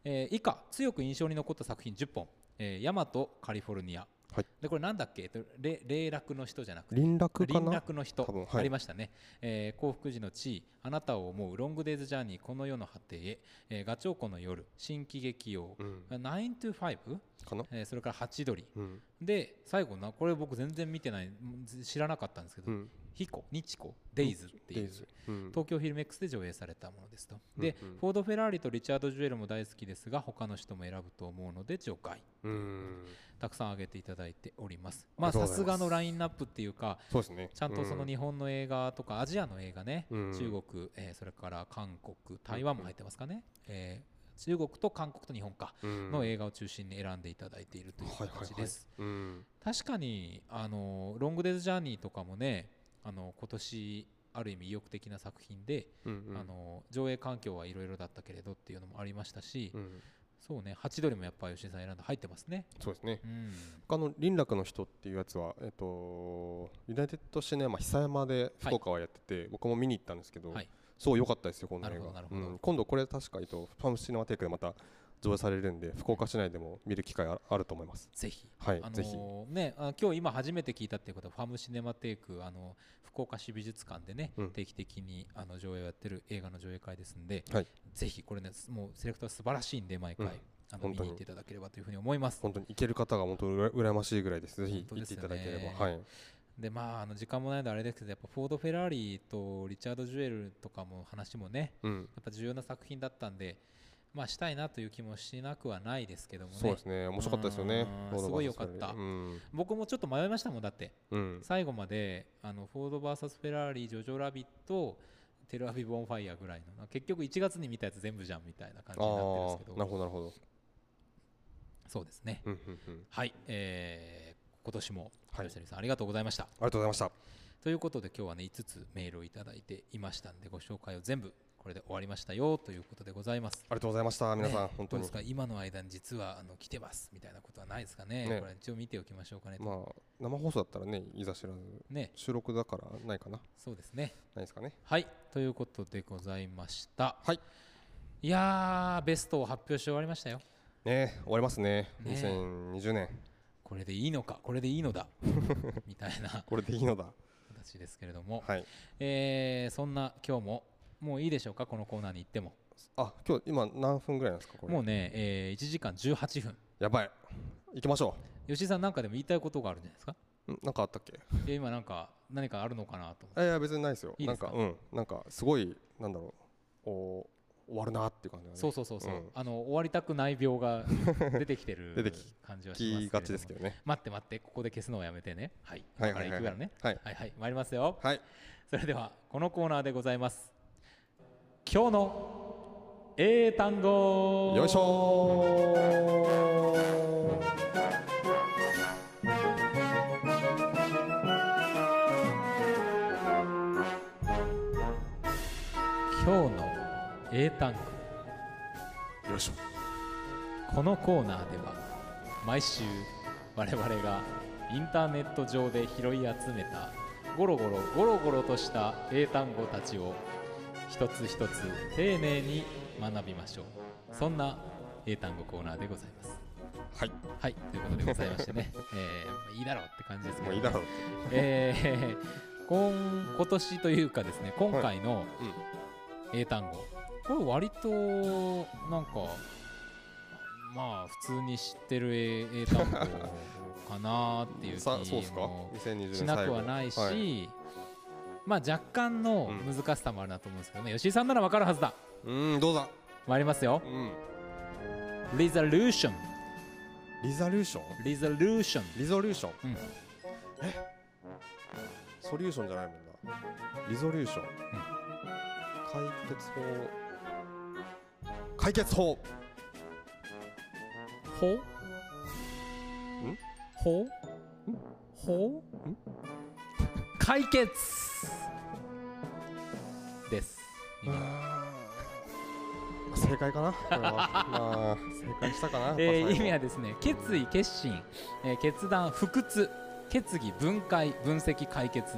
S1: えー以下強く印象に残った作品10本「えーヤマトカリフォルニア」
S2: はい
S1: でこれなんだっけえっとれ霊落の人じゃなくて
S2: 輪郭か
S1: 輪
S2: な
S1: 落の人、
S2: 多分はい
S1: ありましたね、えー幸福時の地位あなたを思うロングデイズジャーニーこの世の果てへ、えーガチョウコの夜新喜劇王、
S2: うん
S1: 9 to 5、
S2: かな
S1: えーそれからハチドリ
S2: うん
S1: で最後なこれ僕全然見てないもうず知らなかったんですけど、
S2: うん
S1: ヒコニチコデイズって
S2: デ
S1: い
S2: イ
S1: う
S2: ズうん
S1: 東京フィルメックスで上映されたものですと、で
S2: うんうん
S1: フォード・フェラーリとリチャード・ジュエルも大好きですが他の人も選ぶと思うので除外
S2: うん
S1: たくさん挙げていただいておりますまあ
S2: あり
S1: さ
S2: がと
S1: す
S2: うございます
S1: がのラインナップっていうか
S2: そうですね
S1: ちゃんとその日本の映画とかアジアの映画ね、
S2: うん
S1: 中国、えーそれから韓国台湾も入ってますかね、えー中国と韓国と日本かの映画を中心に選んでいただいているという形です。
S2: うんうん
S1: 確かにあのロングデイズジャーニーとかもねあの今年ある意味意欲的な作品で、
S2: うんうん
S1: あの上映環境はいろいろだったけれどっていうのもありましたし、
S2: うん
S1: そうねハチドリもやっぱ吉井さん選んで入ってますね。
S2: そうですね
S1: うん、
S2: 他の輪楽の人っていうやつはえっとユナイテッドシネマ久山で福岡はやってて僕も見に行ったんですけど
S1: はい
S2: そう良かったですよこの
S1: な
S2: 映
S1: るほどなるほ
S2: 画う
S1: ど
S2: ん今度これ確かえっとファームシネマテイクでまた上映されるんで福岡市内でも見る機会ああると思います
S1: ぜひ
S2: はい
S1: あの
S2: ぜひ
S1: ーね、あ今日今初めて聞いたっていうことはファムシネマテイクあの福岡市美術館でね、
S2: うん
S1: 定期的にあの上映をやってる映画の上映会ですんで、
S2: はい
S1: ぜひこれねすもうセレクトは素晴らしいんで毎回、
S2: うん
S1: あの
S2: 本
S1: 見
S2: 当
S1: に
S2: に
S1: 行っていただければというふうに思います。
S2: 本当に行ける方が本当にうら羨ましいぐらいですぜひ
S1: 本当
S2: 行
S1: で
S2: っ
S1: す
S2: てい
S1: よ
S2: た
S1: ね
S2: だければはい
S1: でまああの時間もないのであれですけどやっぱフォード・フェラーリとリチャード・ジュエルとかも話もね
S2: うん
S1: やっぱ重要な作品だったんで。まあしたいなという気もしなくはないですけどもね
S2: そうですね面白かったですよね
S1: うん
S2: ロード
S1: すごい
S2: バーサス
S1: 良かった
S2: うん
S1: 僕もちょっと迷いましたもんだって
S2: うん
S1: 最後まであのフォード VS フェラーリジョジョラビットテルアビブ・オンファイアぐらいの結局1月に見たやつ全部じゃんみたいな感
S2: あ
S1: じになってるんですけ
S2: ーなる
S1: ど
S2: ほどなるほど
S1: そうですね
S2: うんうんうん
S1: はい、えー今年も
S2: はい
S1: 吉谷さんありがとうございました
S2: ありがとうございました
S1: とということで今日はね5つメールをいただいていましたんでご紹介を全部これで終わりましたよということでございます。
S2: ありがとうございました皆さん、
S1: ね
S2: 本
S1: ど
S2: 当
S1: うで
S2: に
S1: すか今の間に実はあの来てますみたいなことはないですかね
S2: ね
S1: これ一応見ておきましょうかね。
S2: まあ生放送だったらねいざ知らず
S1: ね
S2: 収録だからないかな
S1: そうですね。
S2: ないですかね
S1: はいということでございました。
S2: はい
S1: いやーベストを発表し終わりましたよ。
S2: ね終わりますね
S1: ね
S2: 2020年
S1: これでいいのかこれでいいのだ <laughs> みたいな
S2: これでいいのだ
S1: 形ですけれども、
S2: はい
S1: えーそんな今日ももういいでしょうかこのコーナーに行っても
S2: あ今日今何分ぐらいなんですかこれ
S1: もうね、え1時間18分
S2: やばい行きましょ
S1: 吉井さんなんかでも言いたいことがあるんじゃないですか
S2: ううんなんかあったっけ
S1: いや今なんか何かあるのかなと思って
S2: いやいや別にないですよ
S1: いいですか
S2: なんかうんなんかすごいなんだろうお終わるなっていう感じがね
S1: そうそうそうそう、
S2: うん
S1: あの終わりたくない病
S2: <laughs>
S1: が出てきて
S2: 出て
S1: る
S2: き
S1: 感じはします
S2: 聞きがちです
S1: けれ
S2: け
S1: ども
S2: どね
S1: 待って待ってここで消すのをやめてねはい今
S2: はい
S1: か
S2: は
S1: ら
S2: い
S1: 行
S2: は
S1: く
S2: い
S1: か
S2: は
S1: らね
S2: いはい
S1: はいはい参りますよ
S2: はい
S1: それではこのコーナーでございます今日の英単語
S2: よいしょー
S1: 今日の英単語
S2: よいしょ
S1: このコーナーでは毎週我々がインターネット上で拾い集めたゴロゴロゴロゴロとした英単語たちを一つ一つ丁寧に学びましょうそんな英単語コーナーでございます
S2: はい
S1: はいということでございましてね、えーいいだろうって感じですけど
S2: もういいだろう <laughs>
S1: えー、今今年というかですね今回の
S2: うん
S1: 英単語、これ割となんかまあ普通に知ってる英英単語かなっていう気
S2: <laughs> さそうですか
S1: も
S2: 2020年
S1: しなくはないし、
S2: 最後はい
S1: まあ若干の難しさもあるなと思うんですけどね、吉井さんならわかるはずだ
S2: うーんどうだ
S1: 参りますよ
S2: うん
S1: リザルーション
S2: リザリューション
S1: リザルーション
S2: リゾリューション
S1: うん
S2: ソリューションじゃないもんなリゾリューション、解決法解決法
S1: ほんほんほ
S2: ん
S1: 解決です今の
S2: 正解かなこれはまあ正解したかな、
S1: え
S2: や
S1: ー
S2: っぱ最後
S1: 意味はですね決意決心、えー決断不屈決議分解分析解決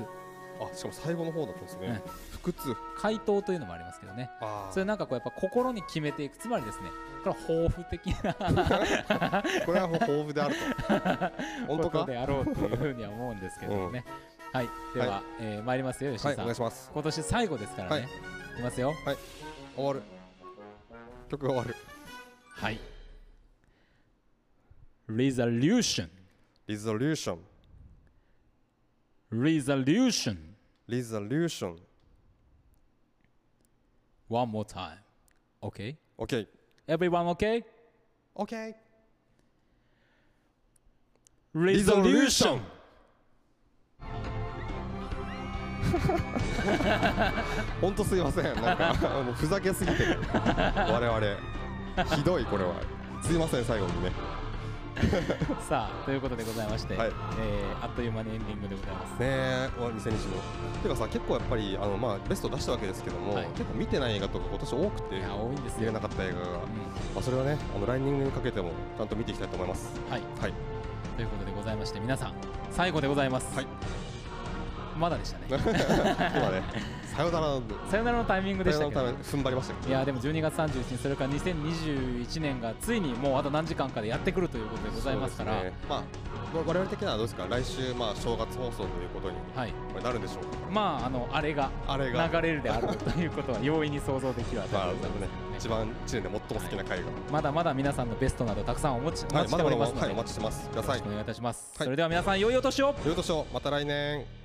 S2: あしかも最後の方だったんですね、
S1: うん
S2: 腹痛
S1: 回答というのもありますけどね
S2: あ
S1: それなんかこうやっぱ心に決めていくつまりですねこれは抱負的な
S2: あこれはもう豊富であ
S1: <laughs>
S2: ると本
S1: こ
S2: 当
S1: と
S2: か
S1: であろうというふうには思うんですけれどもね、はいでは、
S2: は
S1: えー参りますよ吉
S2: は
S1: 井
S2: い
S1: さ
S2: お
S1: ん、
S2: 願いします
S1: 今年最後ですからね、
S2: はい
S1: い、きますよ
S2: 終わる曲が終わる
S1: はい。resolution,
S2: リゾリューション
S1: resolution.
S2: リゾリューション
S1: One more time. Okay.
S2: OK
S1: Everyone, okay?
S2: OK
S1: Resolution.
S2: <laughs> 本当すいませんなんかもうふざけすぎてる我々ひどいこれはすいません最後にね
S1: さあ、ということでございまして、
S2: はい
S1: えーあっという間にエンディングでございます。
S2: ねえお2020年ていうかさ結構やっぱりあの、まあ、ベスト出したわけですけども、
S1: はい
S2: 結構見てない映画とか今年多くて
S1: いや、多いんです
S2: 見れ
S1: よ。
S2: なかった映画が、ま
S1: う
S2: あ、それはねあのランニングにかけてもちゃんと見ていきたいと思います
S1: んはい、
S2: はい
S1: ということでございまして、皆さん、最後でございます。 <laughs>
S2: はい
S1: まだでしたね。
S2: 今ねさよならの
S1: さよならのタイミングでし
S2: さ
S1: た
S2: よ
S1: け
S2: な
S1: ど
S2: らのた。め踏ん張りましたけど
S1: いやでも12月31日、それから2021年がついにもうあと何時間かでやってくるということでございますから、
S2: そうですねまあわ我々的にはどうですか来週まあ正月放送ということに
S1: はい、
S2: これなるんでしょうか
S1: まあ、あのあれが
S2: あれが
S1: 流れるであろうということは容易に想像できるあ
S2: ま
S1: た
S2: あ
S1: りで
S2: で
S1: ご
S2: も
S1: ざい
S2: ね
S1: ます
S2: 一
S1: けどね
S2: 番1年で最も好きな回が
S1: まだまだ皆さんのベストなどたくさんお持ちお
S2: は
S1: 待ち
S2: い、
S1: してお
S2: まだま
S1: り
S2: だ
S1: ますので、
S2: はい、お待ちしてます。く
S1: よ
S2: だ
S1: ろ
S2: さい
S1: しく。お願いいたします、
S2: はい
S1: それでは皆さん良いお年を
S2: よいとしょう、また来年。